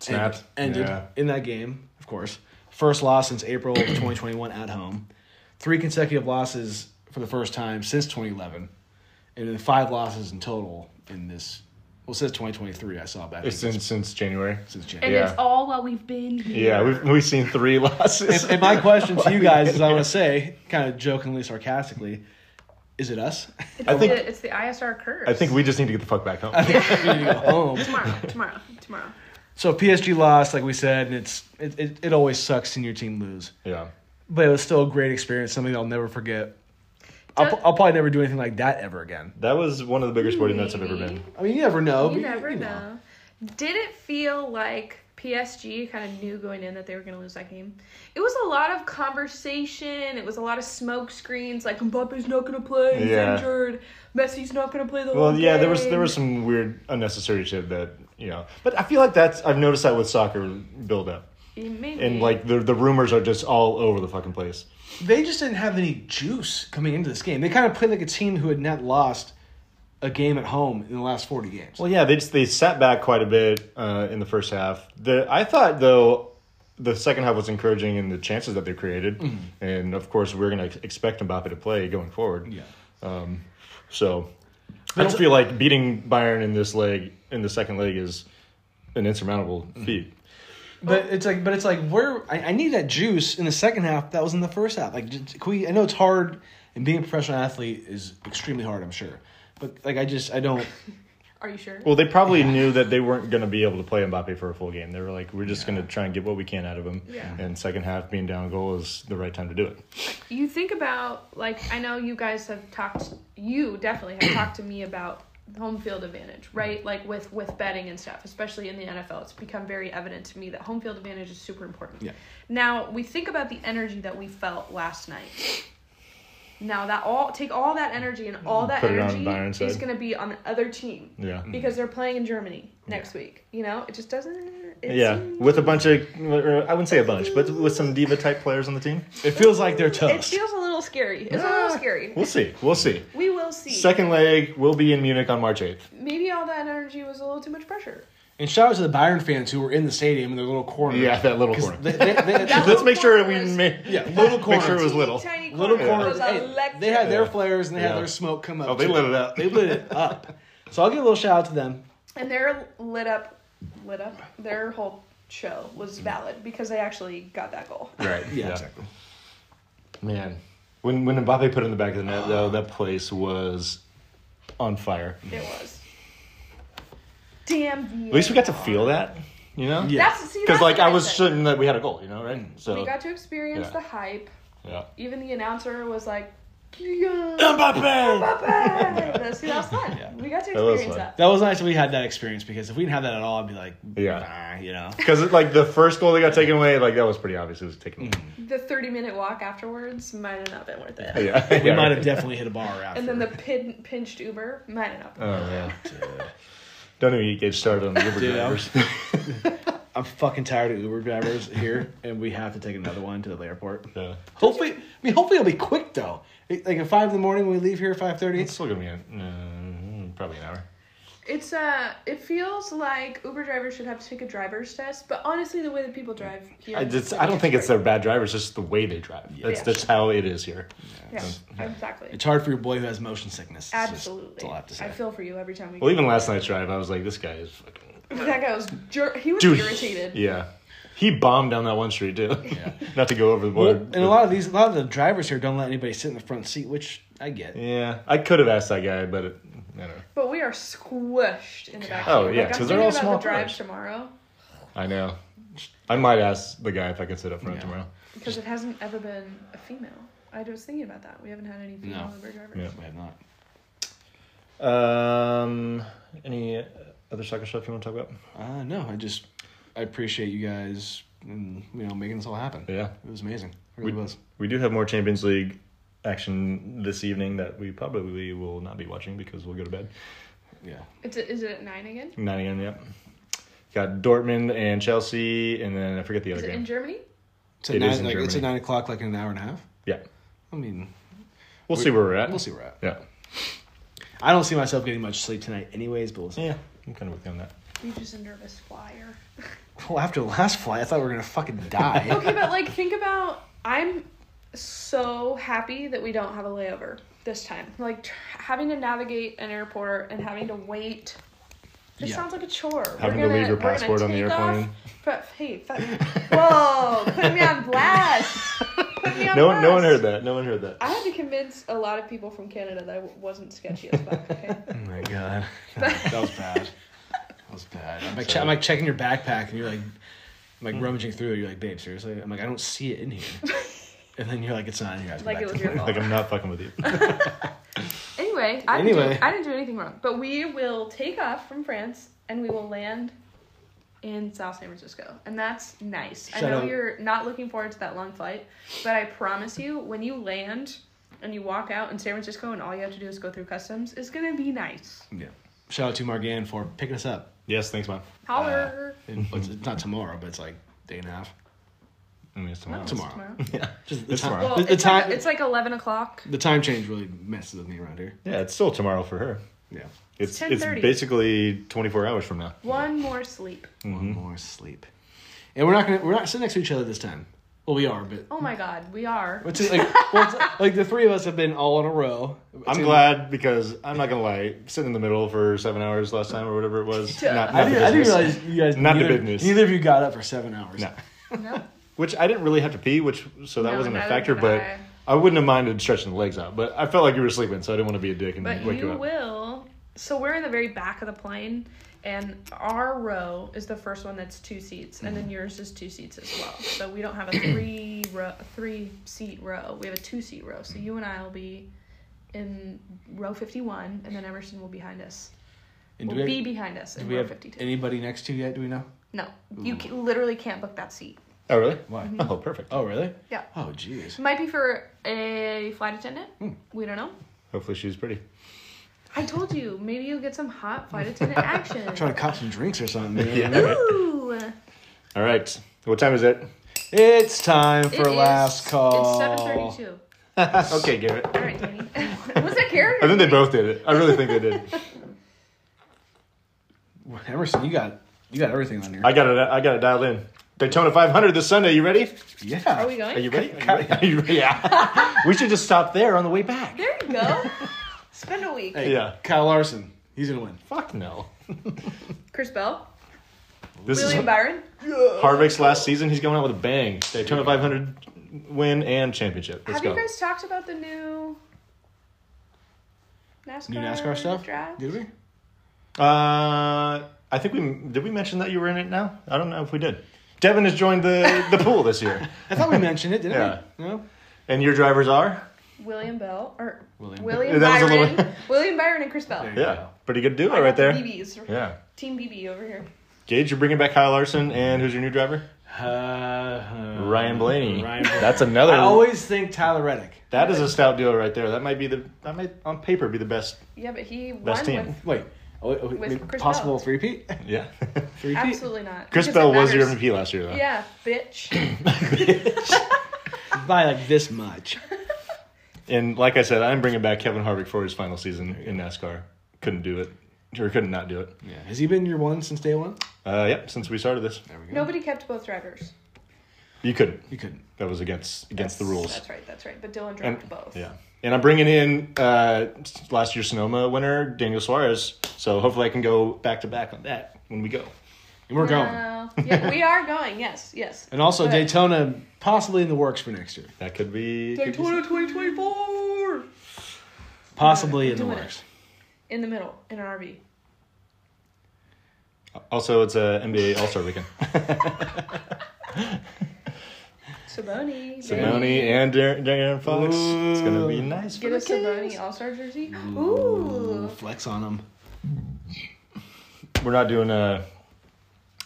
[SPEAKER 1] Snapped.
[SPEAKER 2] end- ended
[SPEAKER 1] Yeah.
[SPEAKER 2] in that game, of course. First loss since April
[SPEAKER 1] *clears throat*
[SPEAKER 2] of 2021 at home. Three consecutive losses for the first time since 2011. And then five losses in total in this. Well, since 2023, I saw that.
[SPEAKER 1] It's since since January.
[SPEAKER 2] since
[SPEAKER 3] And
[SPEAKER 2] January.
[SPEAKER 1] Yeah.
[SPEAKER 3] it's all while we've been here.
[SPEAKER 1] Yeah, we've we've seen three *laughs* losses.
[SPEAKER 2] And, and my question
[SPEAKER 1] *laughs*
[SPEAKER 2] to you guys is I want to say, kind of jokingly, sarcastically, is
[SPEAKER 1] *laughs*
[SPEAKER 2] it us? *laughs*
[SPEAKER 3] It's,
[SPEAKER 1] I think-
[SPEAKER 3] the, it's the ISR curse.
[SPEAKER 1] I think we just need to get the fuck back home.
[SPEAKER 2] We need to go home.
[SPEAKER 3] tomorrow, tomorrow,
[SPEAKER 1] *laughs*
[SPEAKER 3] tomorrow.
[SPEAKER 2] So PSG lost, like we said, and it's it, it, it always sucks seeing your team lose.
[SPEAKER 1] yeah.
[SPEAKER 2] But it was still a great experience, something I'll never forget. I'll,
[SPEAKER 3] Don't-
[SPEAKER 2] I'll probably never do anything like that ever again.
[SPEAKER 1] That was one of the bigger sporting nuts I've ever been.
[SPEAKER 2] I mean, you never know. but
[SPEAKER 3] You never know. Did it feel like PSG kind of knew going in that they were going to lose that game? It was a lot of conversation. It was a lot of smoke screens. Like Mbappe's not going to play. He's
[SPEAKER 1] Yeah.
[SPEAKER 3] injured. Messi's not going to play the whole
[SPEAKER 1] Well, yeah, there was
[SPEAKER 3] game.
[SPEAKER 1] there was some weird unnecessary shit that, you know. But I feel like that's I've noticed that with soccer build up.
[SPEAKER 3] Maybe.
[SPEAKER 1] And like the the rumors are just all over the fucking place.
[SPEAKER 2] They just didn't have any juice coming into this game. They kind of played like a team who had not lost a game at home in the last 40 games.
[SPEAKER 1] Well, yeah, they just, they sat back quite a bit uh, in the first half. The I thought though, the second half was encouraging in the chances that they created, and of course we're going to expect Mbappe to play going forward.
[SPEAKER 2] yeah.
[SPEAKER 1] So I don't feel like beating Bayern in this leg in the second leg is an insurmountable feat.
[SPEAKER 2] But it's like, but it's like, where I, I need that juice in the second half that was in the first half. Like, just, can we, I know it's hard, and being a professional athlete is extremely hard, I'm sure. But like, I just, I don't.
[SPEAKER 3] Are you sure?
[SPEAKER 1] Well, they probably knew that they weren't going to be able to play Mbappe for a full game. They were like, we're just going to try and get what we can out of him.
[SPEAKER 3] Yeah.
[SPEAKER 1] And second half being down a goal is the right time to do it.
[SPEAKER 3] you think about like I know you guys have talked you definitely have talked to me about home field advantage, right? Like with with betting and stuff, especially in the NFL, it's become very evident to me that home field advantage is super important.
[SPEAKER 2] Yeah.
[SPEAKER 3] Now, we think about the energy that we felt last night. Now, that all take all that energy and all that
[SPEAKER 1] Put it on
[SPEAKER 3] energy
[SPEAKER 1] Bayern's
[SPEAKER 3] is
[SPEAKER 1] side.
[SPEAKER 3] going to be on the other team
[SPEAKER 1] Yeah.
[SPEAKER 3] because they're playing in Germany next week. You know, it just doesn't it
[SPEAKER 1] Yeah,
[SPEAKER 3] seems-
[SPEAKER 1] with a bunch of, or I wouldn't say a bunch, but with some diva type players on the team.
[SPEAKER 2] It feels like they're
[SPEAKER 3] it
[SPEAKER 2] toast.
[SPEAKER 3] feels a little scary. It's a
[SPEAKER 1] Ah,
[SPEAKER 3] little scary.
[SPEAKER 1] We'll see. We'll see.
[SPEAKER 3] We will see.
[SPEAKER 1] Second leg will be in Munich on March 8th.
[SPEAKER 3] maybe all that energy was a little too much pressure.
[SPEAKER 2] And shout out to the Byron fans who were in the stadium in their little corner.
[SPEAKER 1] Yeah, that little
[SPEAKER 2] 'Cause
[SPEAKER 1] corner.
[SPEAKER 2] They, they,
[SPEAKER 3] *laughs*
[SPEAKER 2] they-
[SPEAKER 3] That
[SPEAKER 1] Let's make sure we
[SPEAKER 3] corner was-
[SPEAKER 1] make,
[SPEAKER 2] yeah, little
[SPEAKER 1] make
[SPEAKER 2] corner.
[SPEAKER 1] sure it was little.
[SPEAKER 3] Tiny
[SPEAKER 2] little
[SPEAKER 3] corner.
[SPEAKER 2] corners.
[SPEAKER 3] was
[SPEAKER 2] Hey,
[SPEAKER 3] electric.
[SPEAKER 2] they had their
[SPEAKER 1] Yeah.
[SPEAKER 2] flares and they
[SPEAKER 1] Yeah.
[SPEAKER 2] had their smoke come up.
[SPEAKER 1] Oh, they
[SPEAKER 2] too.
[SPEAKER 1] lit it up.
[SPEAKER 2] They lit it up. So I'll give a little shout out to them.
[SPEAKER 3] and their lit up, lit up. Their whole show was valid because they actually got that goal.
[SPEAKER 1] Right.
[SPEAKER 2] Yeah, exactly.
[SPEAKER 1] Man, when when Mbappe put it in the back of the net, though, that place was on fire.
[SPEAKER 3] It was. Damn.
[SPEAKER 1] At least we got to feel that, you know.
[SPEAKER 2] Yeah.
[SPEAKER 3] That's see.
[SPEAKER 1] Because
[SPEAKER 3] that's
[SPEAKER 1] like
[SPEAKER 3] what
[SPEAKER 1] I was
[SPEAKER 3] said.
[SPEAKER 1] certain that we had a goal, you know, right? So
[SPEAKER 3] We got to experience
[SPEAKER 1] Yeah. *laughs*
[SPEAKER 3] the hype.
[SPEAKER 1] yeah,
[SPEAKER 3] Even the announcer was like,
[SPEAKER 2] Mbappe!
[SPEAKER 3] See, that was fun. We got to
[SPEAKER 1] That was
[SPEAKER 3] experience
[SPEAKER 1] fun.
[SPEAKER 3] that.
[SPEAKER 2] That was nice that we had that experience because if we didn't have that at all, I'd be like,
[SPEAKER 1] Yeah.
[SPEAKER 2] nah, you know.
[SPEAKER 1] Because like the first goal that got taken away, like that was pretty obvious. It was taken. away.
[SPEAKER 3] The 30 minute walk afterwards might have not been worth it.
[SPEAKER 1] Yeah,
[SPEAKER 2] Mm. *laughs* We
[SPEAKER 1] yeah,
[SPEAKER 2] might
[SPEAKER 1] right.
[SPEAKER 2] have definitely hit a bar after.
[SPEAKER 3] And then the pin, pinched Uber might have not been
[SPEAKER 1] Oh man,
[SPEAKER 2] Dude.
[SPEAKER 1] don't even get started on the Uber
[SPEAKER 2] *laughs* Dude, I'm-
[SPEAKER 1] *laughs* drivers.
[SPEAKER 2] I'm fucking tired of Uber drivers here, and we have to take another one to the airport.
[SPEAKER 1] Yeah.
[SPEAKER 2] Hopefully, I mean, hopefully it'll be quick though. It- Like at five in the morning when we leave here, five thirty.
[SPEAKER 1] *laughs* It's still gonna be in, uh, probably an hour.
[SPEAKER 3] It's uh, it feels like Uber drivers should have to take a driver's test, but honestly, the way that people drive here,
[SPEAKER 1] I just I don't think it's their bad drivers. Just the way they drive. That's
[SPEAKER 3] Yeah.
[SPEAKER 1] that's how it is here.
[SPEAKER 3] yeah, exactly,
[SPEAKER 2] It's hard for your boy who has motion sickness. It's just-
[SPEAKER 3] absolutely.
[SPEAKER 2] That's all I have to
[SPEAKER 3] I
[SPEAKER 2] say.
[SPEAKER 3] feel for you every time we.
[SPEAKER 1] Well, even last night's drive, I was like, this guy is fucking
[SPEAKER 3] *laughs* that guy was jer- he was
[SPEAKER 1] dude.
[SPEAKER 3] irritated.
[SPEAKER 1] Yeah, he bombed down that one street too.
[SPEAKER 2] Yeah.
[SPEAKER 1] *laughs* Not to go
[SPEAKER 2] Well,
[SPEAKER 1] overboard.
[SPEAKER 2] and a lot of these, a lot of the drivers here don't let anybody sit in the front seat, which I get.
[SPEAKER 1] Yeah, I could have asked that guy, but it, I don't know.
[SPEAKER 3] But we are squished in the back.
[SPEAKER 1] Oh,
[SPEAKER 3] seat.
[SPEAKER 1] yeah,
[SPEAKER 3] like,
[SPEAKER 1] 'cause
[SPEAKER 3] I'm
[SPEAKER 1] they're all
[SPEAKER 3] thinking
[SPEAKER 1] small
[SPEAKER 3] about the drive
[SPEAKER 1] cars.
[SPEAKER 3] tomorrow
[SPEAKER 1] I know. I might ask the guy if I can sit up front
[SPEAKER 2] Yeah.
[SPEAKER 1] tomorrow.
[SPEAKER 3] because it hasn't ever been a female. I was thinking about that. We haven't had any female
[SPEAKER 2] No.
[SPEAKER 3] Uber drivers.
[SPEAKER 1] Yeah.
[SPEAKER 2] We have not.
[SPEAKER 1] Um, any other soccer stuff you want to talk about?
[SPEAKER 2] Uh, no, I just I appreciate you guys, and you know, making this all happen.
[SPEAKER 1] Yeah,
[SPEAKER 2] It was amazing. It really
[SPEAKER 1] We-
[SPEAKER 2] was.
[SPEAKER 1] we do have more Champions League action this evening that we probably will not be watching because we'll go to bed.
[SPEAKER 2] Yeah.
[SPEAKER 3] It's a, is it at nine again?
[SPEAKER 1] Nine a.m. Yep. Got Dortmund and Chelsea, and then I forget the
[SPEAKER 3] Is
[SPEAKER 1] other
[SPEAKER 3] it
[SPEAKER 1] game.
[SPEAKER 3] in Germany?
[SPEAKER 2] It's at
[SPEAKER 1] It
[SPEAKER 2] nine,
[SPEAKER 1] is in
[SPEAKER 2] like, it's at
[SPEAKER 1] Germany.
[SPEAKER 2] nine o'clock, like in an hour and a half.
[SPEAKER 1] yeah,
[SPEAKER 2] I mean,
[SPEAKER 1] we'll see where we're at.
[SPEAKER 2] we'll see where we're at.
[SPEAKER 1] Yeah.
[SPEAKER 2] I don't see myself getting much sleep tonight, anyways. But we'll see.
[SPEAKER 1] Yeah, I'm kind of with you on that.
[SPEAKER 3] We just a nervous flyer.
[SPEAKER 2] Well, after the last flight, I thought we were gonna fucking
[SPEAKER 1] *laughs*
[SPEAKER 2] die.
[SPEAKER 3] Okay, but like think about I'm so happy that we don't have a layover this time. Like tr- having to navigate an airport and having to wait. It
[SPEAKER 2] Yeah.
[SPEAKER 3] sounds like a chore.
[SPEAKER 1] Having to leave your passport on the airplane.
[SPEAKER 3] But hey, fuck- whoa! Put me on blast.
[SPEAKER 1] *laughs*
[SPEAKER 3] Put me on
[SPEAKER 1] No one,
[SPEAKER 3] blast.
[SPEAKER 1] no one heard that. No one heard that.
[SPEAKER 3] I had to convince a lot of people from Canada that I w- wasn't sketchy as fuck. Okay.
[SPEAKER 2] oh
[SPEAKER 1] *laughs*
[SPEAKER 2] my god, that was bad. That was bad. I'm like, che- I'm like checking your backpack, and you're like, I'm like rummaging through it. You're like, babe, seriously? I'm like, I don't see it
[SPEAKER 1] *laughs*
[SPEAKER 2] in here. And then you're like, it's not in here. I have to go
[SPEAKER 3] Like
[SPEAKER 2] back
[SPEAKER 3] it
[SPEAKER 2] to
[SPEAKER 3] was your fault.
[SPEAKER 1] Like I'm not fucking with you.
[SPEAKER 3] Anyway, I didn't,
[SPEAKER 2] Anyway.
[SPEAKER 3] Do, I didn't do anything wrong. But we will take off from France and we will land in South San Francisco. And that's nice. I
[SPEAKER 2] Shout
[SPEAKER 3] know
[SPEAKER 2] out.
[SPEAKER 3] you're not looking forward to that long flight, but I promise you, when you land and you walk out in San Francisco and all you have to do is go through customs, it's going to be nice.
[SPEAKER 2] yeah. Shout out to Margan for picking us up.
[SPEAKER 1] yes, thanks, mom.
[SPEAKER 3] Holler.
[SPEAKER 2] And
[SPEAKER 1] Mm-hmm.
[SPEAKER 2] it's, it's not tomorrow, but it's like day and a half.
[SPEAKER 1] I mean, it's tomorrow. *laughs*
[SPEAKER 3] No, it's
[SPEAKER 2] tomorrow. Just the
[SPEAKER 1] It's
[SPEAKER 2] time.
[SPEAKER 1] tomorrow.
[SPEAKER 3] Well,
[SPEAKER 2] the, the
[SPEAKER 3] it's,
[SPEAKER 2] time.
[SPEAKER 3] like, it's like 11 o'clock.
[SPEAKER 2] the time change really messes with me around here.
[SPEAKER 1] Yeah, it's still tomorrow for her.
[SPEAKER 2] Yeah.
[SPEAKER 1] It's
[SPEAKER 3] It's
[SPEAKER 1] it's
[SPEAKER 3] 10:30.
[SPEAKER 1] basically 24 hours from now.
[SPEAKER 3] One more sleep.
[SPEAKER 1] Mm-hmm.
[SPEAKER 2] One more sleep. And we're not gonna. We're not sitting next to each other this time. Well, we are, but
[SPEAKER 3] Oh my God, we are.
[SPEAKER 2] Which is
[SPEAKER 3] *laughs*
[SPEAKER 2] like, well, it's, like the three of us have been all in a row.
[SPEAKER 1] I'm glad because I'm not gonna lie, sitting in the middle for seven hours last time or whatever it was.
[SPEAKER 3] *laughs* Yeah.
[SPEAKER 1] Not,
[SPEAKER 2] I
[SPEAKER 1] not the
[SPEAKER 2] didn't, I didn't
[SPEAKER 1] business.
[SPEAKER 2] realize you guys.
[SPEAKER 1] Not the
[SPEAKER 2] neither,
[SPEAKER 1] business.
[SPEAKER 2] Neither of you got up for seven hours.
[SPEAKER 1] No.
[SPEAKER 3] No.
[SPEAKER 1] Which I didn't really have to pee, which so that
[SPEAKER 3] No,
[SPEAKER 1] wasn't a
[SPEAKER 3] neither
[SPEAKER 1] factor.
[SPEAKER 3] did
[SPEAKER 1] But
[SPEAKER 3] I.
[SPEAKER 1] I wouldn't have minded stretching the legs out. But I felt like you were sleeping, so I didn't want to be a dick and
[SPEAKER 3] But
[SPEAKER 1] wake you,
[SPEAKER 3] you
[SPEAKER 1] up.
[SPEAKER 3] will. So we're in the very back of the plane, and our row is the first one that's two seats, and then
[SPEAKER 2] Mm-hmm.
[SPEAKER 3] yours is two seats as well. So we don't have a three *clears throat* row, three seat row. We have a two seat row. So you and I will be in row fifty one, and then Emerson will be behind us.
[SPEAKER 2] And do
[SPEAKER 3] will
[SPEAKER 2] we
[SPEAKER 3] be
[SPEAKER 2] have,
[SPEAKER 3] behind us
[SPEAKER 2] do
[SPEAKER 3] in
[SPEAKER 2] we
[SPEAKER 3] row
[SPEAKER 2] have Mm.
[SPEAKER 3] fifty two.
[SPEAKER 2] anybody next to you yet? Do we know?
[SPEAKER 3] no, you ca literally can't book that seat.
[SPEAKER 1] Oh really?
[SPEAKER 2] Why?
[SPEAKER 1] *laughs* Oh perfect.
[SPEAKER 2] Oh, really?
[SPEAKER 3] Yeah.
[SPEAKER 2] Oh, jeez.
[SPEAKER 3] Might be for a flight attendant.
[SPEAKER 2] Hmm.
[SPEAKER 3] We don't know.
[SPEAKER 1] Hopefully she's pretty.
[SPEAKER 3] I told you, maybe you'll get some hot
[SPEAKER 2] *laughs*
[SPEAKER 3] flight attendant action.
[SPEAKER 2] Trying to cop some drinks or something.
[SPEAKER 1] *laughs*
[SPEAKER 2] you know?
[SPEAKER 3] Ooh.
[SPEAKER 1] All right. What time is
[SPEAKER 2] *laughs*
[SPEAKER 1] it?
[SPEAKER 2] It's time for
[SPEAKER 3] It is-
[SPEAKER 2] last call.
[SPEAKER 3] It's seven thirty-two.
[SPEAKER 1] okay, Garrett.
[SPEAKER 3] All right, Danny. *laughs* Was that character?
[SPEAKER 1] I think they both did it. I really think they
[SPEAKER 2] *laughs*
[SPEAKER 1] did.
[SPEAKER 2] Emerson, you got you got everything on here.
[SPEAKER 1] I got it. I got it dialed in. Daytona 500 this Sunday. You ready?
[SPEAKER 2] yeah.
[SPEAKER 3] Are we
[SPEAKER 1] Are
[SPEAKER 3] going?
[SPEAKER 1] you ready? Are you ready? *laughs* Are you ready? Yeah. *laughs* we should just stop there on the way back.
[SPEAKER 3] There
[SPEAKER 1] *laughs*
[SPEAKER 3] you go. Spend a week.
[SPEAKER 2] Hey,
[SPEAKER 1] Yeah.
[SPEAKER 2] Kyle Larson, he's gonna win.
[SPEAKER 1] Fuck no.
[SPEAKER 3] Chris Bell,
[SPEAKER 1] This
[SPEAKER 3] William
[SPEAKER 1] is
[SPEAKER 3] Byron.
[SPEAKER 1] Harvick's last season. He's going out with a bang. Daytona 500 win and championship. Let's
[SPEAKER 3] Have
[SPEAKER 1] go.
[SPEAKER 3] you guys talked about the new NASCAR,
[SPEAKER 2] New NASCAR stuff.
[SPEAKER 3] Draft?
[SPEAKER 2] Did we?
[SPEAKER 1] uh, I think we did. We mention that you were in it now. I don't know if we did. Devin *laughs* has joined the the pool this year,
[SPEAKER 2] I thought we mentioned it, didn't
[SPEAKER 1] Yeah.
[SPEAKER 2] we? No.
[SPEAKER 1] and your drivers are
[SPEAKER 3] William Bell or
[SPEAKER 2] William.
[SPEAKER 3] William,
[SPEAKER 1] That was a
[SPEAKER 3] Byron,
[SPEAKER 1] little-
[SPEAKER 3] William Byron and Chris Bell.
[SPEAKER 2] There you
[SPEAKER 1] Yeah, pretty good duo right there.
[SPEAKER 3] BBs.
[SPEAKER 1] Yeah.
[SPEAKER 3] Team BB over here.
[SPEAKER 1] Gage, you're bringing back Kyle Larson, and who's your new driver?
[SPEAKER 2] Uh, uh,
[SPEAKER 1] Ryan Blaney. *laughs*
[SPEAKER 2] Ryan Blaney.
[SPEAKER 1] That's another.
[SPEAKER 2] I always think Tyler Reddick.
[SPEAKER 1] that is a stout duo right there. That might be the. That might on paper be the best.
[SPEAKER 3] Yeah, but he
[SPEAKER 1] Best
[SPEAKER 3] won
[SPEAKER 1] team.
[SPEAKER 3] with
[SPEAKER 2] Wait, oh, oh,
[SPEAKER 3] With
[SPEAKER 2] I mean,
[SPEAKER 3] Chris
[SPEAKER 2] possible
[SPEAKER 3] Bell.
[SPEAKER 2] three *laughs* P?
[SPEAKER 1] *laughs* Yeah.
[SPEAKER 2] Three P?
[SPEAKER 3] absolutely not.
[SPEAKER 1] Chris
[SPEAKER 3] because it
[SPEAKER 1] Bell was your
[SPEAKER 3] matters.
[SPEAKER 1] MVP last year though.
[SPEAKER 3] Yeah,
[SPEAKER 1] *clears throat*
[SPEAKER 3] bitch.
[SPEAKER 2] By like this
[SPEAKER 3] *laughs*
[SPEAKER 2] much.
[SPEAKER 1] And like I said, I'm bringing back Kevin Harvick for his final season in NASCAR. Couldn't do it, or couldn't not do it.
[SPEAKER 2] Yeah. Has he been your one since day one?
[SPEAKER 1] Uh, yep. Since we started this,
[SPEAKER 2] There we go.
[SPEAKER 3] Nobody kept both drivers.
[SPEAKER 1] you couldn't.
[SPEAKER 2] You couldn't.
[SPEAKER 1] That was against against the
[SPEAKER 3] That's-
[SPEAKER 1] rules.
[SPEAKER 3] That's right. That's right. But Dylan dropped
[SPEAKER 1] And-
[SPEAKER 3] both.
[SPEAKER 1] Yeah. And I'm bringing in uh, last year's Sonoma winner, Daniel Suarez. So hopefully I can go back to back on that when we go.
[SPEAKER 2] And we're going.
[SPEAKER 3] Well, yeah, we are going. Yes, yes.
[SPEAKER 2] *laughs* And also
[SPEAKER 3] But-
[SPEAKER 2] Daytona possibly in the works for next year.
[SPEAKER 1] That could be. could be-
[SPEAKER 3] Daytona 2024.
[SPEAKER 2] Possibly in the
[SPEAKER 3] Doing it.
[SPEAKER 2] works.
[SPEAKER 3] In the middle, in an RV.
[SPEAKER 1] Also, it's a NBA All Star
[SPEAKER 3] *laughs*
[SPEAKER 1] weekend.
[SPEAKER 3] Saboni. baby.
[SPEAKER 1] Simone and Dar- Darren Fox. It's gonna be nice. For
[SPEAKER 3] Get a
[SPEAKER 1] the
[SPEAKER 3] Saboni
[SPEAKER 1] kids.
[SPEAKER 3] All Star jersey. Ooh.
[SPEAKER 2] Flex on him.
[SPEAKER 1] We're not doing a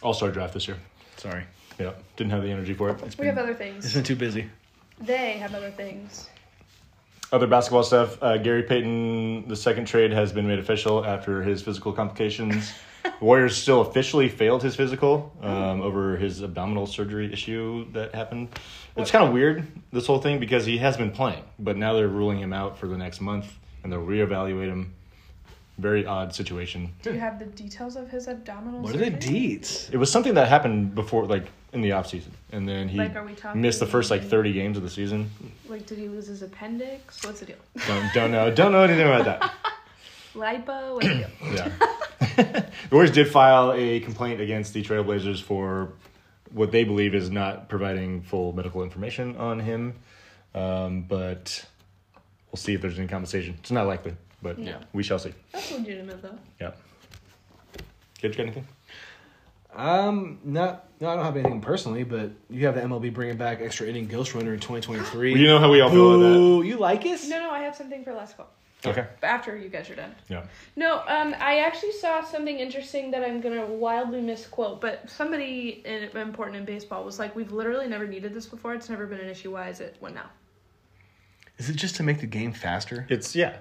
[SPEAKER 1] All Star draft this year.
[SPEAKER 2] Sorry.
[SPEAKER 1] Yeah, didn't have the energy for it.
[SPEAKER 3] We have other
[SPEAKER 2] It's *laughs*
[SPEAKER 3] things.
[SPEAKER 2] been too busy.
[SPEAKER 3] They have other things.
[SPEAKER 1] Other basketball stuff. Uh, Gary Payton, the second trade has been made official after his physical
[SPEAKER 3] *laughs*
[SPEAKER 1] complications. Warriors still officially failed his physical um, over his abdominal surgery issue that happened. It's kind of weird this whole thing because he has been playing, but now they're ruling him out for the next month and they'll reevaluate him. Very odd situation.
[SPEAKER 3] Do you have the details of his abdominal
[SPEAKER 2] What are the
[SPEAKER 3] surgery?
[SPEAKER 2] deeds?
[SPEAKER 1] It was something that happened before, like in the off season, and then he
[SPEAKER 3] Like, are we talking-
[SPEAKER 1] missed the first like thirty games of the season.
[SPEAKER 3] Like, did he lose his appendix? What's the deal?
[SPEAKER 1] Don't, don't know, don't know anything about that.
[SPEAKER 3] Lipo? What's the
[SPEAKER 2] *coughs*
[SPEAKER 3] deal?
[SPEAKER 1] Yeah. *laughs* the Warriors did file a complaint against the Trailblazers for what they believe is not providing full medical information on him. Um, but we'll see if there's any compensation. It's not likely, but
[SPEAKER 3] Yeah.
[SPEAKER 1] we shall see.
[SPEAKER 3] That's legitimate, though.
[SPEAKER 1] Yeah. Good, got anything?
[SPEAKER 2] Um, not no, I don't have anything personally, but you have the MLB bringing back extra inning Ghost Runner in 2023.
[SPEAKER 1] Well, you know how we all feel about
[SPEAKER 2] Ooh, you like it?
[SPEAKER 3] No, no, I have something for last call.
[SPEAKER 1] that. Okay.
[SPEAKER 3] But After you guys are done.
[SPEAKER 1] Yeah.
[SPEAKER 3] No, um, I actually saw something interesting that I'm gonna wildly misquote, but somebody in, important in baseball was like, "We've literally never needed this before. It's never been an issue. Why is it one now?"
[SPEAKER 2] Is it just to make the game faster?
[SPEAKER 1] It's yeah.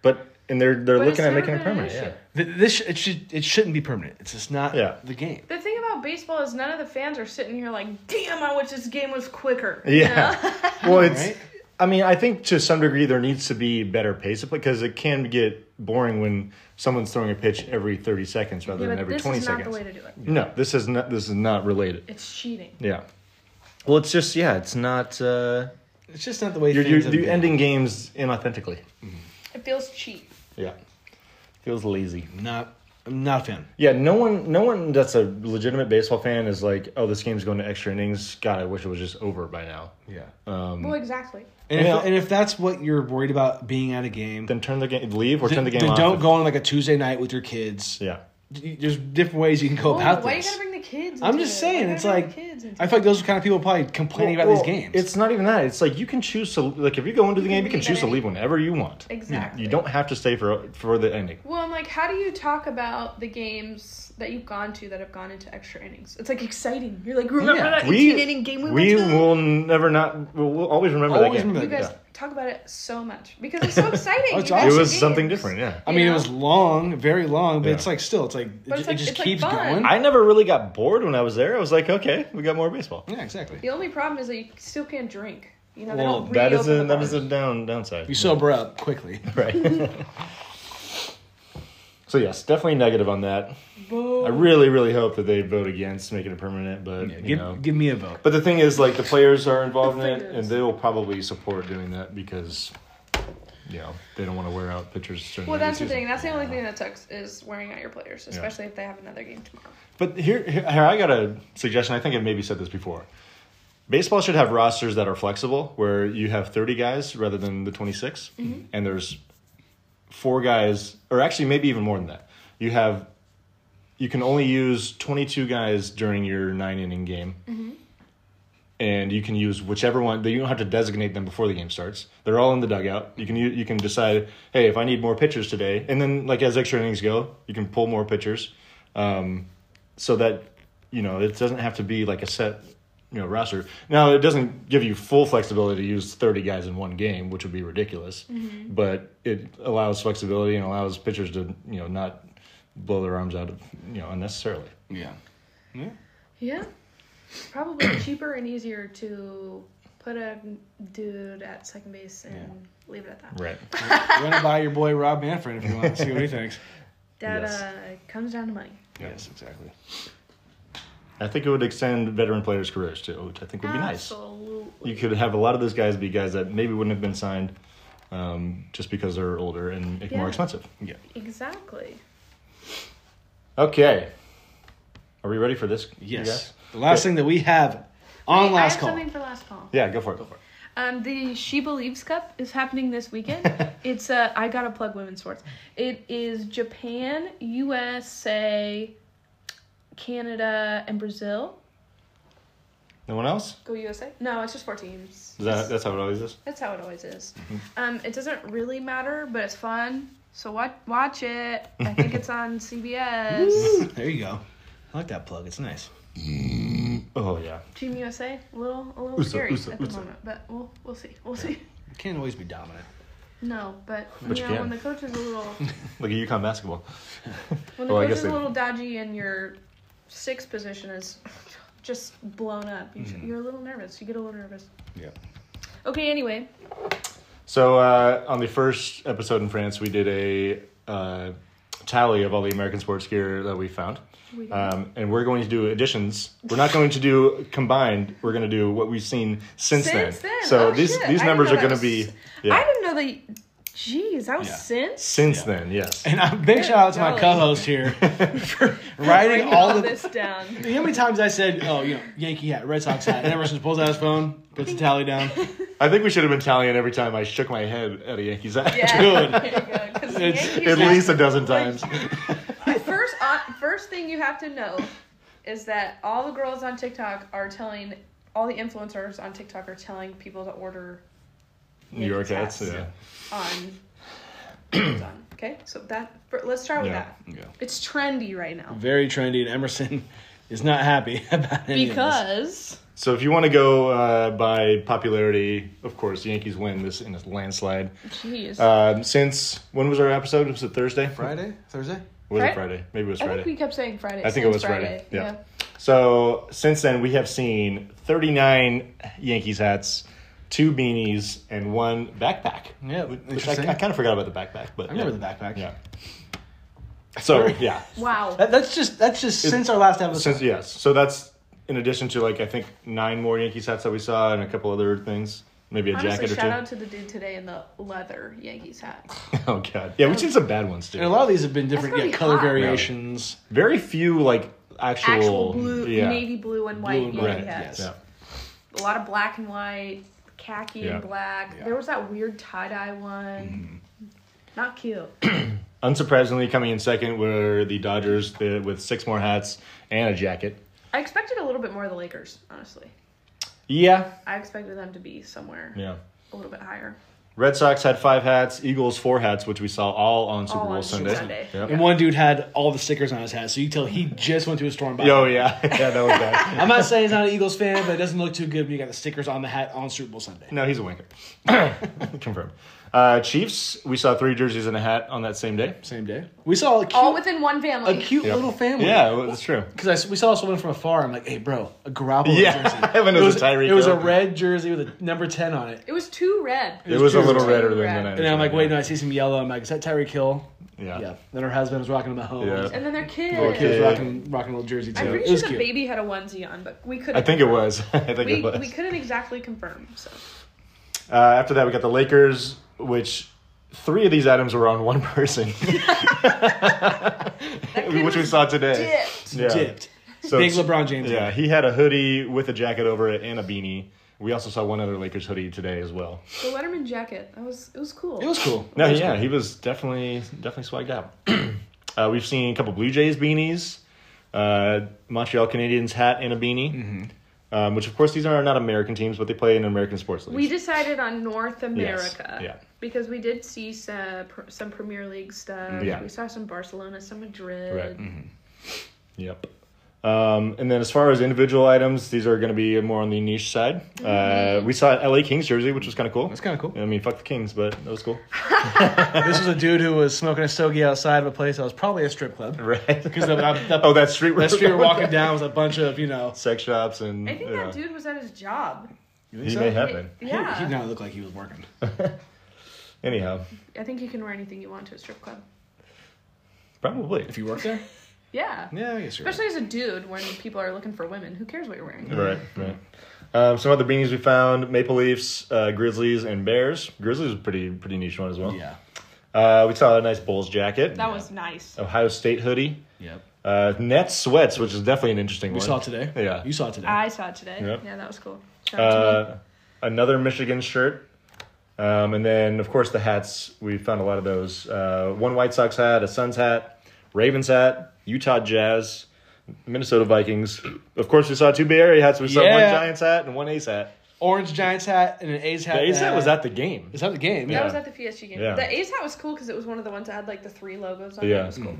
[SPEAKER 1] But and they're they're
[SPEAKER 3] But it's
[SPEAKER 1] looking at
[SPEAKER 3] never
[SPEAKER 1] making it
[SPEAKER 3] been an
[SPEAKER 1] permanent. Yeah.
[SPEAKER 3] issue.
[SPEAKER 2] Th- This sh- it should it shouldn't be permanent. It's just not
[SPEAKER 1] Yeah.
[SPEAKER 2] the game.
[SPEAKER 3] The thing about baseball is none of the fans are sitting here like, "Damn, I wish this game was quicker." you know?
[SPEAKER 1] Yeah. *laughs* well, it's.
[SPEAKER 2] Right?
[SPEAKER 1] I mean, I think to some degree there needs to be better pace of play because it can get boring when someone's throwing a pitch every thirty seconds rather
[SPEAKER 3] Yeah,
[SPEAKER 1] than
[SPEAKER 3] but
[SPEAKER 1] every
[SPEAKER 3] this
[SPEAKER 1] twenty
[SPEAKER 3] is not
[SPEAKER 1] seconds.
[SPEAKER 3] the way to do it.
[SPEAKER 1] no, this is not. This is not related.
[SPEAKER 3] It's cheating.
[SPEAKER 1] Yeah. Well, it's just yeah, it's not. Uh,
[SPEAKER 2] It's just not the way
[SPEAKER 1] you're
[SPEAKER 2] things
[SPEAKER 1] you're,
[SPEAKER 2] have
[SPEAKER 1] you're
[SPEAKER 2] been.
[SPEAKER 1] ending games inauthentically.
[SPEAKER 3] It feels cheap.
[SPEAKER 1] Yeah. Feels lazy.
[SPEAKER 2] Not I'm not a fan.
[SPEAKER 1] Yeah, no one, no one that's a legitimate baseball fan is like, oh, this game's going to extra innings. God, I wish it was just over by now.
[SPEAKER 2] Yeah.
[SPEAKER 3] well, exactly.
[SPEAKER 2] And if,
[SPEAKER 1] Yeah.
[SPEAKER 2] and if that's what you're worried about being at a game,
[SPEAKER 1] Then turn the game, leave or
[SPEAKER 2] then,
[SPEAKER 1] turn the game
[SPEAKER 2] then
[SPEAKER 1] off.
[SPEAKER 2] don't
[SPEAKER 1] if-
[SPEAKER 2] go on like a Tuesday night with your kids.
[SPEAKER 1] Yeah.
[SPEAKER 2] D- There's different ways you can go
[SPEAKER 3] Oh,
[SPEAKER 2] about
[SPEAKER 3] why
[SPEAKER 2] this.
[SPEAKER 3] you gotta bring the kids?
[SPEAKER 2] I'm
[SPEAKER 3] into
[SPEAKER 2] just
[SPEAKER 3] it? Why
[SPEAKER 2] saying,
[SPEAKER 3] you
[SPEAKER 2] it's
[SPEAKER 3] gotta bring
[SPEAKER 2] like
[SPEAKER 3] the kids into
[SPEAKER 2] I
[SPEAKER 3] it?
[SPEAKER 2] feel like those are kind of people probably complaining about
[SPEAKER 1] Well,
[SPEAKER 2] these games.
[SPEAKER 1] It's not even that. It's like you can choose to like if you go into the game, you can
[SPEAKER 3] can leave
[SPEAKER 1] choose
[SPEAKER 3] at
[SPEAKER 1] to
[SPEAKER 3] any-
[SPEAKER 1] leave whenever you want.
[SPEAKER 3] exactly.
[SPEAKER 1] You don't have to stay for for the ending.
[SPEAKER 3] Well, I'm like, how do you talk about the games that you've gone to that have gone into extra innings? It's like exciting. You're like, remember
[SPEAKER 2] Yeah,
[SPEAKER 3] that 18 inning game we,
[SPEAKER 1] we
[SPEAKER 3] went to?
[SPEAKER 1] will never not. We'll, we'll always remember
[SPEAKER 2] Always
[SPEAKER 1] that game.
[SPEAKER 2] remember
[SPEAKER 3] you guys
[SPEAKER 1] Yeah.
[SPEAKER 3] talk about it so much
[SPEAKER 1] *laughs*
[SPEAKER 3] because it's so exciting.
[SPEAKER 2] It's
[SPEAKER 3] You
[SPEAKER 2] awesome.
[SPEAKER 1] It
[SPEAKER 3] guys
[SPEAKER 1] was
[SPEAKER 3] do
[SPEAKER 1] something
[SPEAKER 3] games.
[SPEAKER 1] different. Yeah.
[SPEAKER 2] I mean,
[SPEAKER 3] Yeah.
[SPEAKER 2] it was long, very long, but
[SPEAKER 1] Yeah.
[SPEAKER 2] it's like still, it's like it,
[SPEAKER 3] But it's
[SPEAKER 2] ju- it
[SPEAKER 3] like-
[SPEAKER 2] just
[SPEAKER 3] it's like
[SPEAKER 2] keeps
[SPEAKER 3] fun.
[SPEAKER 2] going.
[SPEAKER 1] I never really got bored when I was there. I was like, okay, we got more baseball.
[SPEAKER 2] yeah, exactly.
[SPEAKER 3] The only problem is that you still can't drink. You know,
[SPEAKER 2] Well,
[SPEAKER 3] they don't
[SPEAKER 1] That is
[SPEAKER 3] reopen
[SPEAKER 1] a
[SPEAKER 3] the
[SPEAKER 1] that is a
[SPEAKER 3] bars.
[SPEAKER 1] down downside.
[SPEAKER 2] You sober up quickly.
[SPEAKER 1] right. *laughs* so yes, definitely negative on that.
[SPEAKER 3] Boo.
[SPEAKER 1] I really really hope that they vote against making it permanent, but
[SPEAKER 2] Yeah,
[SPEAKER 1] you
[SPEAKER 2] give,
[SPEAKER 1] know.
[SPEAKER 2] give me a vote.
[SPEAKER 1] But the thing is, like the players are involved in it,
[SPEAKER 3] Fingers.
[SPEAKER 1] and they will probably support doing that because, you know, they don't want to wear out pitchers. during
[SPEAKER 3] Well, that's the
[SPEAKER 1] regular
[SPEAKER 3] thing. That's the only
[SPEAKER 1] season.
[SPEAKER 3] thing that sucks is wearing out your players, especially if they have another game tomorrow.
[SPEAKER 1] But here, here, here I got a suggestion. I think I maybe said this before. Baseball should have rosters that are flexible, where you have thirty guys rather than the 26 and there's four guys, or actually maybe even more than that. You have, you can only use twenty-two guys during your nine-inning game, and you can use whichever one. You don't have to designate them before the game starts. They're all in the dugout. You can u- you can decide, hey, if I need more pitchers today, and then like as extra innings go, you can pull more pitchers, um, so that you know it doesn't have to be like a set you know roster. Now it doesn't give you full flexibility to use thirty guys in one game, which would be ridiculous,
[SPEAKER 3] Mm-hmm.
[SPEAKER 1] but it allows flexibility and allows pitchers to you know not blow their arms out of you know unnecessarily.
[SPEAKER 2] Yeah.
[SPEAKER 3] Yeah. Probably *coughs* cheaper and easier to put a dude at second base and leave it at that. *laughs*
[SPEAKER 1] Right.
[SPEAKER 2] Run it by your boy Rob Manfred if you want to see what he thinks.
[SPEAKER 3] That
[SPEAKER 1] Yes.
[SPEAKER 3] uh, comes down to money.
[SPEAKER 2] Yes, exactly.
[SPEAKER 1] I think it would extend veteran players' careers too, which I think would be nice.
[SPEAKER 3] Absolutely.
[SPEAKER 1] You could have a lot of those guys be guys that maybe wouldn't have been signed um, just because they're older and make more
[SPEAKER 3] Yeah.
[SPEAKER 1] expensive.
[SPEAKER 3] Exactly.
[SPEAKER 1] Okay. Are we ready for this? you
[SPEAKER 2] *laughs* Yes.
[SPEAKER 1] guys?
[SPEAKER 2] The last
[SPEAKER 1] Okay.
[SPEAKER 2] thing that we have on
[SPEAKER 3] Wait, I
[SPEAKER 2] last
[SPEAKER 3] have
[SPEAKER 2] call.
[SPEAKER 3] something for last call.
[SPEAKER 1] Yeah, go for it.
[SPEAKER 3] Um, the She Believes Cup is happening this weekend.
[SPEAKER 2] *laughs*
[SPEAKER 3] it's uh, I gotta plug women's sports. It is Japan, USA, Canada, and Brazil.
[SPEAKER 1] No one else?
[SPEAKER 3] Go USA? No, it's just four teams.
[SPEAKER 1] Is that that's how it Mm-hmm. always is?
[SPEAKER 3] That's how it always is. Um, it doesn't really matter, but it's fun. So watch watch it. I
[SPEAKER 1] *laughs*
[SPEAKER 3] think it's on CBS.
[SPEAKER 2] There you go. I like that plug. It's nice.
[SPEAKER 1] Oh yeah.
[SPEAKER 3] Team USA, a little a little
[SPEAKER 1] Uso,
[SPEAKER 3] scary
[SPEAKER 1] Uso,
[SPEAKER 3] at the
[SPEAKER 1] Uso.
[SPEAKER 3] moment, but we'll we'll see. We'll see.
[SPEAKER 2] You can't always be dominant.
[SPEAKER 3] No, but,
[SPEAKER 1] But
[SPEAKER 3] you
[SPEAKER 1] you
[SPEAKER 3] know,
[SPEAKER 1] can.
[SPEAKER 3] when the coach is a
[SPEAKER 1] *laughs*
[SPEAKER 3] little
[SPEAKER 1] Look at UConn basketball.
[SPEAKER 3] When the
[SPEAKER 1] Well, I
[SPEAKER 3] coach
[SPEAKER 1] guess
[SPEAKER 3] is a
[SPEAKER 1] they-
[SPEAKER 3] little dodgy and your sixth position is *laughs* just blown up, you
[SPEAKER 1] Mm-hmm.
[SPEAKER 3] you're a little nervous. You get a little nervous.
[SPEAKER 2] Yeah.
[SPEAKER 3] Okay, anyway.
[SPEAKER 1] So uh, on the first episode in France, we did a uh, tally of all the American sports gear that we found,
[SPEAKER 3] We did.
[SPEAKER 1] um, and we're going to do additions. We're not going to do combined. We're going to do what we've seen since,
[SPEAKER 3] Since
[SPEAKER 1] then.
[SPEAKER 3] then.
[SPEAKER 1] So
[SPEAKER 3] Oh,
[SPEAKER 1] these
[SPEAKER 3] shit.
[SPEAKER 1] these
[SPEAKER 3] I didn't
[SPEAKER 1] numbers
[SPEAKER 3] know
[SPEAKER 1] are
[SPEAKER 3] that
[SPEAKER 1] going to
[SPEAKER 3] was-
[SPEAKER 1] be
[SPEAKER 3] I
[SPEAKER 1] yeah
[SPEAKER 3] didn't know that. Jeez, that was
[SPEAKER 2] Yeah.
[SPEAKER 3] since?
[SPEAKER 1] since
[SPEAKER 2] Yeah.
[SPEAKER 1] then. Yes.
[SPEAKER 2] And a big shout out to my
[SPEAKER 3] golly.
[SPEAKER 2] co-host here *laughs*
[SPEAKER 1] *laughs*
[SPEAKER 2] for writing
[SPEAKER 3] *laughs* Bring
[SPEAKER 2] all the.
[SPEAKER 3] this down.
[SPEAKER 2] You know how many times I said, "Oh, you know, Yankee hat, Red Sox hat," and Emerson pulls out his phone, puts the tally
[SPEAKER 3] *laughs*
[SPEAKER 2] down.
[SPEAKER 1] I think we should have been tallying every time I shook my head at a Yankees hat.
[SPEAKER 3] Yeah.
[SPEAKER 1] *laughs*
[SPEAKER 2] Dude.
[SPEAKER 3] There you go, 'cause the
[SPEAKER 2] It's-
[SPEAKER 3] Yankees
[SPEAKER 1] at
[SPEAKER 3] have-
[SPEAKER 1] least a dozen times.
[SPEAKER 3] *laughs* First, on, first thing you have to know is that all the girls on TikTok are telling, all the influencers on TikTok are telling people to order
[SPEAKER 1] *laughs* New York
[SPEAKER 3] Yankees
[SPEAKER 1] hats. Yeah.
[SPEAKER 3] on
[SPEAKER 1] *clears throat*
[SPEAKER 3] Amazon. Okay, so that for, let's try with
[SPEAKER 1] Yeah.
[SPEAKER 3] that. It's trendy right now
[SPEAKER 2] Very trendy, and Emerson is not happy *laughs* about any of
[SPEAKER 3] because
[SPEAKER 1] So if you want to go uh, by popularity, of course, the Yankees win this in a landslide.
[SPEAKER 3] jeez,
[SPEAKER 1] Um, since when was our episode? Was it Thursday?
[SPEAKER 2] this. Friday, Thursday.
[SPEAKER 1] Was
[SPEAKER 3] Fri-
[SPEAKER 1] it Friday? Maybe it was
[SPEAKER 3] I think
[SPEAKER 1] Friday.
[SPEAKER 3] we kept saying Friday.
[SPEAKER 1] I think it
[SPEAKER 3] since
[SPEAKER 1] was Friday, yeah. So since then, we have seen 39 Yankees hats, two beanies, and one backpack.
[SPEAKER 2] Yeah,
[SPEAKER 1] Which I,
[SPEAKER 2] interesting.
[SPEAKER 1] I kind of forgot about the backpack, but
[SPEAKER 2] I remember
[SPEAKER 1] yeah.
[SPEAKER 2] the backpack.
[SPEAKER 1] Yeah. So yeah,
[SPEAKER 3] Wow.
[SPEAKER 2] That, that's just that's just since our last episode.
[SPEAKER 1] since yes, so that's in addition to like I think nine more Yankees hats that we saw and a couple other things, maybe a
[SPEAKER 3] Honestly,
[SPEAKER 1] jacket
[SPEAKER 3] shout
[SPEAKER 1] or
[SPEAKER 3] out to the dude today in the leather Yankees hat.
[SPEAKER 1] two. *laughs* oh god, yeah, we've seen some bad ones too.
[SPEAKER 2] and a lot of these have been different
[SPEAKER 3] That's
[SPEAKER 2] yeah,
[SPEAKER 3] gonna be
[SPEAKER 2] color
[SPEAKER 3] hot.
[SPEAKER 2] variations.
[SPEAKER 1] Very few like actual,
[SPEAKER 3] Actual blue,
[SPEAKER 1] yeah,
[SPEAKER 3] navy blue and white
[SPEAKER 2] Blue and
[SPEAKER 1] right,
[SPEAKER 3] Yankee hats.
[SPEAKER 1] yeah.
[SPEAKER 3] A lot of black and white, khaki
[SPEAKER 1] Yeah.
[SPEAKER 3] and black.
[SPEAKER 2] Yeah.
[SPEAKER 3] There was that weird tie dye one. Not cute.
[SPEAKER 1] Unsurprisingly, coming in second were the Dodgers the, with six more hats and a jacket.
[SPEAKER 3] I expected a little bit more of the Lakers, honestly.
[SPEAKER 1] Yeah,
[SPEAKER 3] I expected them to be somewhere
[SPEAKER 1] yeah.
[SPEAKER 3] a little bit higher.
[SPEAKER 1] Red Sox had five hats, Eagles four hats, which we saw all on Super
[SPEAKER 3] All
[SPEAKER 1] Bowl
[SPEAKER 3] on Super
[SPEAKER 1] Sunday.
[SPEAKER 3] Sunday.
[SPEAKER 1] Yep.
[SPEAKER 2] And one dude had all the stickers on his hat, so you can tell he just went to a store and bought.
[SPEAKER 1] Oh
[SPEAKER 2] it.
[SPEAKER 1] yeah, *laughs* yeah, that was bad.
[SPEAKER 2] I'm not saying he's not an Eagles fan, but it doesn't look too good when you got the stickers on the hat on Super Bowl Sunday.
[SPEAKER 1] No, he's a winker. *coughs* Confirmed. Uh, Chiefs, we saw three jerseys and a hat on that same day.
[SPEAKER 2] Same day, we saw a cute,
[SPEAKER 3] All within one
[SPEAKER 2] a
[SPEAKER 3] family.
[SPEAKER 2] cute
[SPEAKER 1] Yep.
[SPEAKER 2] little family.
[SPEAKER 1] Yeah, that's true.
[SPEAKER 2] Because we saw someone from afar. I'm like, hey, bro, a
[SPEAKER 1] *laughs*
[SPEAKER 2] Garoppolo
[SPEAKER 1] Yeah, *laughs*
[SPEAKER 2] jersey.
[SPEAKER 1] Evan was a Tyreek
[SPEAKER 2] It was a
[SPEAKER 1] Hill.
[SPEAKER 2] red jersey with a number 10 on it.
[SPEAKER 3] It was too red.
[SPEAKER 1] It was a
[SPEAKER 2] It was
[SPEAKER 1] little
[SPEAKER 2] too
[SPEAKER 1] redder than
[SPEAKER 3] red.
[SPEAKER 1] the Niners.
[SPEAKER 2] And I'm like,
[SPEAKER 1] yeah.
[SPEAKER 2] wait, no, I see some yellow. I'm like, is that Tyreek Hill?
[SPEAKER 1] Yeah.
[SPEAKER 2] Yeah. Then her husband was rocking a Mahomes.
[SPEAKER 1] Yeah.
[SPEAKER 3] And then their kid.
[SPEAKER 2] The kid was
[SPEAKER 1] Yeah.
[SPEAKER 2] rocking, rocking a little jersey, too.
[SPEAKER 3] I'm
[SPEAKER 2] It
[SPEAKER 3] pretty
[SPEAKER 2] was
[SPEAKER 3] sure the
[SPEAKER 2] cute.
[SPEAKER 3] baby had a onesie on, but we couldn't.
[SPEAKER 1] I think it was. *laughs* I think
[SPEAKER 3] We,
[SPEAKER 1] it was.
[SPEAKER 3] we couldn't exactly confirm. So
[SPEAKER 1] Uh, after that, we got the Lakers, which three of these items were on one person,
[SPEAKER 3] *laughs*
[SPEAKER 1] *laughs*
[SPEAKER 3] kid
[SPEAKER 1] which we
[SPEAKER 3] was
[SPEAKER 1] saw today.
[SPEAKER 3] dipped.
[SPEAKER 1] Yeah.
[SPEAKER 2] Dipped.
[SPEAKER 1] So
[SPEAKER 2] Big
[SPEAKER 1] it's-
[SPEAKER 2] LeBron James.
[SPEAKER 1] Yeah, he had a hoodie with a jacket over it and a beanie. We also saw one other Lakers hoodie today as well.
[SPEAKER 3] The Letterman jacket. That was it was cool.
[SPEAKER 2] It was cool.
[SPEAKER 1] No,
[SPEAKER 2] It was
[SPEAKER 1] yeah,
[SPEAKER 2] cool.
[SPEAKER 1] he was definitely definitely swagged out. *clears throat* uh, we've seen a couple Blue Jays beanies, uh, Montreal Canadiens hat and a beanie.
[SPEAKER 2] Mm-hmm.
[SPEAKER 1] Um, which, of course, these are not American teams, but they play in American sports leagues.
[SPEAKER 3] We decided on North
[SPEAKER 1] Yes,
[SPEAKER 3] America.
[SPEAKER 1] yeah.
[SPEAKER 3] Because we did see some, some Premier League stuff.
[SPEAKER 1] Yeah.
[SPEAKER 3] We saw some Barcelona, some Madrid.
[SPEAKER 1] Right. mhm. Yep. Um, and then as far as individual items, these are going to be more on the niche side.
[SPEAKER 3] Mm-hmm.
[SPEAKER 1] Uh, we saw an LA Kings jersey, which was kind of cool.
[SPEAKER 2] That's kind of cool.
[SPEAKER 1] I mean, fuck the Kings, but that
[SPEAKER 2] *laughs*
[SPEAKER 1] was cool.
[SPEAKER 2] This was a dude who was smoking a stogie outside of a place that was probably a strip
[SPEAKER 1] *laughs*
[SPEAKER 2] club.
[SPEAKER 1] Right.
[SPEAKER 2] Because the, uh, the,
[SPEAKER 1] oh, that street.
[SPEAKER 2] that street we were walking down was a bunch of, you know.
[SPEAKER 1] *laughs* Sex shops and.
[SPEAKER 3] I think
[SPEAKER 1] yeah.
[SPEAKER 3] that dude was at his job.
[SPEAKER 2] You
[SPEAKER 1] He may have been.
[SPEAKER 2] He,
[SPEAKER 3] Yeah.
[SPEAKER 2] he now looked like he was working.
[SPEAKER 1] Anyhow,
[SPEAKER 3] I think you can wear anything you want to a strip club.
[SPEAKER 1] probably.
[SPEAKER 2] If you work there?
[SPEAKER 3] Yeah.
[SPEAKER 2] Yeah, I guess you're right.
[SPEAKER 3] Especially as a dude when people are looking for women. Who cares what you're wearing?
[SPEAKER 1] Right. Right. Um, some other beanies we found: Maple Leafs, uh, Grizzlies, and Bears. Grizzlies was a pretty pretty niche one as well.
[SPEAKER 2] Yeah.
[SPEAKER 1] Uh, we saw a nice Bulls jacket.
[SPEAKER 3] That was nice.
[SPEAKER 1] Ohio State hoodie.
[SPEAKER 2] Yep.
[SPEAKER 1] Uh, Nets sweats, which is definitely an interesting
[SPEAKER 2] We
[SPEAKER 1] one.
[SPEAKER 2] saw it today.
[SPEAKER 1] Yeah.
[SPEAKER 2] You saw it today.
[SPEAKER 3] I saw it today.
[SPEAKER 1] Yep.
[SPEAKER 3] Yeah, that was cool. Shout out to me.
[SPEAKER 1] Uh, another Michigan shirt. Um, and then, of course, the hats. We found a lot of those. Uh, one White Sox hat, a Suns hat, Ravens hat, Utah Jazz, Minnesota Vikings. Of course, we saw two Bay Area hats. We saw one
[SPEAKER 2] Yeah.
[SPEAKER 1] Giants hat and one Ace hat.
[SPEAKER 2] Orange Giants hat and an A's hat.
[SPEAKER 1] The Ace hat
[SPEAKER 2] that-
[SPEAKER 1] was at the game.
[SPEAKER 2] Is that the game?
[SPEAKER 3] That
[SPEAKER 1] Yeah.
[SPEAKER 3] was at the PSG game.
[SPEAKER 1] Yeah.
[SPEAKER 3] The Ace hat was cool because it was one of the ones that had like the three logos on it.
[SPEAKER 1] Yeah.
[SPEAKER 3] It was cool.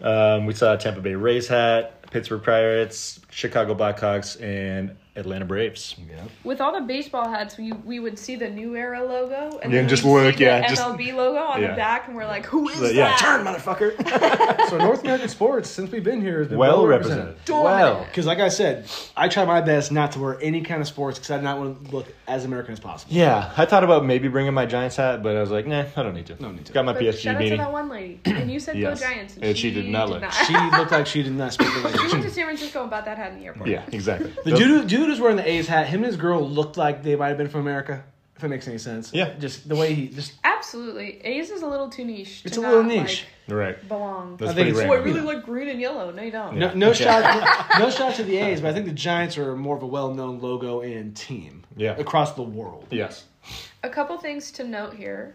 [SPEAKER 1] Um, we saw a Tampa Bay Rays hat, Pittsburgh Pirates, Chicago Blackhawks, and Atlanta Braves.
[SPEAKER 2] Yeah.
[SPEAKER 3] With all the baseball hats, we we would see the new era logo and
[SPEAKER 1] Yeah,
[SPEAKER 3] then
[SPEAKER 1] just
[SPEAKER 3] we'd see
[SPEAKER 1] look,
[SPEAKER 3] the
[SPEAKER 1] yeah,
[SPEAKER 3] MLB
[SPEAKER 1] just-
[SPEAKER 3] logo on
[SPEAKER 1] yeah.
[SPEAKER 3] the back, and we're like, who is
[SPEAKER 1] But,
[SPEAKER 3] that?
[SPEAKER 1] yeah, turn,
[SPEAKER 2] motherfucker. so North American sports, since we've been here, has
[SPEAKER 1] *laughs*
[SPEAKER 2] been
[SPEAKER 1] Well represented.
[SPEAKER 3] Dominant.
[SPEAKER 2] Because, like I said, I try my best not to wear any kind of sports because I do not want to look as American as possible.
[SPEAKER 1] Yeah, I thought about maybe bringing my Giants hat, but I was like, nah, I don't need to.
[SPEAKER 2] No need to.
[SPEAKER 1] Got my
[SPEAKER 3] But
[SPEAKER 1] PSG
[SPEAKER 3] shout out to that
[SPEAKER 1] beanie.
[SPEAKER 3] one lady, and you said
[SPEAKER 1] Yes.
[SPEAKER 3] go Giants, and,
[SPEAKER 1] And she did not look- *laughs*
[SPEAKER 2] She looked like she did not speak the
[SPEAKER 3] she
[SPEAKER 2] language.
[SPEAKER 3] went to San Francisco and bought that hat in the airport.
[SPEAKER 1] Yeah, exactly.
[SPEAKER 2] The dude, who- dude who's wearing the A's hat, him and his girl looked like they might have been from America, if it makes any sense.
[SPEAKER 1] Yeah.
[SPEAKER 2] Just the way he just.
[SPEAKER 3] Absolutely, A's is a little too niche. To
[SPEAKER 2] It's a little
[SPEAKER 3] not,
[SPEAKER 2] niche.
[SPEAKER 1] Right.
[SPEAKER 3] Like, belong.
[SPEAKER 1] That's
[SPEAKER 2] I think
[SPEAKER 1] pretty
[SPEAKER 2] it's-
[SPEAKER 3] Oh, I
[SPEAKER 1] random.
[SPEAKER 3] really like green and yellow. No, you don't.
[SPEAKER 2] No, no shot,
[SPEAKER 1] *laughs*
[SPEAKER 2] no shot to the A's, but I think the Giants are more of a well-known logo and team
[SPEAKER 1] Yeah.
[SPEAKER 2] across the world.
[SPEAKER 1] Yes.
[SPEAKER 3] A couple things to note here.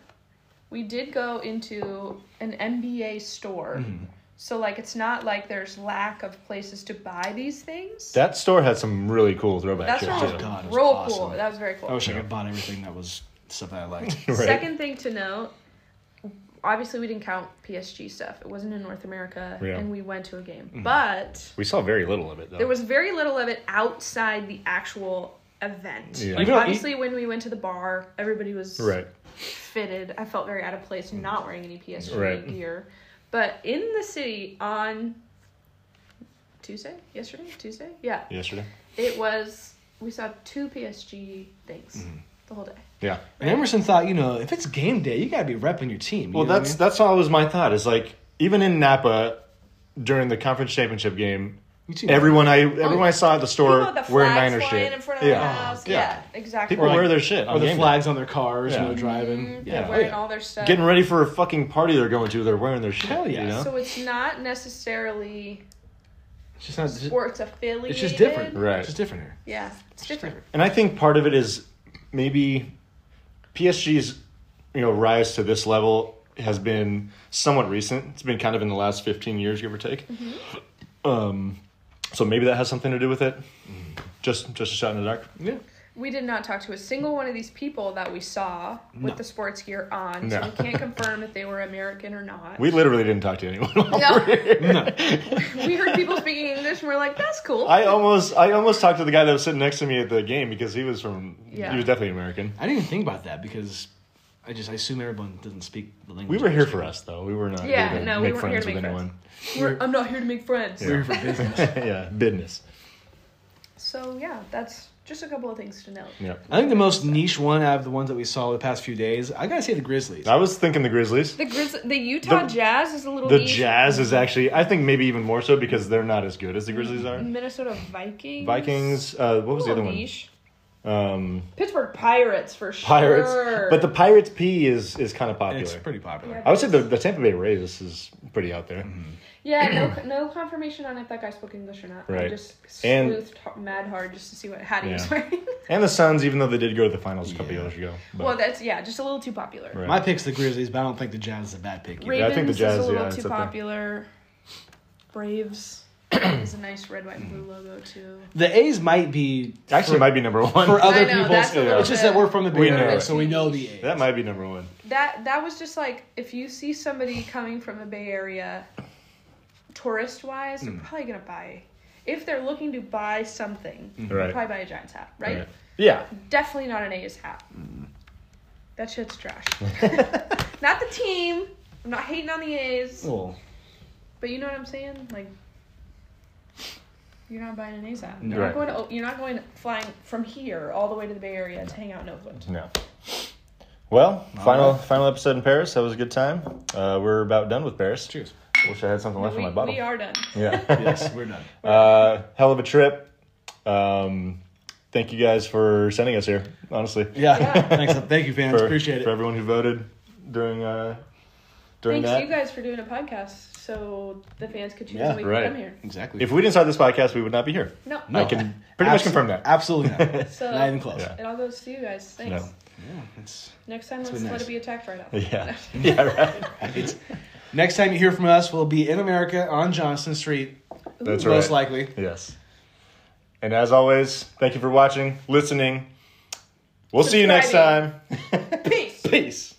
[SPEAKER 3] We did go into an NBA store.
[SPEAKER 1] Mm-hmm.
[SPEAKER 3] So like it's not like there's lack of places to buy these things.
[SPEAKER 1] That store had some really cool throwback
[SPEAKER 3] That's
[SPEAKER 1] shit,
[SPEAKER 3] what
[SPEAKER 1] too.
[SPEAKER 3] was
[SPEAKER 2] Oh, God, it was
[SPEAKER 3] real cool.
[SPEAKER 2] awesome.
[SPEAKER 3] That was very cool.
[SPEAKER 2] I wish I could have bought everything that was stuff that
[SPEAKER 1] *laughs*
[SPEAKER 2] I liked.
[SPEAKER 1] Right.
[SPEAKER 3] Second thing to note, obviously we didn't count PSG stuff. It wasn't in North America
[SPEAKER 1] Yeah.
[SPEAKER 3] and we went to a game.
[SPEAKER 2] Mm-hmm.
[SPEAKER 3] But
[SPEAKER 1] We saw very little of it, though.
[SPEAKER 3] there was very little of it outside the actual event.
[SPEAKER 1] Yeah.
[SPEAKER 3] Like
[SPEAKER 2] Even on-
[SPEAKER 3] obviously when we went to the bar, everybody was
[SPEAKER 1] right.
[SPEAKER 3] fitted. I felt very out of place
[SPEAKER 2] Mm-hmm.
[SPEAKER 3] not wearing any PSG
[SPEAKER 1] Right.
[SPEAKER 3] gear. But in the city on Tuesday, yesterday, Tuesday, yeah,
[SPEAKER 1] Yesterday.
[SPEAKER 3] it was. We saw two PSG things
[SPEAKER 2] Mm-hmm.
[SPEAKER 3] the whole day.
[SPEAKER 1] Yeah.
[SPEAKER 2] And Emerson thought, you know, if it's game day, you got to be repping your team. You
[SPEAKER 1] Well,
[SPEAKER 2] know what I
[SPEAKER 1] that's
[SPEAKER 2] mean?
[SPEAKER 1] that's always my thought. Is like even in Napa during the conference championship game,
[SPEAKER 2] You too.
[SPEAKER 1] everyone I everyone I saw at the
[SPEAKER 3] People
[SPEAKER 1] store
[SPEAKER 3] with the
[SPEAKER 1] wearing
[SPEAKER 3] flags
[SPEAKER 1] Niner
[SPEAKER 3] flying
[SPEAKER 1] shit.
[SPEAKER 3] in front of the
[SPEAKER 1] yeah.
[SPEAKER 3] house. Yeah, exactly.
[SPEAKER 1] People
[SPEAKER 2] like-
[SPEAKER 1] wear their shit
[SPEAKER 2] or
[SPEAKER 1] on
[SPEAKER 2] the
[SPEAKER 1] game day.
[SPEAKER 2] flags on their cars,
[SPEAKER 1] Yeah.
[SPEAKER 2] no driving.
[SPEAKER 3] Mhm,
[SPEAKER 1] Yeah.
[SPEAKER 3] wearing
[SPEAKER 2] Oh, yeah.
[SPEAKER 3] all their stuff.
[SPEAKER 1] Getting ready for a fucking party they're going to. They're wearing their shit.
[SPEAKER 2] Hell yeah.
[SPEAKER 1] You know?
[SPEAKER 3] So it's not necessarily
[SPEAKER 2] It's just not. It's just,
[SPEAKER 3] sports affiliated.
[SPEAKER 2] it's just different.
[SPEAKER 1] Right.
[SPEAKER 2] It's just different here.
[SPEAKER 3] Yeah, it's different.
[SPEAKER 1] And I think part of it is maybe PSG's you know rise to this level has been somewhat recent. It's been kind of in the last fifteen years, give or take.
[SPEAKER 3] Mm-hmm.
[SPEAKER 1] Um, so maybe that has something to do with it. Just just a shot in the dark.
[SPEAKER 2] Yeah.
[SPEAKER 3] We did not talk to a single one of these people that we saw with the sports gear on, so
[SPEAKER 1] No.
[SPEAKER 3] we can't confirm if they were American or not. *laughs*
[SPEAKER 1] We literally didn't talk to anyone. *laughs*
[SPEAKER 3] no. we heard people speaking English and we're like, that's cool.
[SPEAKER 1] I almost I almost talked to the guy that was sitting next to me at the game because he was from
[SPEAKER 3] Yeah.
[SPEAKER 1] he was definitely American.
[SPEAKER 2] I didn't even think about that because I just I assume everyone doesn't speak the
[SPEAKER 1] We
[SPEAKER 2] language.
[SPEAKER 1] were here for us though. We were not
[SPEAKER 3] Yeah,
[SPEAKER 1] here to
[SPEAKER 3] no,
[SPEAKER 1] make
[SPEAKER 3] we weren't here
[SPEAKER 1] friends
[SPEAKER 3] to
[SPEAKER 1] with
[SPEAKER 3] make
[SPEAKER 1] anyone.
[SPEAKER 3] We're- I'm not here to make friends.
[SPEAKER 2] We were here for
[SPEAKER 1] *laughs*
[SPEAKER 2] business.
[SPEAKER 1] yeah, business.
[SPEAKER 3] So, yeah, that's just a couple of things to note.
[SPEAKER 1] Yeah.
[SPEAKER 2] I think the most niche one out of the ones that we saw the past few days, I gotta say the Grizzlies.
[SPEAKER 1] I was thinking the Grizzlies.
[SPEAKER 3] The Grizz- the Utah
[SPEAKER 1] The-
[SPEAKER 3] Jazz is a little
[SPEAKER 1] The
[SPEAKER 3] niche.
[SPEAKER 1] Jazz is actually, I think, maybe even more so because they're not as good as the Grizzlies are.
[SPEAKER 3] Minnesota Vikings.
[SPEAKER 1] Vikings. Uh, what was the
[SPEAKER 3] Little
[SPEAKER 1] other one?
[SPEAKER 3] niche.
[SPEAKER 1] Um,
[SPEAKER 3] Pittsburgh Pirates for
[SPEAKER 1] Pirates.
[SPEAKER 3] sure.
[SPEAKER 1] But the Pirates P is is kind of
[SPEAKER 2] It's
[SPEAKER 1] popular.
[SPEAKER 2] pretty popular.
[SPEAKER 1] I would say the, the Tampa Bay Rays is pretty out there.
[SPEAKER 2] Mm-hmm.
[SPEAKER 3] yeah, no, no confirmation on if that guy spoke English or not. I
[SPEAKER 1] Right.
[SPEAKER 3] just
[SPEAKER 1] And-
[SPEAKER 3] sleuthed h- mad hard just to see what hat he was
[SPEAKER 1] Yeah.
[SPEAKER 3] wearing. *laughs*
[SPEAKER 1] And the Suns, even though they did go to the finals a couple
[SPEAKER 2] Yeah.
[SPEAKER 1] years ago. But,
[SPEAKER 3] well, that's yeah, just a little too popular.
[SPEAKER 1] Right.
[SPEAKER 2] My pick's the Grizzlies, but I don't think the Jazz is a bad pick either.
[SPEAKER 3] Ravens
[SPEAKER 1] Yeah, I think the
[SPEAKER 3] is
[SPEAKER 1] Jazz,
[SPEAKER 3] a little
[SPEAKER 1] yeah, it's
[SPEAKER 3] too
[SPEAKER 1] up there. *coughs*
[SPEAKER 3] popular. Braves. is a nice red, white, and blue logo too.
[SPEAKER 2] The A's might be
[SPEAKER 1] Actually,
[SPEAKER 2] for,
[SPEAKER 1] it might be number one.
[SPEAKER 2] for other
[SPEAKER 3] I know, that's a
[SPEAKER 2] people.
[SPEAKER 3] little
[SPEAKER 2] It's just that
[SPEAKER 3] bit-
[SPEAKER 2] we're from the Bay
[SPEAKER 1] We know
[SPEAKER 2] Area,
[SPEAKER 1] it.
[SPEAKER 2] so we know the
[SPEAKER 1] *laughs*
[SPEAKER 2] A's. *laughs*
[SPEAKER 1] that might be number one.
[SPEAKER 3] That that was just like if you see somebody coming from the Bay Area, tourist wise,
[SPEAKER 1] Hmm.
[SPEAKER 3] they're probably gonna buy. If they're looking to buy something, they'll
[SPEAKER 1] Right.
[SPEAKER 3] probably buy a Giants hat, right?
[SPEAKER 1] Right. Yeah.
[SPEAKER 3] Definitely not an A's hat. That shit's trash. not the team. I'm not hating on the A's,
[SPEAKER 1] Oh.
[SPEAKER 2] Well,
[SPEAKER 3] but you know what I'm saying? Like, you're not buying an A's hat.
[SPEAKER 1] No.
[SPEAKER 3] You're
[SPEAKER 1] Right.
[SPEAKER 3] not going. To, you're not going flying from here all the way to the Bay Area to hang out in Oakland.
[SPEAKER 1] No. Well, final final episode in Paris. That was a good time. Uh, we're about done with Paris.
[SPEAKER 2] cheers.
[SPEAKER 1] Wish I had something left in
[SPEAKER 3] we,
[SPEAKER 1] my bottle.
[SPEAKER 3] we are done.
[SPEAKER 1] *laughs* Yeah.
[SPEAKER 2] Yes, we're done.
[SPEAKER 1] uh, hell of a trip. Um, thank you guys for sending us here. Honestly,
[SPEAKER 2] Yeah.
[SPEAKER 3] Yeah.
[SPEAKER 2] Thanks. Thank you, fans.
[SPEAKER 1] for,
[SPEAKER 2] Appreciate
[SPEAKER 1] for
[SPEAKER 2] it.
[SPEAKER 1] everyone who voted during uh, during
[SPEAKER 3] Thanks
[SPEAKER 1] that.
[SPEAKER 3] you guys for doing a podcast so the fans could choose
[SPEAKER 2] Yeah,
[SPEAKER 3] when we
[SPEAKER 1] right.
[SPEAKER 3] can come here.
[SPEAKER 2] Exactly.
[SPEAKER 1] If we didn't start this podcast, we would not be here.
[SPEAKER 3] No.
[SPEAKER 1] I can pretty much
[SPEAKER 2] Absol-
[SPEAKER 1] confirm that. *laughs*
[SPEAKER 2] Absolutely not.
[SPEAKER 3] So
[SPEAKER 2] not even close.
[SPEAKER 1] Yeah.
[SPEAKER 3] it all goes to you guys. Thanks.
[SPEAKER 1] No.
[SPEAKER 2] Yeah, it's-
[SPEAKER 3] Next time, let's
[SPEAKER 2] been
[SPEAKER 3] let
[SPEAKER 2] nice.
[SPEAKER 3] it be a tax write-off.
[SPEAKER 1] Yeah. *laughs* Yeah. Right.
[SPEAKER 2] it's- next time you hear from us, we'll be in America on Johnston Street,
[SPEAKER 1] That's right.
[SPEAKER 2] most likely.
[SPEAKER 1] Yes. And as always, thank you for watching, listening. We'll see you next time. *laughs*
[SPEAKER 3] Peace.
[SPEAKER 1] Peace.